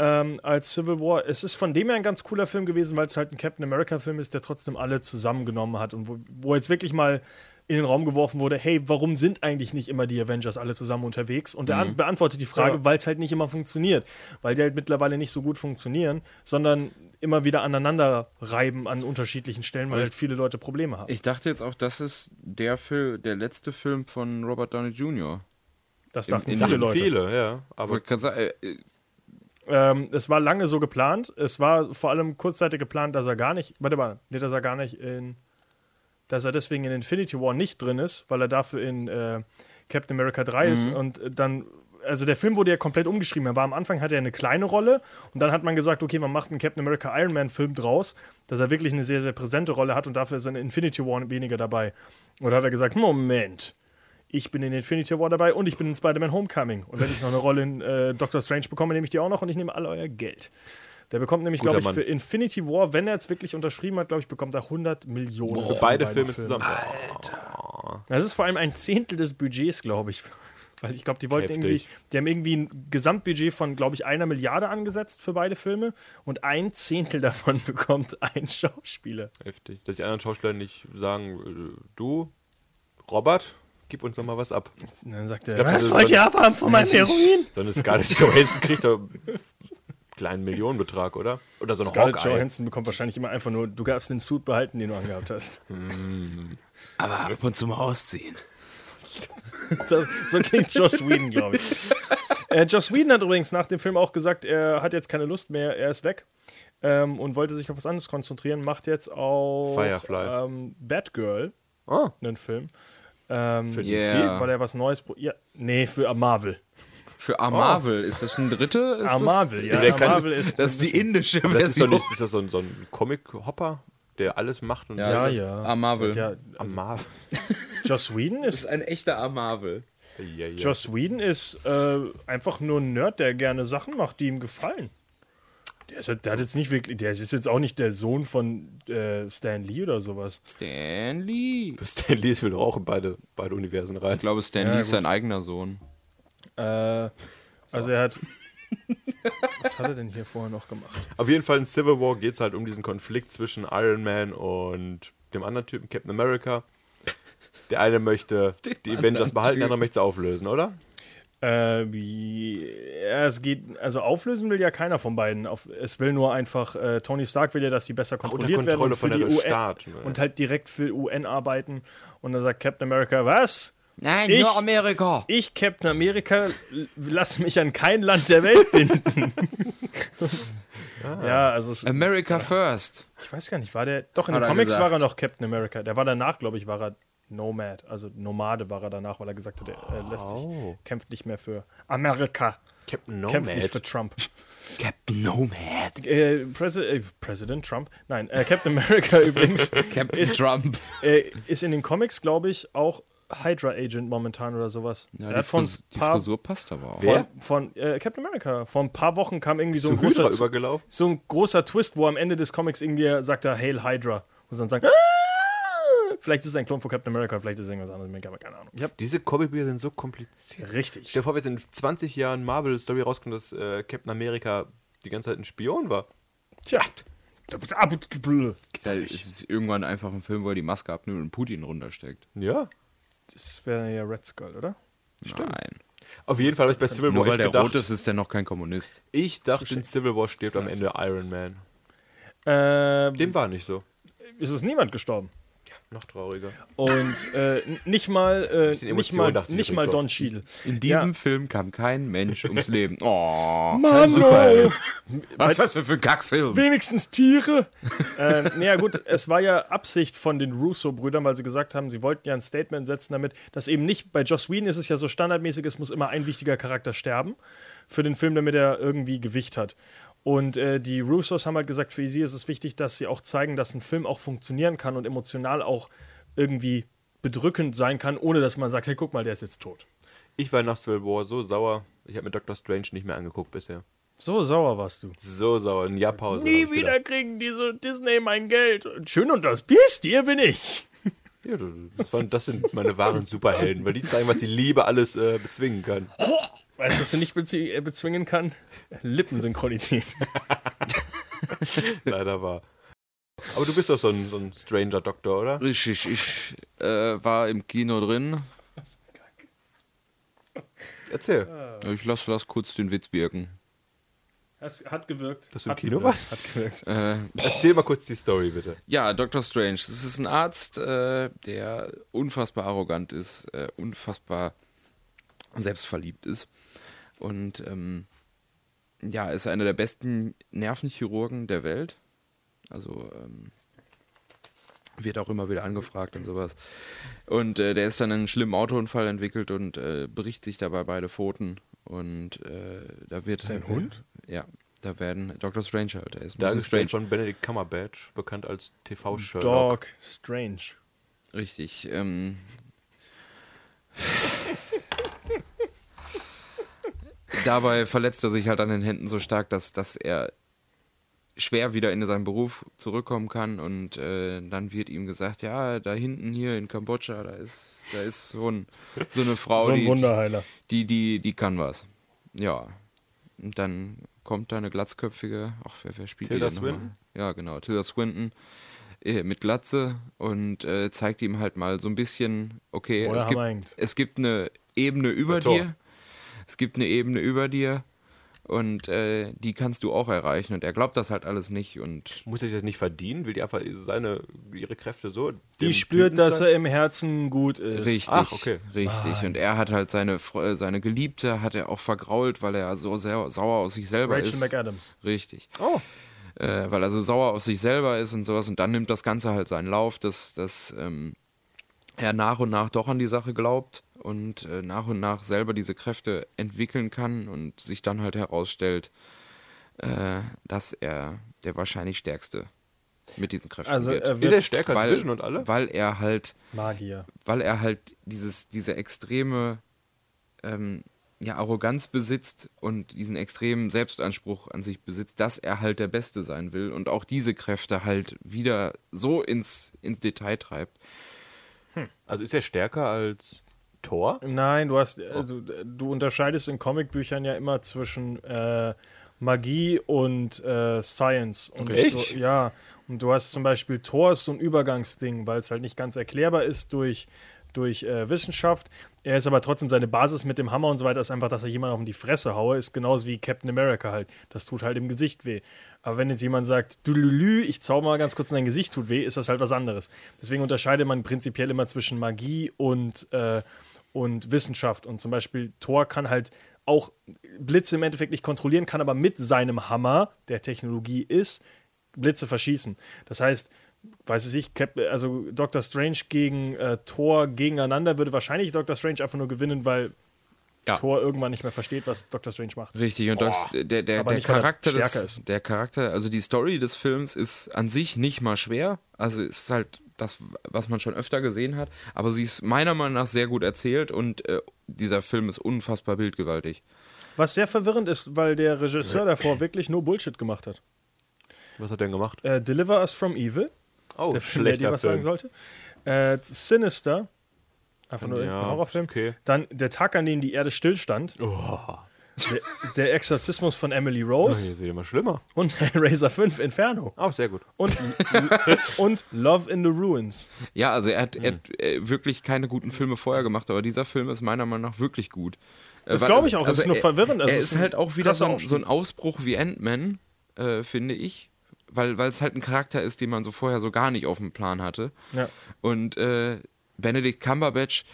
E: ähm, als Civil War. Es ist von dem her ein ganz cooler Film gewesen, weil es halt ein Captain America-Film ist, der trotzdem alle zusammengenommen hat und wo, wo jetzt wirklich mal in den Raum geworfen wurde, hey, warum sind eigentlich nicht immer die Avengers alle zusammen unterwegs? Und er an- beantwortet die Frage, weil es halt nicht immer funktioniert, weil die halt mittlerweile nicht so gut funktionieren, sondern immer wieder aneinander reiben an unterschiedlichen Stellen, weil halt viele Leute Probleme haben.
G: Ich dachte jetzt auch, das ist der Film, der letzte Film von Robert Downey Jr.
E: Das dachten
G: in-
E: viele
G: dachten
E: Leute.
F: Viele, ja. Aber
G: Wollte grad sagen, äh, äh,
E: Ähm, es war lange so geplant. Es war vor allem kurzzeitig geplant, dass er gar nicht, warte mal, nee, dass er gar nicht in, dass er deswegen in Infinity War nicht drin ist, weil er dafür in äh, Captain America 3 ist
F: Mhm.
E: und äh, dann, also der Film wurde ja komplett umgeschrieben. Er war am Anfang, hatte er eine kleine Rolle und dann hat man gesagt, okay, man macht einen Captain America Iron Man Film draus, dass er wirklich eine sehr, sehr präsente Rolle hat und dafür ist er in Infinity War weniger dabei. Und da hat er gesagt, Moment, ich bin in Infinity War dabei und ich bin in Spider-Man Homecoming. Und wenn ich noch eine Rolle in äh, Doctor Strange bekomme, nehme ich die auch noch und ich nehme all euer Geld. Der bekommt nämlich,
F: Guter
E: glaube ich,
F: Mann.
E: für Infinity War, wenn er jetzt wirklich unterschrieben hat, glaube ich, bekommt er 100 Millionen.
F: Oh, für
E: für
F: beide Filme zusammen.
E: Das ist vor allem ein Zehntel des Budgets, glaube ich. Weil ich glaube, die wollten
F: Heftig.
E: irgendwie, die haben irgendwie ein Gesamtbudget von, glaube ich, einer Milliarde angesetzt für beide Filme und ein Zehntel davon bekommt ein Schauspieler.
F: Heftig. Dass die anderen Schauspieler nicht sagen, äh, du, Robert, gib uns doch mal was ab.
E: Und dann sagt er,
F: glaub, das
E: was
F: ist
E: wollt
F: so-
E: ihr abhaben von meinem Heroin?
F: So eine Scarlett Johansson kriegt doch einen kleinen Millionenbetrag, oder? Oder so ein
E: Scarlett
F: Hawkeye.
E: Johansson bekommt wahrscheinlich immer einfach nur, du darfst den Suit behalten, den du angehabt hast.
G: aber ab und zu mal ausziehen.
E: Das, so klingt Joss Whedon, glaube ich. Äh, Joss Whedon hat übrigens nach dem Film auch gesagt, er hat jetzt keine Lust mehr, er ist weg ähm, und wollte sich auf was anderes konzentrieren. Macht jetzt auch
F: Firefly.
E: Ähm, Batgirl
F: Ah,
E: einen Film. Ähm, für
G: Yeah.
E: Weil er was Neues. Pro ja, nee, für Marvel.
G: Für Marvel ist das ein dritte? Ist
E: Ah,
G: das-
E: Marvel, ja.
F: Der kann-
E: Marvel ist.
G: Das ist die indische
F: das ist doch
G: Version.
F: nicht, ist das so ein, so ein Comic-Hopper, der alles macht und
E: Ja,
G: das ist
E: ja.
G: Amavel.
E: ja,
F: am Marv.
E: Joss Whedon
G: Das ist
E: ist.
G: ein echter Amavel.
E: Also
F: Ja, ja.
E: Joss Whedon ist äh, einfach nur ein Nerd, der gerne Sachen macht, die ihm gefallen. Der ist, halt- der hat jetzt nicht wirklich, der ist jetzt auch nicht der Sohn von äh, Stan Lee oder sowas.
G: Stanley. Ich
F: Stan Lee ist will doch auch in beide, beide Universen rein.
G: glaube, Stanley ist sein eigener Sohn.
E: Äh, also er hat. was hat er denn hier vorher noch gemacht?
F: Auf jeden Fall in Civil War geht es halt um diesen Konflikt zwischen Iron Man und dem anderen Typen, Captain America. Der eine möchte die Avengers behalten, der andere möchte sie auflösen, oder?
E: Äh, wie- ja, es geht, also auflösen will ja keiner von beiden. Auf, es will nur einfach, äh, Tony Stark will ja, dass die besser kontrolliert werden
F: Kontrolle
E: und, für
F: von
E: die
F: der
E: UN,
F: Staat, ne?
E: und halt direkt für UN arbeiten. Und dann sagt Captain America, was?
G: Nein,
E: Ich-
G: nur Amerika.
E: Ich, Captain America, l- lasse mich an kein Land der Welt binden.
G: Ah.
E: ja, also es-
G: America first.
E: ich weiß gar nicht, war der. Doch, in
G: Hat
E: den
G: er
E: Comics
G: gesagt.
E: war er noch Captain America. Der war danach, glaube ich, war er Nomad, also Nomade war er danach, weil er gesagt hat, er äh, lässt sich,
G: Oh.
E: kämpft nicht mehr für Amerika,
F: Captain
E: kämpft nicht für Trump.
G: Captain Nomad.
E: Äh, Presi äh, President Trump? Nein, äh, Captain America übrigens
G: Captain Trump.
E: äh, ist in den Comics, glaube ich, auch Hydra-Agent momentan oder sowas.
G: Ja,
E: er
G: die,
E: hat von
G: Frisur, die
E: paar,
G: Frisur passt aber auch.
E: von, von äh, Captain America. Vor ein paar Wochen kam irgendwie so ein,
F: Zu Hydra
E: großer,
F: übergelaufen?
E: so ein großer Twist, wo am Ende des Comics irgendwie sagt er Hail Hydra. Und dann sagen,
F: Ah!
E: vielleicht ist es ein Klon von Captain America, vielleicht ist es irgendwas anderes, aber keine Ahnung. Ich hab,
F: Diese Comic-Bücher sind so kompliziert.
E: richtig.
F: Stell dir vor, wenn jetzt in 20 Jahren Marvel-Story rauskommt, dass äh, Captain America die ganze Zeit ein Spion war.
E: Tja.
G: Da ist irgendwann einfach ein Film, wo er die Maske abnimmt und Putin runtersteckt.
F: Ja.
E: Das wäre ja Red Skull, oder?
G: Nein.
F: Auf jeden Fall habe ich bei Civil War
G: Nur weil
F: echt
G: der
F: gedacht,
G: rot ist, ist der noch kein Kommunist.
F: ich dachte, in Civil War stirbt am Ende Iron Man.
E: Äh,
F: Dem war nicht so.
E: ist es niemand gestorben.
F: Noch trauriger.
E: Und äh, n- nicht mal, äh,
F: bisschen
E: nicht
F: Emotionen
E: mal,
F: dachte ich
E: nicht mal
F: übrigens
E: Don Cheadle.
G: In diesem Film kam kein Mensch ums Leben. Oh,
E: Mano!
G: was ist das denn für ein Kackfilm?
E: Wenigstens Tiere. äh, naja gut, es war ja Absicht von den Russo-Brüdern, weil sie gesagt haben, sie wollten ja ein Statement setzen damit, dass eben nicht, bei Joss Whedon ist es ja so standardmäßig, es muss immer ein wichtiger Charakter sterben für den Film, damit er irgendwie Gewicht hat. Und äh, die Russos haben halt gesagt, für sie ist es wichtig, dass sie auch zeigen, dass ein Film auch funktionieren kann und emotional auch irgendwie bedrückend sein kann, ohne dass man sagt, hey, guck mal, der ist jetzt tot.
F: Ich war nach Civil War so sauer, ich habe mir Doctor Strange nicht mehr angeguckt bisher.
E: So sauer warst du.
F: So sauer, ein Jahr Pause.
E: Nie
F: hab ich
E: wieder
F: gedacht.
E: kriegen diese Disney mein Geld. Schön und das Biest, hier bin ich.
F: Ja, du- das, waren, das sind meine wahren Superhelden, weil die zeigen, was die Liebe alles äh, bezwingen kann.
E: Weil das nicht bezie- äh, bezwingen kann? Lippensynchronität.
F: Leider war. Aber du bist doch so ein, so ein Stranger-Doktor, oder?
G: Richtig, ich äh, war im Kino drin.
F: Erzähl.
G: Ich lass, lass kurz den Witz wirken.
E: Das hat gewirkt.
F: Dass du im
E: Hat
F: Kino
E: gewirkt.
F: warst?
E: Hat gewirkt.
G: Äh,
F: Erzähl mal kurz die Story, bitte.
G: Ja, Dr. Strange. Das ist ein Arzt, äh, der unfassbar arrogant ist, äh, unfassbar selbstverliebt ist. Und ähm, ja, ist einer der besten Nervenchirurgen der Welt. Also ähm, wird auch immer wieder angefragt und sowas. Und äh, der ist dann in einen schlimmen Autounfall entwickelt und äh, bricht sich dabei beide Pfoten. Und äh, da wird. Ist
E: ein Hund?
G: Ja, da werden Dr. Strange halt. Er ist Mrs.
F: Dargestellt von Benedict Cumberbatch, bekannt als TV-Sherlock.
E: Dog Strange.
G: Richtig. Ähm, dabei verletzt er sich halt an den Händen so stark, dass, dass er schwer wieder in seinen Beruf zurückkommen kann und äh, dann wird ihm gesagt, ja, da hinten hier in Kambodscha, da ist, da ist so, ein, so eine Frau,
E: So ein
G: die-
E: Wunderheiler.
G: die, die, die kann was. Ja. Und dann kommt da eine glatzköpfige, ach, wer, wer spielt
F: Tilda
G: die denn nochmal?
F: Swinton?
G: Ja, genau, Tilda Swinton äh, mit Glatze und äh, zeigt ihm halt mal so ein bisschen, okay,
E: Wo der
G: es
E: Hammer
G: gibt,
E: hängt.
G: es gibt eine Ebene über
F: Der Tor.
G: dir, es gibt eine Ebene über dir und äh, die kannst du auch erreichen und er glaubt das halt alles nicht und
F: Muss er sich das nicht verdienen? Will die einfach seine, ihre Kräfte so? dem
E: Die spürt,
F: Typen
E: dass
F: zeigen?
E: er im Herzen gut ist.
G: Richtig,
F: Ach, okay.
G: richtig.
E: Ah.
G: Und er hat halt seine, Fre- äh, seine Geliebte hat er auch vergrault, weil er so sehr sauer auf sich selber
E: Rachel
G: ist.
E: McAdams.
G: Richtig.
F: Oh.
G: Äh, weil er so sauer auf sich selber ist und sowas. Und dann nimmt das Ganze halt seinen Lauf, dass, dass ähm, er nach und nach doch an die Sache glaubt und äh, nach und nach selber diese Kräfte entwickeln kann und sich dann halt herausstellt, äh, dass er der wahrscheinlich Stärkste mit diesen Kräften
E: Also
G: wird.
E: er
F: Ist er
E: wird
F: stärker als Vision äh, und alle?
G: weil er halt
E: Magier.
G: weil er halt dieses, diese extreme ähm, ja, Arroganz besitzt und diesen extremen Selbstanspruch an sich besitzt, dass er halt der Beste sein will und auch diese Kräfte halt wieder so ins, ins Detail treibt.
F: Also ist er stärker als Thor?
E: Nein, du hast, äh, du, du unterscheidest in Comicbüchern ja immer zwischen äh, Magie und äh, Science. Und
F: Echt?
E: Du, ja. Und du hast zum Beispiel Thor ist so ein Übergangsding, weil es halt nicht ganz erklärbar ist durch, durch äh, Wissenschaft. Er ist aber trotzdem seine Basis mit dem Hammer und so weiter ist einfach, dass er jemanden auf die Fresse haue, ist genauso wie Captain America halt. Das tut halt im Gesicht weh. Aber wenn jetzt jemand sagt, Dülülü, ich zauber mal ganz kurz in dein Gesicht, tut weh, ist das halt was anderes. Deswegen unterscheidet man prinzipiell immer zwischen Magie und, äh, und Wissenschaft. Und zum Beispiel Thor kann halt auch Blitze im Endeffekt nicht kontrollieren, kann aber mit seinem Hammer, der Technologie ist, Blitze verschießen. Das heißt, weiß ich nicht, Cap also Doctor Strange gegen äh, Thor gegeneinander würde wahrscheinlich Doctor Strange einfach nur gewinnen, weil
G: Ja.
E: Thor irgendwann nicht mehr versteht, was Doctor Strange macht.
G: Richtig, und das, der, der,
E: Aber
G: der
E: nicht, weil er
G: Charakter des,
E: stärker ist.
G: der Charakter, also die Story des Films ist an sich nicht mal schwer. Also ist halt das, was man schon öfter gesehen hat. Aber sie ist meiner Meinung nach sehr gut erzählt und äh, dieser Film ist unfassbar bildgewaltig.
E: Was sehr verwirrend ist, weil der Regisseur davor wirklich nur Bullshit gemacht hat.
F: Was hat er denn gemacht?
E: Äh, Deliver Us From Evil.
F: Oh,
E: der Film, der
F: schlechter
E: dir was sagen
F: Film.
E: sollte. Äh, Sinister. Einfach nur
F: Ja,
E: ein Horrorfilm.
F: ist okay.
E: Dann Der Tag, an dem die Erde stillstand. Der, der Exorzismus von Emily
F: Oh, hier
E: Rose.
F: ist wieder mal schlimmer.
E: Und Hellraiser 5 Inferno.
F: Auch sehr gut.
E: Und, und Love in the Ruins.
G: Ja, also er hat, er
E: Mhm.
G: hat äh, wirklich keine guten Filme vorher gemacht, aber dieser Film ist meiner Meinung nach wirklich gut. Äh,
E: Das
G: weil-
E: glaub ich auch, es ist nur
G: er-
E: verwirrend, es
G: Er
E: ist
G: ist
E: ein
G: halt auch wieder
E: krasser
G: so ein,
E: Aufstieg.
G: so ein Ausbruch wie Ant-Man, äh, finde ich, weil weil es halt ein Charakter ist, den man so vorher so gar nicht auf dem Plan hatte.
E: Ja.
G: Und äh, Benedict Cumberbatch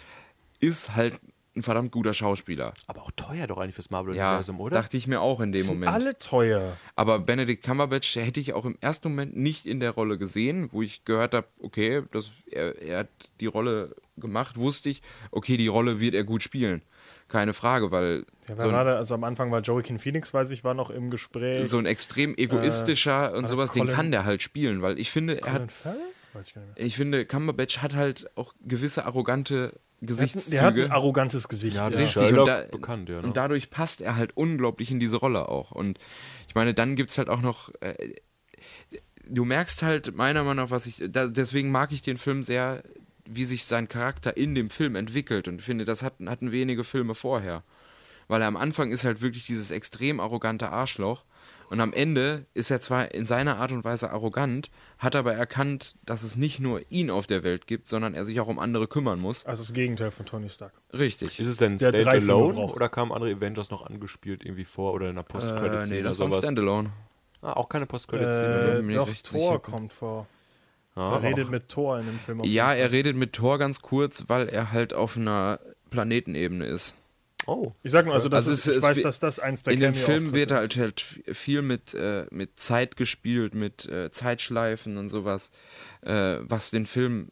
G: ist halt ein verdammt guter Schauspieler.
F: Aber auch teuer doch eigentlich fürs
G: Ja,
F: Marvel-Universum, oder?
G: dachte ich mir auch in dem
E: Sind
G: Moment.
E: alle teuer.
G: Aber Benedict Cumberbatch hätte ich auch im ersten Moment nicht in der Rolle gesehen, wo ich gehört habe, okay, das, er, er hat die Rolle gemacht, wusste ich, okay, die Rolle wird er gut spielen. Keine Frage, weil
E: Ja,
G: so,
E: wer war
G: ein,
E: da? also am Anfang war Joaquin Phoenix, weiß ich, war noch im Gespräch.
G: so ein extrem egoistischer und sowas, den
E: Äh, Colin-
G: kann der halt spielen, weil ich finde, er
E: Colin
G: hat,
E: Farrell? Weiß ich gar nicht mehr.
G: ich finde, Cumberbatch hat halt auch gewisse arrogante
E: Der hat ein
G: Gesichtszüge.
E: arrogantes Gesicht.
F: Ja,
E: Ja,
F: der
G: Richtig,
F: Sherlock
G: und, da,
F: bekannt, ja, ne?
G: und dadurch passt er halt unglaublich in diese Rolle auch. Und ich meine, dann gibt es halt auch noch. Äh, du merkst halt meiner Meinung nach, was ich. Da, deswegen mag ich den Film sehr, wie sich sein Charakter in dem Film entwickelt. Und finde, das hatten, hatten wenige Filme vorher. Weil er am Anfang ist halt wirklich dieses extrem arrogante Arschloch. Und am Ende ist er zwar in seiner Art und Weise arrogant, hat aber erkannt, dass es nicht nur ihn auf der Welt gibt, sondern er sich auch um andere kümmern muss.
E: Also das Gegenteil von Tony Stark.
G: Richtig.
F: Ist es denn
E: Der hat drei Filme
F: Standalone
E: gebraucht.
F: oder kamen andere Avengers noch angespielt irgendwie vor oder in einer post
G: Äh,
F: credit
G: nee,
F: oder
G: das war ein
F: sowas?
G: Standalone.
F: Ah, auch keine post credit
E: Äh,
G: bin mir
E: doch,
G: recht
E: Thor
G: sicher.
E: kommt vor.
F: ah,
E: Er redet
F: auch.
E: mit Thor in dem Film. auf
G: Ja,
E: jeden Fall.
G: er redet mit Thor ganz kurz, weil er halt auf einer Planetenebene ist.
F: Oh,
E: Ich sag nur, also, das
G: Also
E: ist,
G: es-
E: ich
G: es
E: weiß,
G: wird-
E: dass das eins der
G: In dem
E: Cameo-Auftritte
G: Film wird
E: ist.
G: halt, halt viel mit, äh, mit Zeit gespielt, mit äh, Zeitschleifen und sowas, äh, was den Film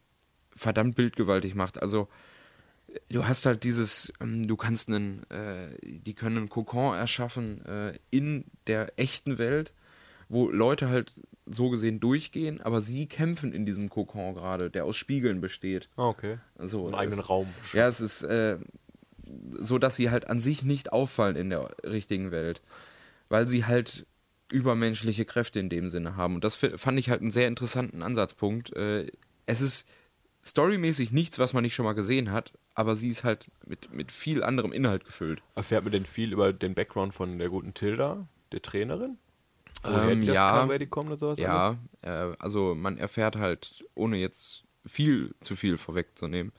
G: verdammt bildgewaltig macht. Also du hast halt dieses, ähm, du kannst einen, äh, die können einen Kokon erschaffen äh, in der echten Welt, wo Leute halt so gesehen durchgehen, aber sie kämpfen in diesem Kokon gerade, der aus Spiegeln besteht.
F: ah, okay.
G: So,
F: Im eigenen
G: es-
F: Raum.
G: Ja, es ist äh, so, dass sie halt an sich nicht auffallen in der richtigen Welt, weil sie halt übermenschliche Kräfte in dem Sinne haben. Und das fi- fand ich halt einen sehr interessanten Ansatzpunkt. Äh, es ist storymäßig nichts, was man nicht schon mal gesehen hat, aber sie ist halt mit, mit viel anderem Inhalt gefüllt.
F: Erfährt man denn viel über den Background von der guten Tilda, der Trainerin?
G: Ähm,
F: die das
G: ja.
F: kam, wer die kommt oder sowas? alles?
G: Ja, äh, also man erfährt halt, ohne jetzt viel zu viel vorwegzunehmen,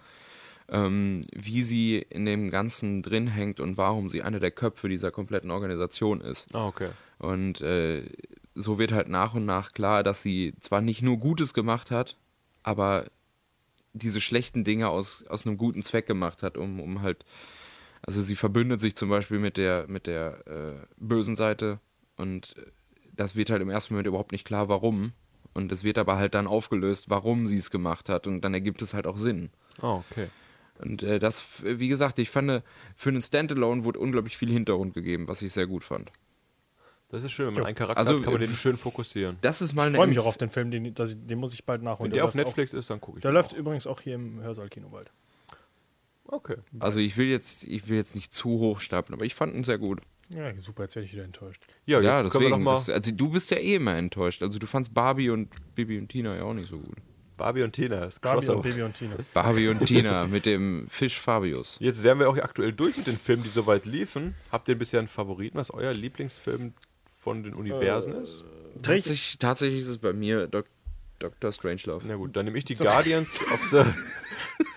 G: ähm, wie sie in dem Ganzen drin hängt und warum sie einer der Köpfe dieser kompletten Organisation ist.
F: Ah, okay.
G: Und äh, so wird halt nach und nach klar, dass sie zwar nicht nur Gutes gemacht hat, aber diese schlechten Dinge aus, aus einem guten Zweck gemacht hat, um, um halt, also sie verbündet sich zum Beispiel mit der, mit der äh, bösen Seite und äh, das wird halt im ersten Moment überhaupt nicht klar, warum. Und es wird aber halt dann aufgelöst, warum sie es gemacht hat und dann ergibt es halt auch Sinn.
F: Ah, okay.
G: Und äh, das, f- wie gesagt, ich fand, für einen Standalone wurde unglaublich viel Hintergrund gegeben, was ich sehr gut fand.
F: Das ist schön, wenn man einen Charakter
G: Also,
F: hat, kann man
G: äh,
F: den schön fokussieren.
G: Das ist mal
E: Ich
G: eine
E: freue mich auch
G: Empf-
E: auf den Film, den, das, den muss ich bald nachholen.
F: Wenn der auf
E: läuft
F: Netflix ist, dann gucke
E: Auch,
F: ich.
E: der
F: den
E: läuft
F: auch.
E: übrigens auch hier im Hörsaalkino bald.
F: Okay.
G: Also ich will jetzt, ich will jetzt nicht zu hoch stapeln, aber ich fand ihn sehr gut.
E: Ja, super, jetzt werde ich wieder enttäuscht.
F: Ja,
G: ja,
F: jetzt können wir
G: deswegen.
F: nochmal.
G: das, also du bist ja eh immer enttäuscht. Also du fandst Barbie und Bibi und Tina ja auch nicht so gut.
F: Barbie und Tina, das
E: Gabi und
F: Crossover.
E: Baby und Tina.
G: Barbie und Tina mit dem Fisch Fabius.
F: Jetzt wären wir auch aktuell durch mit den Filmen, die soweit liefen. Habt ihr bisher einen Favoriten, was euer Lieblingsfilm von den Universen
E: Äh,
F: ist?
E: Richtig.
G: Tatsächlich, tatsächlich ist es bei mir Dok Dr. Strangelove.
F: Na gut, dann nehme ich die Guardians of the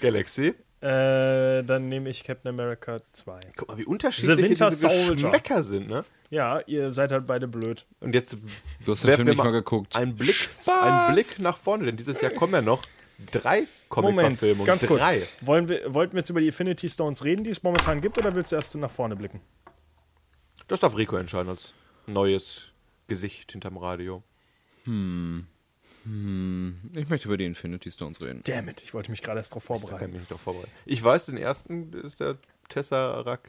F: Galaxy.
E: Äh, dann nehme ich Captain America 2.
F: Guck mal, wie unterschiedlich
E: Winter
F: diese
E: Soldier.
F: Geschmäcker sind, ne?
E: Ja, ihr seid halt beide blöd.
F: Und jetzt
G: Du hast den
F: werfen
G: Film
F: wir
G: nicht mal geguckt.
F: Ein Blick, ein Blick nach vorne, denn dieses Jahr kommen ja noch drei
E: Moment,
F: Comic-Verfilmungen.
E: ganz kurz.
F: drei.
E: Wollen wir, wollten wir jetzt über die Infinity Stones reden, die es momentan gibt, oder willst du erst nach vorne blicken?
F: Das darf Rico entscheiden als neues Gesicht hinterm Radio.
G: Ich möchte über die Infinity Stones reden.
E: Damn it, ich wollte mich gerade erst darauf
F: Da kann ich
E: vorbereiten.
F: mich nicht drauf vorbereiten. Ich weiß, den ersten ist der Tesseract.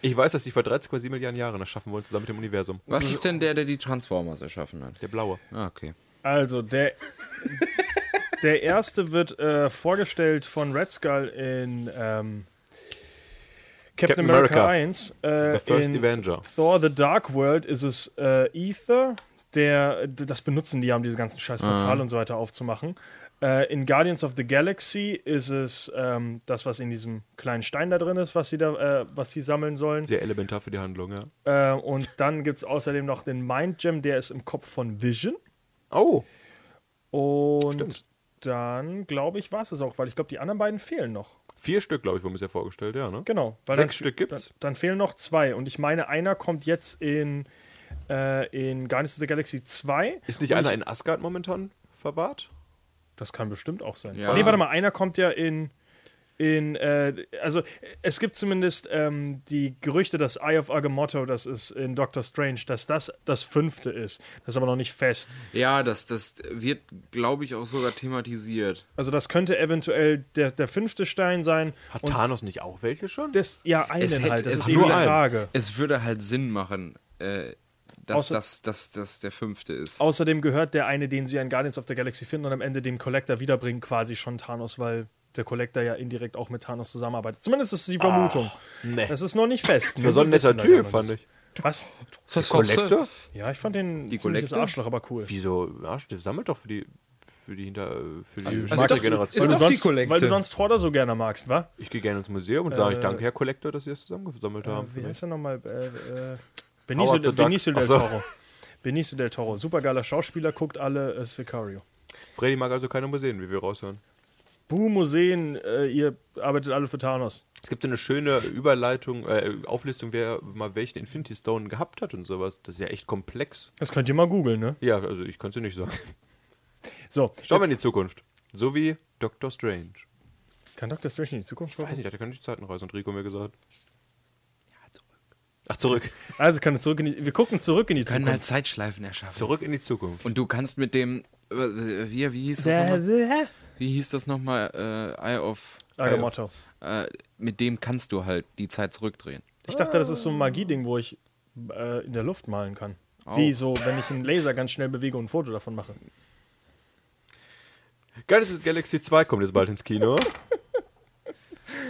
F: Ich weiß, dass die vor 13,7 Milliarden Jahren das schaffen wollen, zusammen mit dem Universum.
G: Was ist Ah, denn der, der die Transformers erschaffen hat?
F: Der blaue.
G: Ah, okay.
E: Also, der, Also, Der erste wird äh, vorgestellt von Red Skull in ähm, Captain,
F: Captain
E: America,
F: America.
E: 1. Äh,
F: The First
E: in
F: Avenger.
E: Thor The Dark World ist es äh, Ether, der d- das benutzen die, um diese ganzen scheiß
F: Ah.
E: Portale und so weiter aufzumachen. Äh, in Guardians of the Galaxy ist es ähm, das, was in diesem kleinen Stein da drin ist, was sie, da, äh, was sie sammeln sollen.
F: Sehr elementar für die Handlung, ja.
E: Äh, und dann gibt es außerdem noch den Mind Gem, der ist im Kopf von Vision.
F: Oh.
E: Und
F: Stimmt.
E: dann, glaube ich, war es es auch, weil ich glaube, die anderen beiden fehlen noch.
F: Vier Stück, glaube ich, wurden bisher vorgestellt, ja, ne?
E: Genau. Weil
F: Sechs
E: dann,
F: Stück gibt's.
E: Dann, dann fehlen noch zwei. Und ich meine, einer kommt jetzt in, äh, in Guardians of the Galaxy 2.
F: Ist nicht
E: Und
F: einer
E: ich,
F: in Asgard momentan verwahrt?
E: Das kann bestimmt auch sein. Oh,
G: Ja.
E: Nee, warte mal, einer kommt ja in. In, äh, also es gibt zumindest ähm, die Gerüchte, dass Eye of Agamotto, das ist in Doctor Strange, dass das das fünfte ist. Das ist aber noch nicht fest.
G: Ja, das, das wird, glaube ich, auch sogar thematisiert.
E: Also das könnte eventuell der, der fünfte Stein sein.
F: Hat
E: Und
F: Thanos nicht auch welche schon?
E: das, ja, einen
G: hätte-
E: halt. Das
G: es
E: ist
G: hat
E: eben die
G: nur einen.
E: Frage.
G: Es würde halt Sinn machen, äh,
E: Außer-
G: dass das dass, dass der fünfte ist.
E: Außerdem gehört der eine, den sie in Guardians of the Galaxy finden und am Ende dem Collector wiederbringen, quasi schon Thanos, weil der Collector ja indirekt auch mit Thanos zusammenarbeitet. Zumindest ist es die Vermutung.
F: nee.
E: Das ist noch nicht fest.
F: Ja, so ein netter Typ, fand ich.
E: ich. Was?
G: Das
F: Collector?
E: Ja, ich fand den
G: Die
E: ziemliches
G: Collector?
E: Arschloch, aber cool.
F: Wieso? Arsch, der sammelt doch für die für die hinter für die
E: mag
F: nächste
E: Also, doch- Weil
F: Generation.
H: doch
E: du,
H: die
E: sonst,
H: Collector.
E: weil du sonst Torda so gerne magst, wa?
F: Ich gehe gerne ins Museum und sage, ich danke Herr Collector, dass Sie das zusammengesammelt haben. für
E: Äh, Wie
F: mich.
E: heißt er nochmal? Äh, äh, Benicio,
F: Howard the Duck.
E: Benicio del
F: Ach so.
E: Toro. Benicio del Toro. Supergeiler Schauspieler, guckt alle äh, Sicario.
F: Freddy mag also keine Museen, wie wir raushören.
E: Buh, Museen, äh, ihr arbeitet alle für Thanos.
F: Es gibt eine schöne Überleitung, äh, Auflistung, wer mal welchen Infinity Stone gehabt hat und sowas. Das ist ja echt komplex.
E: Das könnt ihr mal googeln, ne?
F: Ja, also ich kann es dir nicht sagen.
E: So,
F: Schauen wir
E: jetzt-
F: in die Zukunft. So wie Doctor Strange.
E: Kann Dr. Strange in die Zukunft
F: Weiß
E: gucken?
F: nicht, da kann ich die Zeiten reisen, hat Rico mir gesagt. Ja, zurück. Ach, zurück.
E: Also kann er zurück in die, wir gucken zurück in die
G: Können halt
E: Zukunft.
G: Zeitschleifen erschaffen.
F: Zurück in die Zukunft.
G: Und du kannst mit dem, äh, wie, wie hieß das nochmal? Wie hieß das nochmal? Äh, Eye of.
E: Agamotto.
G: Äh, mit dem kannst du halt die Zeit zurückdrehen.
E: Ich dachte, das ist so ein Magie-Ding, wo ich äh, in der Luft malen kann.
G: Oh.
E: Wie so, wenn ich einen Laser ganz schnell bewege und ein Foto davon mache.
F: Guardians of the Galaxy 2 kommt jetzt bald ins Kino.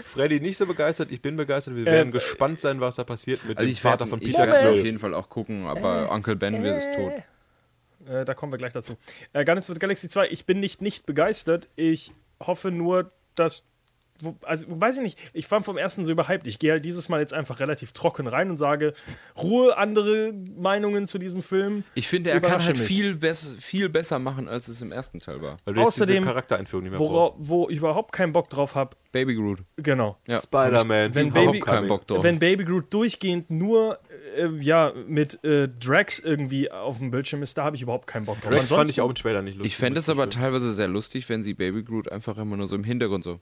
F: Freddy nicht so begeistert, ich bin begeistert.
E: Äh,
F: Wir werden gespannt sein, was da passiert mit
G: Also
F: dem
G: ich werde
F: Vater von
G: ich
F: Peter
G: werd ihn auf
F: Quill.
G: jeden Fall auch gucken, aber Onkel Ben wird ist tot.
E: Äh, da kommen wir gleich dazu. Äh, Guardians of the Galaxy 2, ich bin nicht nicht begeistert. Ich hoffe nur, dass. Wo, also, weiß ich nicht, ich fand vom ersten so überhyped. Ich gehe halt dieses Mal jetzt einfach relativ trocken rein und sage: Ruhe, andere Meinungen zu diesem Film.
G: Ich finde, er kann
E: Überrasche
G: halt
E: mich.
G: viel, bess viel besser machen, als es im ersten Teil war.
F: Weil du jetzt
E: Außerdem-
F: diese Charaktereinführung nicht mehr brauchst.
E: Wo, wo ich überhaupt keinen Bock drauf habe.
G: Baby Groot.
E: Genau.
G: Ja.
F: Spider-Man.
E: Wenn
G: Überhaupt
E: Baby-
G: keinen Bock drauf.
E: Wenn Baby Groot durchgehend nur äh, ja, mit äh, Drax irgendwie auf dem Bildschirm ist, da habe ich überhaupt keinen Bock drauf.
F: Das fand
E: Ansonsten,
F: ich auch im Trailer nicht lustig.
G: ich fände
F: muss
G: es aber
F: gestehen.
G: teilweise sehr lustig, wenn sie Baby Groot einfach immer nur so im Hintergrund so.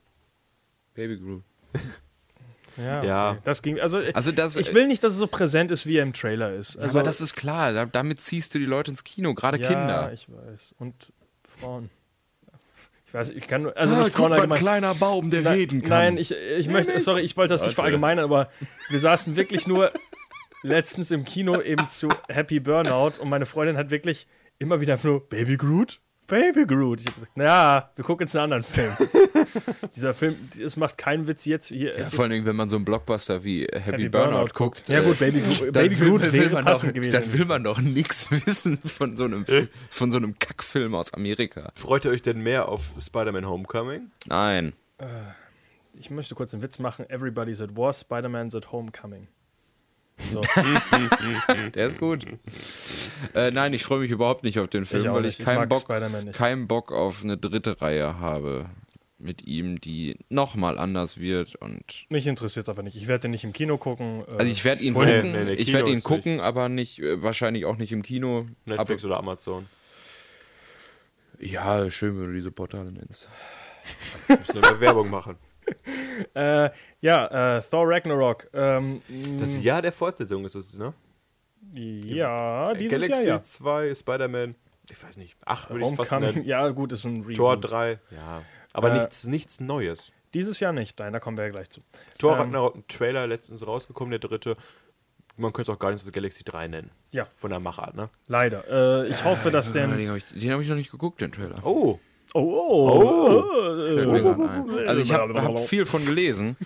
G: Baby Groot.
E: ja,
F: Ja.
E: Okay. das ging. Also, äh,
G: Also das-
E: ich will nicht, dass es so präsent ist, wie er im Trailer ist. Also,
G: aber das ist klar, da, damit ziehst du die Leute ins Kino, gerade
E: ja,
G: Kinder.
E: ich weiß. Und Frauen. Ich weiß, ich kann nur- also
G: Ah,
E: nicht
G: guck
E: Frauen
G: mal, ein
E: allgemein.
G: kleiner Baum, der
E: Nein,
G: reden kann.
E: Nein, ich, ich möchte, sorry, ich wollte das nicht verallgemeinern, aber wir saßen wirklich nur letztens im Kino eben zu Happy Burnout und meine Freundin hat wirklich immer wieder nur Baby Groot, Baby Groot. Ich habe gesagt, naja, wir gucken jetzt einen anderen Film. Dieser Film, es macht keinen Witz jetzt hier.
G: ja,
E: es
G: vor
E: ist
G: allen Dingen, wenn man so einen Blockbuster wie äh, Happy, Burnout, guckt.
E: Ja
G: äh,
E: gut, Baby, Gro
G: dann
E: Baby Groot
G: will,
E: wäre
G: will man doch,
E: passend gewesen.
G: dann will man doch nichts wissen von so einem, von so einem Kackfilm aus Amerika.
F: Freut ihr euch denn mehr auf Spider-Man Homecoming?
G: Nein.
E: Ich möchte kurz einen Witz machen. Everybody's at War, Spider-Man's at Homecoming. So.
G: Der ist gut. Äh, nein, ich freue mich überhaupt nicht auf den Film,
E: Ich auch
G: weil
E: nicht.
G: ich
E: Ich
G: keinen
E: mag
G: Bock,
E: Spider-Man nicht.
G: keinen Bock auf eine dritte Reihe habe mit ihm, die nochmal anders wird. Und
E: Mich interessiert es einfach nicht. Ich werde den nicht im Kino gucken. äh,
G: also ich werde ihn
F: Voll.
G: gucken,
F: Nee, nee, nee,
G: ich
F: Kino
G: werde ihn
F: ist
G: gucken, aber nicht äh, wahrscheinlich auch nicht im Kino. Aber,
F: Netflix oder Amazon?
G: ja, schön, wenn du diese Portale nennst.
F: Müssen wir Werbung machen.
E: Äh, ja, äh, Thor Ragnarok. Ähm,
F: Das Jahr der Fortsetzung ist es, ne?
E: ja, dieses
F: Äh, Galaxy
E: Jahr ja.
F: 2, Spider-Man, ich weiß nicht, 8 würde ich fast
E: Homecoming,
F: nennen.
E: ja gut, ist ein Reboot.
F: Tor 3, ja. Aber
E: Äh,
F: nichts, nichts Neues.
E: Dieses Jahr nicht, nein, da kommen wir ja gleich zu. ähm,
F: Tor Ragnarok, ein Trailer letztens rausgekommen, der dritte. Man könnte es auch Guardians of the Galaxy 3 nennen.
E: Ja.
F: Von der Machart, ne?
E: Leider. Äh, ich hoffe, dass
G: Den
E: der...
G: habe ich, den hab ich noch nicht geguckt, den Trailer.
F: Oh,
E: Oh, oh,
G: Fällt mir gerade ein. Also ich habe hab viel von gelesen.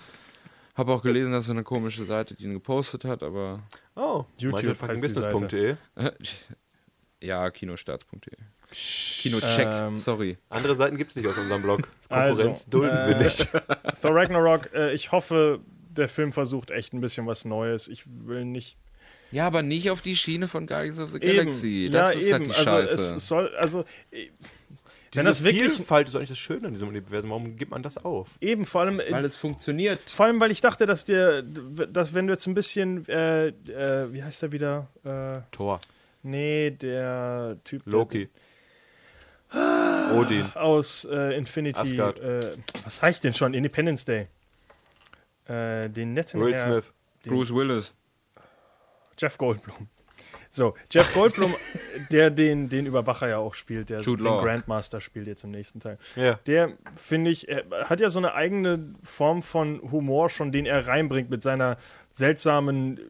G: Habe auch gelesen, dass so eine komische Seite, die ihn gepostet hat, aber äh,
F: Oh,
E: YouTube heißt die Seite.
F: youtube.business.de.
G: ja, kinostarts.de. Kinocheck,
E: Ähm,
G: sorry.
F: Andere Seiten gibt es nicht aus unserem Blog.
E: Also,
F: Konkurrenz dulden wir
E: äh,
F: nicht.
E: Thor Ragnarok, äh, ich hoffe, der Film versucht echt ein bisschen was Neues. Ich will nicht
G: Ja, aber nicht auf die Schiene von Guardians of the
E: Eben.
G: Galaxy. Das ist halt die
E: also
G: Scheiße.
E: es soll, also äh, wenn das
F: Diese
E: wirklich
F: Vielfalt ist eigentlich das Schöne an diesem Universum. Warum gibt man das auf?
E: eben vor allem äh,
G: Weil es funktioniert.
E: vor allem, weil ich dachte, dass dir, dass wenn du jetzt ein bisschen, äh, äh, wie heißt der wieder? Äh,
F: Tor,
E: nee, der Typ der-
F: Loki, Odin.
E: aus äh, Infinity.
F: Asgard.
E: Äh, was heißt denn schon? Independence Day. Äh, den netten
F: Will
E: Herr-
F: Smith.
G: Bruce Willis.
E: Jeff Goldblum. So, Jeff Goldblum, der den, den Überwacher ja auch spielt, der
G: Jude
E: den
G: Law.
E: Grandmaster spielt jetzt im nächsten Teil.
F: Ja.
E: Der, finde ich, er hat ja so eine eigene Form von Humor schon, den er reinbringt mit seiner seltsamen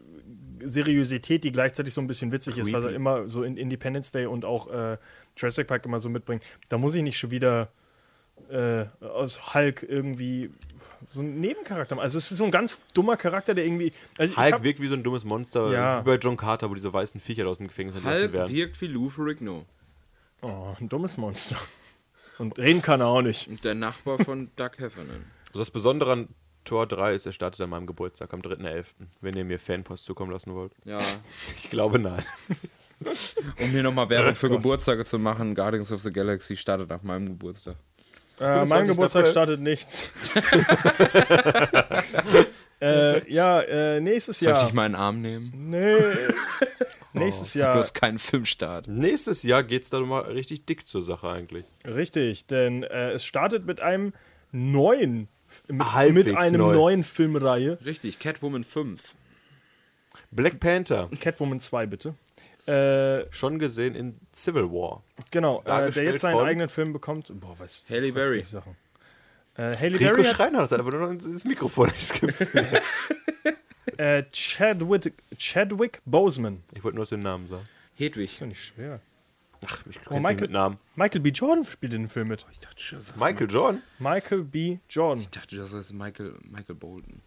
E: Seriosität, die gleichzeitig so ein bisschen witzig ist, was er immer so in Independence Day und auch äh, Jurassic Park immer so mitbringt. Da muss ich nicht schon wieder äh, aus Hulk irgendwie so einen Nebencharakter machen. Also es ist so ein ganz dummer Charakter, der irgendwie... Also ich
F: Hulk
E: hab-
F: wirkt wie so ein dummes Monster,
E: Ja.
F: wie bei John Carter, wo diese weißen Viecher aus dem Gefängnis entlassen
G: Halb
F: werden.
G: Halt wirkt wie Lou Ferrigno.
E: Oh, ein dummes Monster. Und reden kann er auch nicht.
G: Und der Nachbar von Doug Heffernan.
F: Also das Besondere an Tor 3 ist, er startet an meinem Geburtstag am 3.11., wenn ihr mir Fanpost zukommen lassen wollt.
G: Ja.
F: Ich glaube, nein.
G: Um hier nochmal Werbung
E: Oh
G: für Geburtstage zu machen, Guardians of the Galaxy startet nach meinem Geburtstag.
E: Äh, mein
F: 25.
E: Geburtstag
F: April.
E: startet nichts. äh, ja, äh, nächstes
G: Sollte
E: Jahr.
G: ich meinen Arm nehmen?
E: Nee. Nächstes
G: Du
E: Jahr.
G: hast keinen Filmstart.
F: Nächstes Jahr geht es dann mal richtig dick zur Sache eigentlich.
E: Richtig, denn äh, es startet mit einem neuen, mit,
F: Halbwegs
E: mit einem
F: neu.
E: neuen Filmreihe.
G: Richtig, Catwoman 5.
F: Black Panther,
E: Catwoman 2, bitte. Äh,
F: schon gesehen in Civil War.
E: genau, äh, der
F: Dargestellt
E: jetzt seinen
F: von-
E: eigenen Film bekommt. Boah, was?
G: Halle
E: fragst
G: Berry.
E: mich Sachen. Äh, Halle
F: Rico
E: Berry hat
F: Schreiner hat es einfach nur noch ins, ins Mikrofon. das Gefühl.
E: äh, Chadwick, Chadwick Boseman.
F: ich wollte nur den Namen sagen.
G: Hedwig.
E: Nicht schwer.
F: Ach, ich
E: Oh,
F: kenn's nicht
E: Michael,
F: mit Namen.
E: Michael B. Jordan spielt in dem Film mit.
G: Ich dachte, schon, das ist-
F: Michael Jordan.
E: Michael B. Jordan.
G: ich dachte, das ist Michael, Michael Bolton.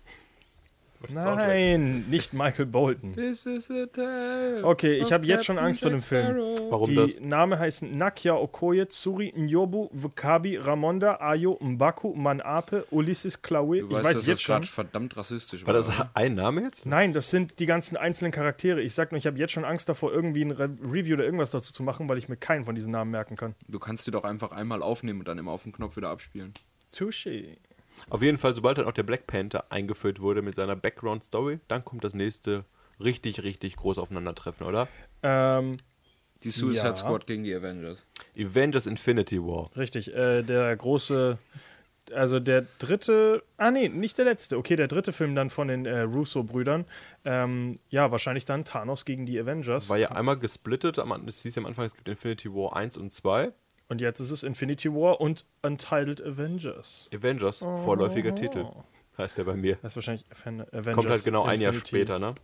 E: Nein, nicht Michael Bolton.
G: This is the tale
E: Okay, ich
G: of
E: habe jetzt schon
G: Captain
E: Angst vor dem
G: Jack
E: Film.
G: Sparrow.
F: Warum
E: Die
F: das?
E: Namen heißen Nakia Okoye, Tsuri, Njobu, Wakabi, Ramonda, Ayo, Mbaku, Manape, Ulysses Klaue.
G: Du
E: Ich weiß
G: weißt, dass
E: es
G: das
E: jetzt
G: gerade
E: schon.
G: verdammt rassistisch
F: War
G: war.
F: das ein Name jetzt?
E: Nein, das sind die ganzen einzelnen Charaktere. Ich sag nur, ich habe jetzt schon Angst davor, irgendwie ein Re Review oder irgendwas dazu zu machen, weil ich mir keinen von diesen Namen merken kann.
G: Du kannst die doch einfach einmal aufnehmen und dann immer auf den Knopf wieder abspielen.
E: Touché.
F: Auf jeden Fall, sobald dann auch der Black Panther eingeführt wurde mit seiner Background-Story, dann kommt das nächste richtig, richtig große Aufeinandertreffen, oder?
E: Ähm,
G: Die Suicide
E: Ja.
G: Squad gegen die Avengers.
F: Avengers Infinity War.
E: Richtig, äh, der große, also der dritte, ah nee, nicht der letzte, okay, der dritte Film dann von den äh, Russo-Brüdern, ähm, ja, wahrscheinlich dann Thanos gegen die Avengers
F: War ja einmal gesplittet, am An- es hieß ja am Anfang, es gibt Infinity War 1 und 2.
E: und jetzt ist es Infinity War und Untitled Avengers.
F: Avengers,
E: Oh.
F: vorläufiger Titel, heißt der bei mir.
E: Das ist wahrscheinlich Aven- Avengers.
F: Kommt halt genau ein Jahr
E: Infinity-
F: später, ne?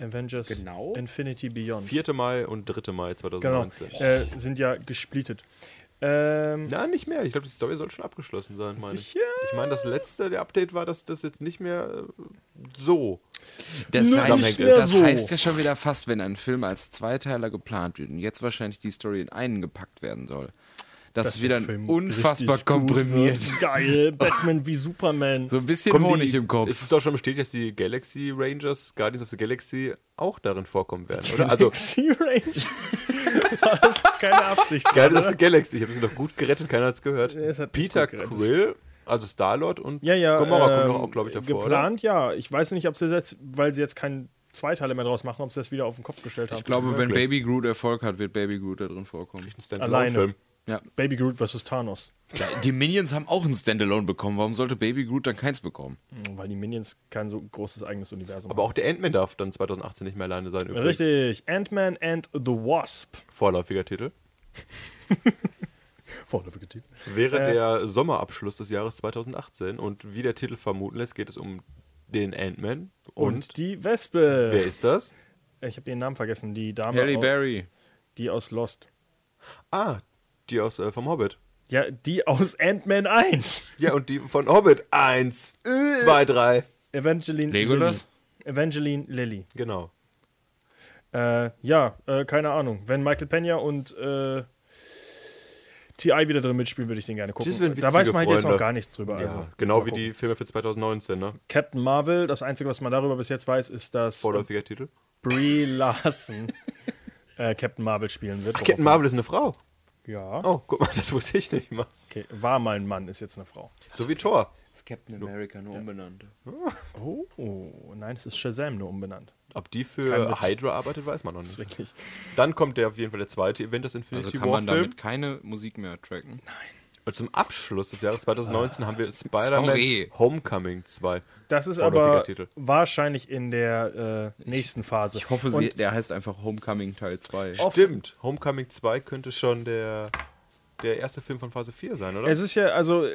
E: Avengers
G: Genau.
E: Infinity Beyond.
F: 4. Mai und 3. Mai
E: genau,
F: 2019.
E: äh, sind ja gesplittet. Ähm,
F: Na, nicht mehr. Ich glaube, die Story soll schon abgeschlossen sein, meine ich.
E: Sicher?
F: Ich meine, das letzte der Update war, dass das jetzt nicht mehr äh, so.
G: Das,
E: Nur
G: heißt,
F: nicht mehr
G: das
E: so.
G: heißt ja schon wieder fast, wenn ein Film als Zweiteiler geplant wird und jetzt wahrscheinlich die Story in einen gepackt werden soll. Das
E: dass
G: ist
E: der
G: wieder
E: Film
G: unfassbar
E: richtig gut
G: komprimiert.
E: wird. Geil, Batman wie Superman.
G: So ein bisschen
F: Kommen
G: Honig
F: die-
G: im Kopf.
F: Es ist doch schon bestätigt, dass die Galaxy Rangers, Guardians of the Galaxy, auch darin vorkommen werden, oder? Also,
E: Sea Rangers. War das keine Absicht.
F: Guardians of
E: oder?
F: the Galaxy, ich habe sie doch gut gerettet, keiner hat's gehört.
E: es hat mich
F: Peter
E: gut gerettet.
F: Quill, also Star-Lord und
E: Ja, ja.
F: Gamora
E: ähm,
F: kommen doch auch, glaube ich, davor.
E: Geplant, ja. Ich weiß nicht, ob sie jetzt, weil sie jetzt keinen Zweiteile mehr draus machen, ob sie das wieder auf den Kopf gestellt haben.
G: Ich glaube, wenn
F: Wirklich.
G: Baby Groot Erfolg hat, wird Baby Groot da drin vorkommen.
F: Oder?
E: alleine.
F: Film.
G: Ja.
E: Baby Groot vs. Thanos.
G: Die Minions haben auch ein Standalone bekommen. Warum sollte Baby Groot dann keins bekommen?
E: Mhm, Weil die Minions kein so großes eigenes Universum
F: Aber auch der Ant-Man darf dann 2018 nicht mehr alleine sein.
E: haben. Richtig. Ant-Man and the Wasp.
F: Vorläufiger Titel.
E: Vorläufige Titel.
F: Wäre der Sommerabschluss des Jahres 2018 und wie der Titel vermuten lässt, geht es um den Ant-Man und,
E: Und, die Wespe.
F: wer ist das?
E: Ich habe ihren Namen vergessen. Die Dame,
G: Halle
E: au-
G: Berry.
E: die aus Lost.
F: Ah, die aus äh, vom Hobbit.
E: Ja, die aus Ant-Man 1.
F: Ja, und die von Hobbit. Eins, zwei, drei.
E: Evangeline
G: Legolas?
E: Lilly. Evangeline Lilly.
F: Genau.
E: Äh, ja, äh, keine Ahnung. Wenn Michael Pena und äh, T.I. wieder drin mitspielen, würde ich den gerne gucken.
F: Das wären
E: Da weiß
F: witzige
E: man halt jetzt noch
F: Freunde.
E: gar nichts drüber. also,
F: ja, genau
E: mal
F: wie
E: gucken.
F: die Filme für 2019, ne?
E: Captain Marvel, das Einzige, was man darüber bis jetzt weiß, ist, dass
F: Vorläufiger Titel.
E: Brie Larson äh, Captain Marvel spielen wird.
F: Captain Marvel ist eine Frau.
E: Ja,
F: Oh, guck mal, das wusste ich nicht mal.
E: okay. war mal ein Mann, ist jetzt eine Frau.
F: So wie Thor.
G: ist Captain America, nur umbenannt.
E: Oh, oh nein, es ist Shazam nur umbenannt.
F: Ob die
E: Kein
F: für
E: Witz.
F: Hydra arbeitet, weiß man noch nicht.
E: Wirklich.
F: Dann kommt der auf jeden Fall der zweite Event, das
G: Also
F: Infinity
G: kann
F: War
G: man
F: Film.
G: damit keine Musik mehr tracken.
F: Und zum Abschluss des Jahres 2019 haben wir Spider-Man
G: sorry.
F: Homecoming 2.
E: Das ist
F: Vorläufiger
E: aber
F: Titel.
E: wahrscheinlich in der äh, nächsten Phase.
G: Ich hoffe,
E: Und
G: sie, der heißt einfach Homecoming Teil 2.
F: Stimmt, Homecoming 2 könnte schon der, der erste Film von Phase 4 sein, oder?
E: Es ist ja, also,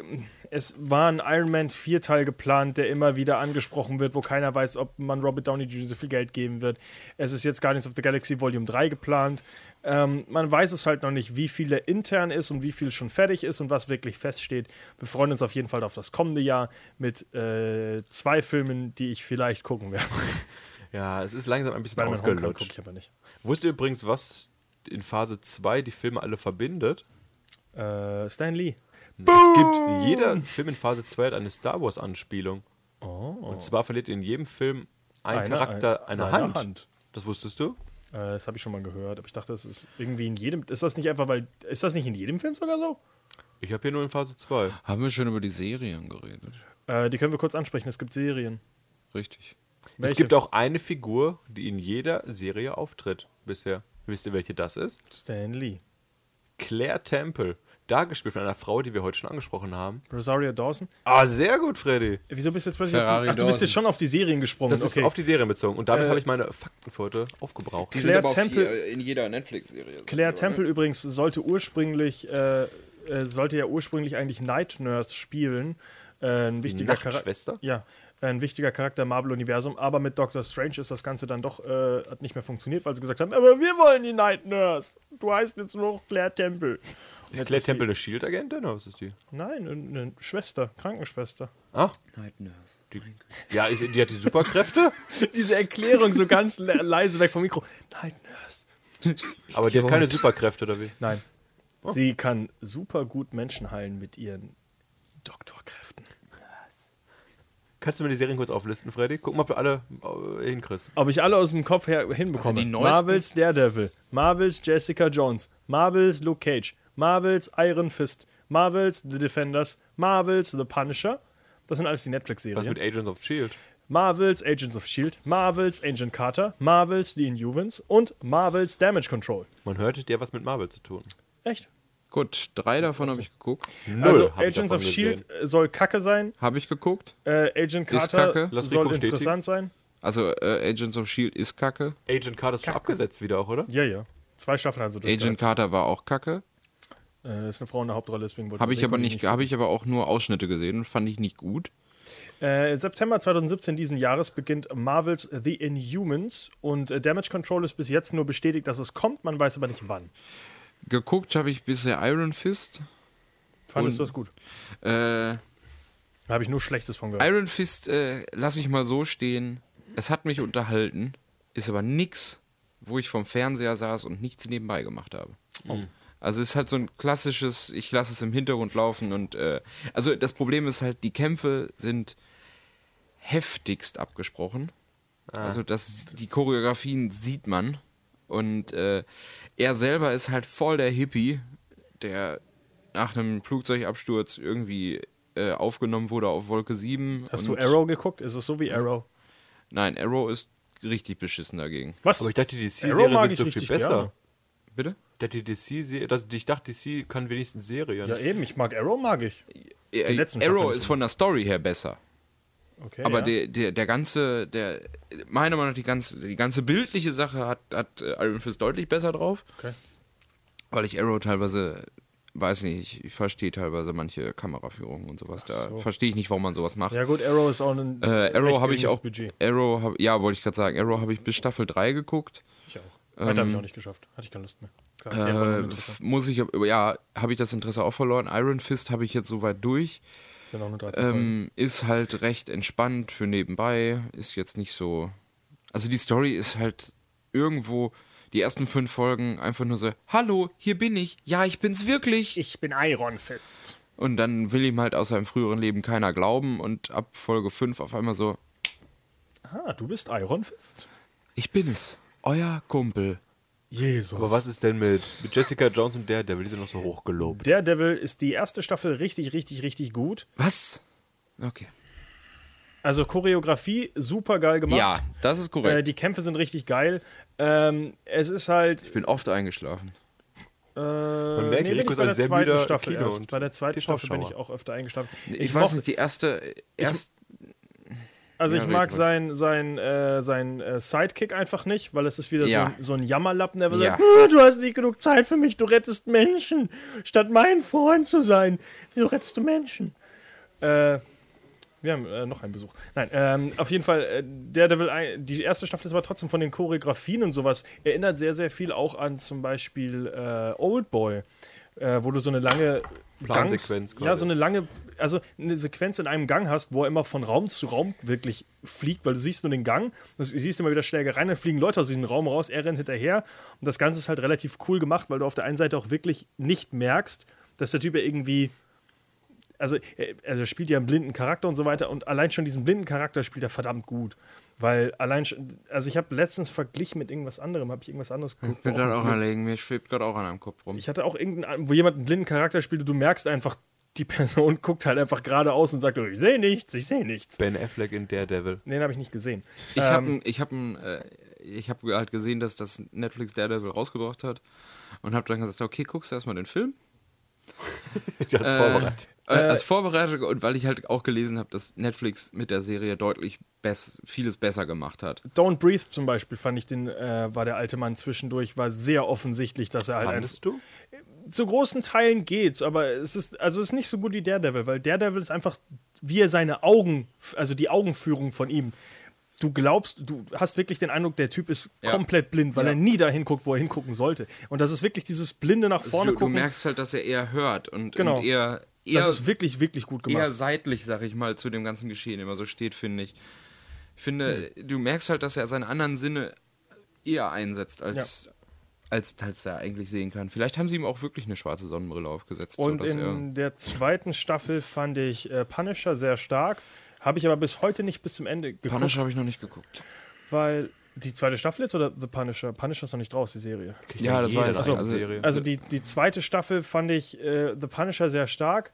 E: es war ein Iron Man 4-Teil geplant, der immer wieder angesprochen wird, wo keiner weiß, ob man Robert Downey Jr. so viel Geld geben wird. Es ist jetzt Guardians of the Galaxy Volume 3 geplant. Ähm, man weiß es halt noch nicht, wie viel der intern ist und wie viel schon fertig ist und was wirklich feststeht. Wir freuen uns auf jeden Fall auf das kommende Jahr mit äh, zwei Filmen, die ich vielleicht gucken werde.
F: ja, es ist langsam ein bisschen
E: Spider-Man Homecoming gucke
F: ausgelutscht.
E: ich aber nicht.
F: Wusst ihr übrigens, was in Phase 2 die Filme alle verbindet?
E: Äh, Stan Lee.
F: Es gibt, jeder Film in Phase 2 hat eine Star Wars-Anspielung. Und zwar verliert in jedem Film ein
E: Oh. Einer
F: Charakter
E: ein-
F: eine
E: seine
F: Hand.
E: Hand.
F: Das wusstest du?
E: Äh, das habe ich schon mal gehört, aber ich dachte, das ist irgendwie in jedem. Ist das nicht einfach, weil. Ist das nicht in jedem Film sogar so?
F: Ich habe hier nur in Phase 2.
G: Haben wir schon über die Serien geredet?
E: Äh, die können wir kurz ansprechen. Es gibt Serien.
G: Richtig.
E: Welche?
F: Es gibt auch eine Figur, die in jeder Serie auftritt bisher. Wisst ihr, welche das ist?
E: Stan Lee.
F: Claire Temple. Dargespielt von einer Frau, die wir heute schon angesprochen haben.
E: Rosario Dawson. Äh,
F: Ah, sehr gut, Freddy.
E: Wieso bist du jetzt plötzlich auf
G: Ferrari
E: die, Ach, du bist
G: Dawson.
E: jetzt schon auf die Serien gesprungen.
F: Das
E: okay.
F: ist auf die Serien bezogen. Und damit
E: Äh,
F: habe ich meine Fakten für heute aufgebraucht.
G: Die
E: sind Claire aber auf Temple- je-
G: äh, in jeder Netflix-Serie.
E: Claire Temple übrigens sollte ursprünglich, äh, äh, sollte ja ursprünglich eigentlich Night Nurse spielen. Äh, ein wichtiger
F: Nachtschwester?
E: Charakter. Ja, ein wichtiger Charakter im Marvel-Universum. Aber mit Doctor Strange ist das Ganze dann doch, äh, hat nicht mehr funktioniert, weil sie gesagt haben, aber wir wollen die Night Nurse. Du heißt jetzt nur noch Claire Temple.
F: Ist Claire Temple eine Shield-Agentin oder was ist die?
E: Nein, eine Schwester, Krankenschwester.
F: Ah,
G: Night Nurse.
F: die, ja, ist- die hat die Superkräfte,
E: Diese Erklärung so ganz le leise weg vom Mikro. Night Nurse.
F: aber die hat keine Superkräfte oder wie?
E: Nein. Sie kann super gut Menschen heilen mit ihren Doktorkräften.
F: Kannst du mir die Serien kurz auflisten, Freddy? Gucken, ob du alle äh, hinkriegst.
E: Ob ich alle aus dem Kopf her hinbekomme.
G: Also die neuesten-
E: Marvels Daredevil, Marvels Jessica Jones, Marvels Luke Cage, Marvels Iron Fist, Marvels The Defenders, Marvels The Punisher. Das sind alles die
F: Was
E: Netflix-Serien.
F: mit Agents of S.H.I.E.L.D.?
E: Marvels Agents of S.H.I.E.L.D., E Marvels Agent Carter, Marvels The Inhumans und Marvels Damage Control.
F: Man hört, die hat was mit Marvel zu tun.
E: Echt?
G: Gut, drei davon habe ich geguckt.
E: also
F: hab ich
E: Agents
F: davon
E: of S.H.I.E.L.D.
F: gesehen.
E: soll kacke sein,
G: Habe ich geguckt.
E: äh, Agent Carter
G: kacke.
F: Lass Rico
E: soll
F: stetigen.
E: interessant sein.
G: Also äh, Agents of S.H.I.E.L.D. ist kacke.
F: Agent Carter ist schon abgesetzt wieder auch, oder?
E: Ja, ja. Zwei Staffeln also durch.
G: Agent Carter war auch kacke.
E: Äh, ist eine Frau in der Hauptrolle, deswegen wollte
G: Habe ich
E: Rico
G: aber
E: die
G: nicht, habe ich aber auch nur Ausschnitte gesehen und fand ich nicht gut.
E: Äh, September 2017 diesen Jahres beginnt Marvels The Inhumans und äh, Damage Control ist bis jetzt nur bestätigt, dass es kommt, man weiß aber nicht wann.
G: Geguckt habe ich bisher Iron Fist.
E: Fandest
G: Und-
E: du das gut?
G: Äh,
E: Da habe ich nur Schlechtes von gehört.
G: Iron Fist äh, lasse ich mal so stehen. Es hat mich unterhalten, ist aber nix, wo ich vom Fernseher saß und nichts nebenbei gemacht habe. Also es ist halt so ein klassisches, ich lasse es im Hintergrund laufen und äh, also das Problem ist halt, die Kämpfe sind heftigst abgesprochen. Also das, die Choreografien sieht man und äh, er selber ist halt voll der Hippie, der nach einem Flugzeugabsturz irgendwie äh, aufgenommen wurde auf Wolke 7.
E: Hast
G: und-
E: du Arrow geguckt? Ist es so wie Arrow?
G: Nein, Arrow ist richtig beschissen dagegen.
E: Was?
F: Aber ich dachte, die
E: Arrow mag
F: DC-Serien
E: ich
F: sind so viel
E: richtig
F: besser.
E: gerne.
G: Bitte?
F: Ich dachte, die DC-Serie, das- ich dachte, DC kann wenigstens Serien.
E: ja, eben, ich mag Arrow, mag ich.
G: Äh,
E: letzten
G: Arrow
E: Staffel
G: ist
E: schon.
G: von der Story her besser.
E: Okay,
G: aber
E: ja.
G: der, der, der ganze, der, meiner Meinung nach, die ganze, die ganze bildliche Sache hat, hat äh, Iron Fist deutlich besser drauf.
E: Okay.
G: Weil ich Arrow teilweise, weiß nicht, ich, ich verstehe teilweise manche Kameraführungen und sowas. Da verstehe ich nicht, warum man sowas macht.
E: Ja gut, Arrow ist auch ein
G: äh,
E: recht
G: Arrow habe ich
E: geringes
G: auch.
E: Budget.
G: Arrow hab, ja, wollte ich gerade sagen. Arrow habe ich bis Staffel 3 geguckt.
E: Ich auch. Heute habe ich auch nicht geschafft. Hatte ich keine Lust mehr. Charaktere waren
G: Ähm, Äh,
E: uninteressant.
G: muss ich, ja, habe ich das Interesse auch verloren. Iron Fist habe ich jetzt soweit durch.
E: Sind auch nur 13 Folgen.
G: Ähm, ist halt recht entspannt für nebenbei, ist jetzt nicht so. Also die Story ist halt irgendwo die ersten fünf Folgen einfach nur so, hallo, hier bin ich, ja, ich bin's wirklich.
E: Ich bin Iron Fist.
G: Und dann will ihm halt aus seinem früheren Leben keiner glauben und ab Folge fünf auf einmal so,
E: Ah, du bist Iron Fist?
G: ich bin es, euer Kumpel.
E: Jesus.
F: Aber was ist denn mit, mit Jessica Jones und Daredevil? Die sind noch so hochgelobt.
E: Daredevil ist die erste Staffel richtig, richtig, richtig gut.
G: Was? Okay.
E: Also Choreografie super geil gemacht.
G: Ja, das ist
E: Äh,
G: korrekt.
E: die Kämpfe sind richtig geil. Ähm, es ist halt.
G: ich bin oft eingeschlafen.
E: Äh, Man
F: merkt,
E: bin ich
F: Rico ist
E: bei
F: ein
E: der
F: sehr
E: zweiten
F: müder
E: Staffel
F: Kino-
E: erst.
F: und
E: Bei der zweiten Staffel bin ich
F: TV-Schauer.
E: auch öfter eingeschlafen.
G: Ich, weiß
E: mochte-
G: nicht, die erste, erst,
E: Also
G: Ja,
E: ich
G: red
E: mag
G: ruhig.
E: sein, sein, äh, sein äh, Sidekick einfach nicht, weil es ist wieder so,
G: Ja.
E: ein- so ein Jammerlappen, der
G: Ja.
E: sagt, "Hm, du hast nicht genug Zeit für mich, du rettest Menschen, statt mein Freund zu sein. Wieso rettest du Menschen? Äh, wir haben äh, noch einen Besuch. Nein, ähm, auf jeden Fall, äh, Daredevil, ein- die erste Staffel ist aber trotzdem von den Choreografien und sowas, erinnert sehr, sehr viel auch an zum Beispiel äh, Oldboy, äh, wo du so eine lange
F: Plansequenz
E: Gangs, Ja,
F: quasi.
E: so eine lange, also eine Sequenz in einem Gang hast, wo er immer von Raum zu Raum wirklich fliegt, weil du siehst nur den Gang, du siehst immer wieder Schlägereien, dann fliegen Leute aus diesem Raum raus, er rennt hinterher und das Ganze ist halt relativ cool gemacht, weil du auf der einen Seite auch wirklich nicht merkst, dass der Typ ja irgendwie also, äh, also er spielt ja einen blinden Charakter und so weiter und allein schon diesen blinden Charakter spielt er verdammt gut. Weil allein schon, also ich habe letztens verglichen mit irgendwas anderem, habe ich irgendwas anderes geguckt.
G: ich
E: wo
G: bin gerade
E: auch-
G: auch anlegen, Oh, mir schwebt gerade auch an einem Kopf rum.
E: ich hatte auch irgendeinen, wo jemand einen blinden Charakter spielt und du merkst einfach, die Person guckt halt einfach geradeaus und sagt, ich sehe nichts, ich sehe nichts.
F: Ben Affleck in Daredevil.
E: Den habe ich nicht gesehen.
G: Ich habe ich hab, ein, äh, ich hab halt gesehen, dass das Netflix Daredevil rausgebracht hat und habe dann gesagt, okay, guckst du erstmal den Film
F: Die hat's vorbereitet.
G: äh, als Vorbereitung und weil ich halt auch gelesen habe, dass Netflix mit der Serie deutlich bess, vieles besser gemacht hat.
E: Don't Breathe zum Beispiel fand ich den, äh, war der alte Mann zwischendurch, war sehr offensichtlich, dass er halt einfach-
F: Fandest du?
E: zu großen Teilen geht's, aber es ist, also es ist nicht so gut wie Daredevil, weil Daredevil ist einfach, wie er seine Augen, also die Augenführung von ihm. Du glaubst, du hast wirklich den Eindruck, der Typ ist
G: Ja.
E: komplett blind, weil er nie dahin guckt, wo er hingucken sollte. Und das ist wirklich dieses blinde nach
G: Also
E: vorne
G: du, du
E: gucken.
G: merkst halt, dass er eher hört und,
E: Genau.
G: und eher, eher,
E: das ist wirklich, wirklich gut
G: eher
E: gemacht.
G: seitlich, sag ich mal, zu dem ganzen Geschehen immer so steht, finde ich. Ich finde,
E: Hm.
G: du merkst halt, dass er seine anderen Sinne eher einsetzt, als, als, als er eigentlich sehen kann. Vielleicht haben sie ihm auch wirklich eine schwarze Sonnenbrille aufgesetzt.
E: Und
G: sodass er-
E: in der zweiten Staffel fand ich äh, Punisher sehr stark. Habe ich aber bis heute nicht bis zum Ende geguckt,
G: Punisher habe ich noch nicht geguckt.
E: weil die zweite Staffel jetzt oder The Punisher? Punisher ist noch nicht draus, die Serie.
G: Ja, das
F: jeder
G: war jetzt
F: also-
G: also,
F: Serie.
E: Also die, die zweite Staffel fand ich äh, The Punisher sehr stark,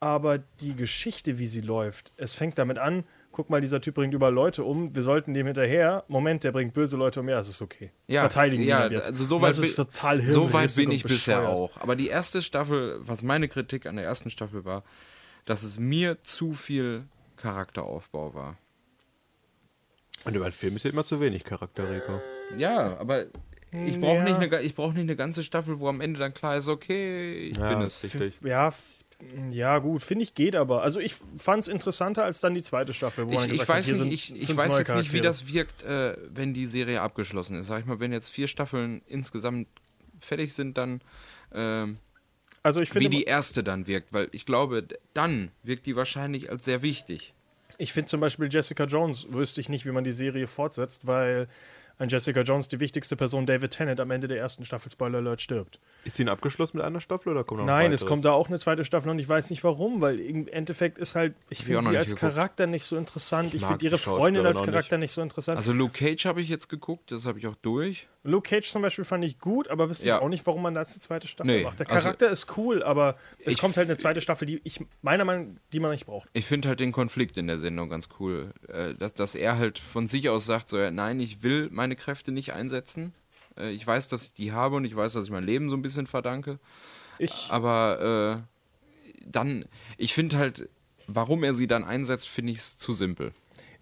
E: aber die Geschichte, wie sie läuft, es fängt damit an, guck mal, dieser Typ bringt über Leute um, wir sollten dem hinterher, Moment, der bringt böse Leute um, ja, es ist okay.
G: ja,
E: Verteidigen
G: ja,
E: ihn ab jetzt.
G: Also so weit
E: das ist
G: bin-
E: total
G: So weit
E: hirnrissig
G: bin ich
E: und
G: bisher
E: bescheuert.
G: auch. Aber die erste Staffel, was meine Kritik an der ersten Staffel war, dass es mir zu viel Charakteraufbau war.
F: Und über den Film ist ja immer zu wenig Charakter, Rico.
G: Ja, aber ich brauche
E: Ja.
G: nicht, eine ga- ich brauch nicht eine ganze Staffel, wo am Ende dann klar ist, okay, ich
F: Ja,
G: bin
F: das
G: es.
F: ist richtig.
E: Ja, f- ja gut, finde ich geht aber. Also ich fand es interessanter als dann die zweite Staffel, wo
G: Ich,
E: man
G: ich
E: gesagt
G: weiß
E: hat, hier
G: nicht, ich,
E: sind
G: ich
E: fünf
G: weiß
E: neue
G: jetzt nicht, wie
E: Charaktere.
G: das wirkt, äh, wenn die Serie abgeschlossen ist. Sag ich mal, wenn jetzt vier Staffeln insgesamt fertig sind, dann ähm,
E: Also ich
G: wie
E: finde,
G: die erste dann wirkt, weil ich glaube, d- dann wirkt die wahrscheinlich als sehr wichtig.
E: Ich finde zum Beispiel Jessica Jones, wüsste ich nicht, wie man die Serie fortsetzt, weil an Jessica Jones die wichtigste Person, David Tennant, am Ende der ersten Staffel, Spoiler Alert, stirbt.
F: Ist sie abgeschlossen mit einer Staffel oder kommt noch
E: Nein,
F: ein
E: es kommt da auch eine zweite Staffel und ich weiß nicht warum, weil im Endeffekt ist halt, ich
G: auch
E: finde
G: noch
E: sie
G: nicht
E: als
G: geguckt.
E: Charakter nicht so interessant. Ich,
F: mag
E: finde ihre
F: die Schauspielerin
E: Freundin als
F: auch nicht.
E: Charakter nicht. so interessant.
G: Also Luke Cage habe ich jetzt geguckt, das habe ich auch durch.
E: Luke Cage zum Beispiel fand ich gut, aber wisst ihr
G: Ja.
E: auch nicht, warum man da jetzt eine zweite Staffel
G: Nee,
E: macht. Der
G: also-
E: Charakter ist cool, aber es
G: Ich
E: kommt halt eine zweite Staffel, die ich meiner Meinung nach, die man nicht braucht.
G: Ich finde halt den Konflikt in der Sendung ganz cool, äh, dass, dass er halt von sich aus sagt, so, ja, nein, ich will meine Kräfte nicht einsetzen. Äh, ich weiß, dass ich die habe und ich weiß, dass ich mein Leben so ein bisschen verdanke.
E: Ich,
G: Ah. Aber äh, dann, ich finde halt, warum er sie dann einsetzt, finde ich es zu simpel.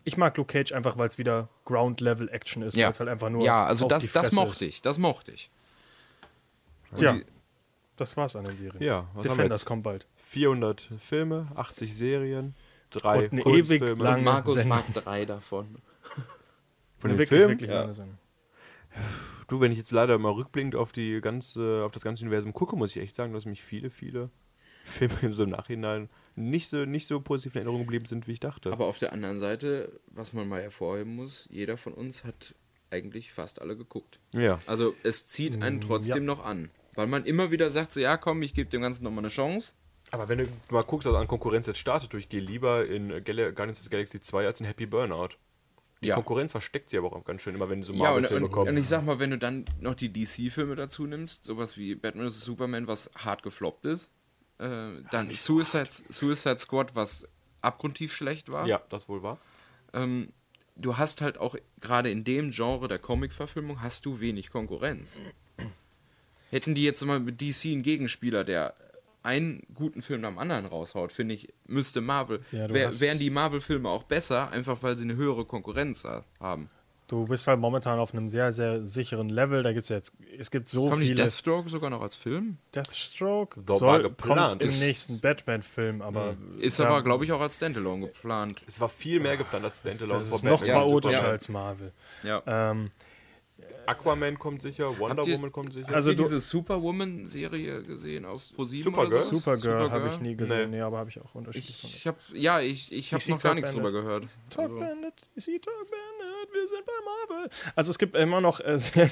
E: ich mag Luke Cage einfach, weil es wieder Ground-Level-Action ist. weil es halt einfach nur
G: ja, also
E: auf die
G: das, das
E: Fresse ist.
G: mochte ich, das mochte ich.
E: Ja, das war's an den Serien.
F: Ja, was haben wir
E: Defenders
F: jetzt?
E: kommt bald.
F: 400 Filme, 80 Serien, drei
E: Und eine
F: Kunstfilme.
E: ewig lange-
G: Markus
E: Sendung.
G: mag drei davon.
F: Von den
E: wirklich,
F: Filmen?
E: wirklich
F: Ja.
E: lange Sendung.
F: Du Du, wenn ich jetzt leider mal rückblickend auf, die ganze, auf das ganze Universum gucke, muss ich echt sagen, dass mich viele, viele Filme so im Nachhinein nicht so, nicht so positiv in Erinnerung geblieben sind, wie ich dachte.
G: Aber auf der anderen Seite, was man mal hervorheben muss, jeder von uns hat eigentlich fast alle geguckt.
F: ja.
G: Also es zieht einen trotzdem noch an. Weil man immer wieder sagt, so ja komm, ich gebe dem Ganzen nochmal eine Chance.
F: Aber wenn du mal guckst, also an Konkurrenz jetzt startet, du, ich gehe lieber in äh, Gal Guardians of the Galaxy 2 als in Happy Burnout. Die
G: Ja.
F: Konkurrenz versteckt sie aber auch ganz schön immer, wenn so
G: Ja, und,
F: Marvel-Filme
G: und, und
F: kommen.
G: ich sag mal, wenn du dann noch die DC-Filme dazu nimmst, sowas wie Batman vs. Superman, was hart gefloppt ist, äh, dann Suicide, Suicide Squad, was abgrundtief schlecht war.
F: ja, das wohl war.
G: ähm, du hast halt auch gerade in dem Genre der Comic-Verfilmung hast du wenig Konkurrenz. Hätten die jetzt mal mit DC einen Gegenspieler, der einen guten Film nach dem anderen raushaut, finde ich, müsste Marvel,
E: Ja, du
G: wär,
E: hast-
G: wären die Marvel-Filme auch besser, einfach weil sie eine höhere Konkurrenz ha- haben.
E: Du bist halt momentan auf einem sehr, sehr sicheren Level. Da gibt es jetzt, es gibt so
G: Kommt nicht
E: viele.
G: Deathstroke sogar noch als Film?
E: Deathstroke
F: War geplant.
E: kommt im
F: Ist- Hm.
E: nächsten Batman-Film, aber
G: Ist
E: da-
G: aber, glaube ich, auch als Standalone geplant.
F: Es war viel mehr geplant als Standalone.
E: das
F: vor
E: ist noch
F: Batman vs.
E: chaotischer
F: Superman.
E: als Marvel.
G: Ja.
E: Ähm,
F: Aquaman kommt sicher, Wonder
G: Habt ihr-
F: Woman kommt sicher.
E: also
G: Also Habt ihr
E: du,
G: diese Superwoman-Serie gesehen auf ProSieben?
F: Supergirl?
G: oder so?
E: Supergirl habe ich nie gesehen.
F: Nee.
E: Nee, aber habe ich auch unterschiedlich. von-
G: Ich hab, ja, ich, ich habe
E: DC
G: noch gar
E: Top
G: nichts
E: Bandit.
G: drüber gehört.
F: Also
E: Talk Bandit, DC Talk Bandit, wir sind bei Marvel. Also es gibt immer noch, äh, sehr-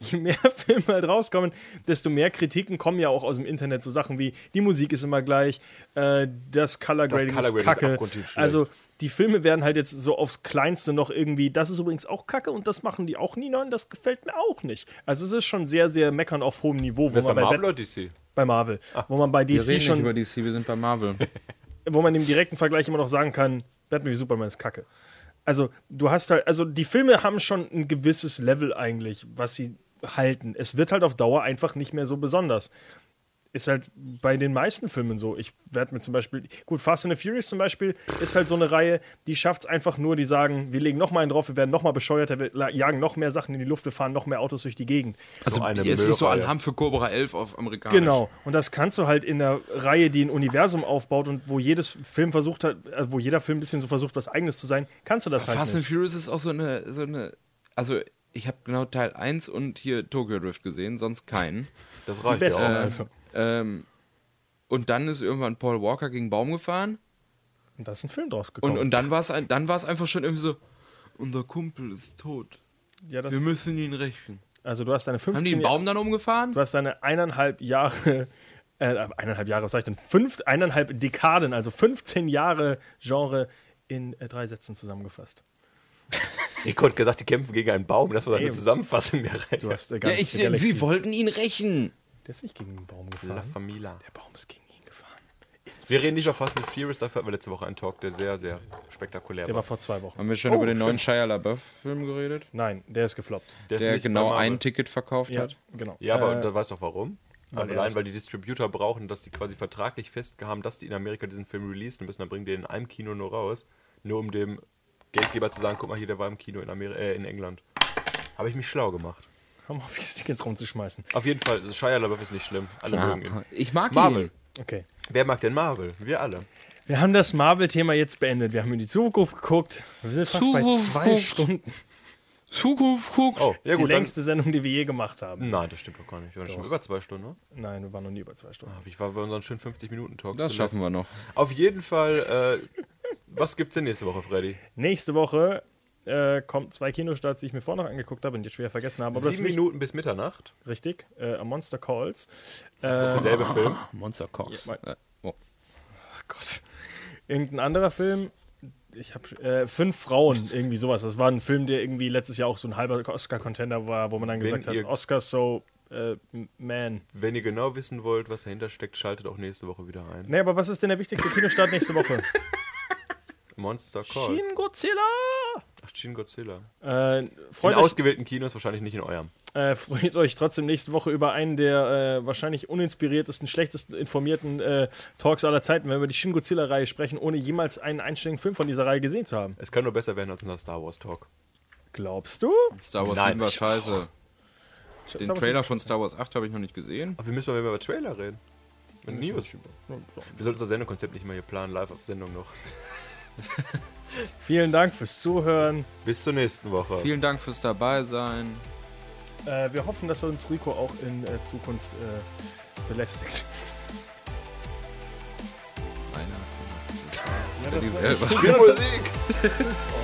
E: je mehr Filme halt rauskommen, desto mehr Kritiken kommen ja auch aus dem Internet. So Sachen wie, die Musik ist immer gleich, äh, das Color Grading
F: Color Grading
E: ist
F: ist
E: kacke.
F: abgrundtief schlecht.
E: also die Filme werden halt jetzt so aufs Kleinste noch irgendwie, das ist übrigens auch kacke und das machen die auch nie, nein, das gefällt mir auch nicht. Also es ist schon sehr, sehr meckern auf hohem Niveau, wo
F: Das
E: man
F: bei
E: bei,
F: Marvel Ah,
E: Bat-
F: oder DC?
E: bei Marvel, wo man bei DC schon
G: DC, wir sind bei Marvel.
E: wo man im direkten Vergleich immer noch sagen kann, Batman wie Superman ist Kacke. Also, du hast halt, also die Filme haben schon ein gewisses Level eigentlich, was sie halten. Es wird halt auf Dauer einfach nicht mehr so besonders. Ist halt bei den meisten Filmen so. Ich werde mir zum Beispiel, gut, Fast and the Furious zum Beispiel ist halt so eine Reihe, die schafft es einfach nur, die sagen, wir legen noch mal einen drauf, wir werden noch mal bescheuerter, wir la- jagen noch mehr Sachen in die Luft, wir fahren noch mehr Autos durch die Gegend.
G: Also
F: eine
G: es ist so
F: Müllreihe.
G: Alarm für Cobra 11 auf amerikanisch.
E: Genau, und das kannst du halt in der Reihe, die ein Universum aufbaut und wo jedes Film versucht hat, äh, wo jeder Film ein bisschen so versucht, was eigenes zu sein, kannst du das halt
G: Fast and
E: nicht.
G: Furious ist auch so eine, so eine also ich habe genau Teil 1 und hier Tokyo Drift gesehen, sonst keinen.
F: Das reicht ja
E: Besten,
F: auch.
G: Äh.
E: also.
G: Ähm, und dann ist irgendwann Paul Walker gegen Baum gefahren
E: Und da ist ein Film draus gekommen.
G: und, und dann war es ein, dann war es einfach schon irgendwie so, unser Kumpel ist tot.
E: ja, das,
G: Wir müssen ihn rächen.
E: also du hast deine
G: Haben die
E: 15
G: den
E: Jahre,
G: Baum dann umgefahren?
E: du hast deine eineinhalb Jahre, äh, eineinhalb Jahre, was sag ich denn, fünf, eineinhalb Dekaden, also 15 Jahre Genre in äh, drei Sätzen zusammengefasst.
F: Ich konnte gesagt, die kämpfen gegen einen Baum. Das war seine
E: Eben.
F: Zusammenfassung der Reihe.
E: Du hast äh,
G: Ja,
E: ganz
G: ich,
E: die Galaxie.
G: sie wollten ihn rächen.
E: Der ist nicht gegen den Baum
F: La
E: gefahren.
F: Familia.
E: Mhm. Der Baum ist gegen ihn gefahren.
F: Wir reden nicht über Fast and Furious, dafür hatten wir letzte Woche einen Talk, der sehr, sehr spektakulär
E: Der war
F: war.
E: vor zwei Wochen.
G: Haben wir schon über den neuen Shia LaBeouf-Film geredet?
E: Nein, der ist gefloppt.
F: Der, ist
G: der
F: nicht bei
G: genau
F: Marvel.
G: ein Ticket verkauft
E: Ja,
G: hat.
E: genau.
F: Ja, aber
E: Äh, Ah,
F: da weißt du auch warum. Also
E: weil er
F: Allein,
E: ist-
F: weil die Distributor brauchen, dass die quasi vertraglich fest haben, dass die in Amerika diesen Film releasen müssen. Dann bringen die den in einem Kino nur raus. Nur um dem Geldgeber zu sagen, guck mal hier, der war im Kino in, Ameri äh, in England. Habe ich mich schlau gemacht.
E: Hör mal auf, die Stickens rumzuschmeißen.
F: Auf jeden Fall, Shia LaBeouf ist nicht schlimm. Alle mögen ihn.
G: Ich mag
F: Marvel.
G: ihn.
E: Okay.
F: Wer mag denn Marvel? Wir alle.
E: Wir haben das Marvel-Thema jetzt beendet. Wir haben in die Zukunft geguckt. Wir sind fast
G: Zukunft.
E: bei zwei Stunden.
G: Zukunft guckt.
E: Das
F: Oh, ja
E: ist die
F: gut, dann,
E: längste Sendung, die wir je gemacht haben.
F: Nein, das stimmt doch gar nicht. Wir waren schon über zwei Stunden, ne?
E: Nein, wir waren noch nie über zwei Stunden.
F: Ich war bei unseren schönen 50-Minuten-Talks.
G: Das schaffen wir noch.
F: Auf jeden Fall, äh, was gibt's denn nächste Woche, Freddy?
E: Nächste Woche äh, kommt zwei Kinostarts, die ich mir vorher noch angeguckt habe und die jetzt schwer vergessen habe. Aber das ist
F: Sieben
E: nicht
F: Minuten bis Mitternacht.
E: richtig. Äh, Monster Calls. Äh,
F: Derselbe Film.
G: Monster Cox.
E: Ja,
G: Äh, oh.
E: Ach Gott. Irgendein anderer Film. Ich habe äh, fünf Frauen, irgendwie sowas. Das war ein Film, der irgendwie letztes Jahr auch so ein halber Oscar-Contender war, wo man dann gesagt hat,
F: ihr-
E: Oscar so äh, man.
F: Wenn ihr genau wissen wollt, was dahinter steckt, schaltet auch nächste Woche wieder ein.
E: Nee, aber was ist denn der wichtigste Kinostart nächste Woche?
F: Monster Call.
E: Shin Godzilla!
F: Ach, Shin Godzilla.
E: Äh,
F: In
E: freut, euch,
F: ausgewählten Kinos, wahrscheinlich nicht in eurem.
E: äh, freut euch trotzdem nächste Woche über einen der äh, wahrscheinlich uninspiriertesten, schlechtesten informierten äh, Talks aller Zeiten, wenn wir über die Shin Godzilla-Reihe sprechen, ohne jemals einen einstelligen Film von dieser Reihe gesehen zu haben.
F: Es kann nur besser werden als unser Star Wars Talk.
E: Glaubst du?
G: Star Wars
F: Nein, Oh.
G: 7 war
F: ich
G: scheiße. Den
E: Star Wars
G: Trailer von Star Wars 8 habe ich noch nicht gesehen.
F: Aber wir müssen mal über Trailer reden. Mit News. Wir sollten unser Sendekonzept nicht mal hier planen, live auf Sendung noch.
E: Vielen Dank fürs Zuhören.
F: Bis zur nächsten Woche.
G: Vielen Dank fürs Dabeisein.
E: Äh, wir hoffen, dass uns Rico auch in äh, Zukunft äh, belästigt.
G: Meiner.
E: Ja,
G: Die selber.
F: Die Musik!
E: Oh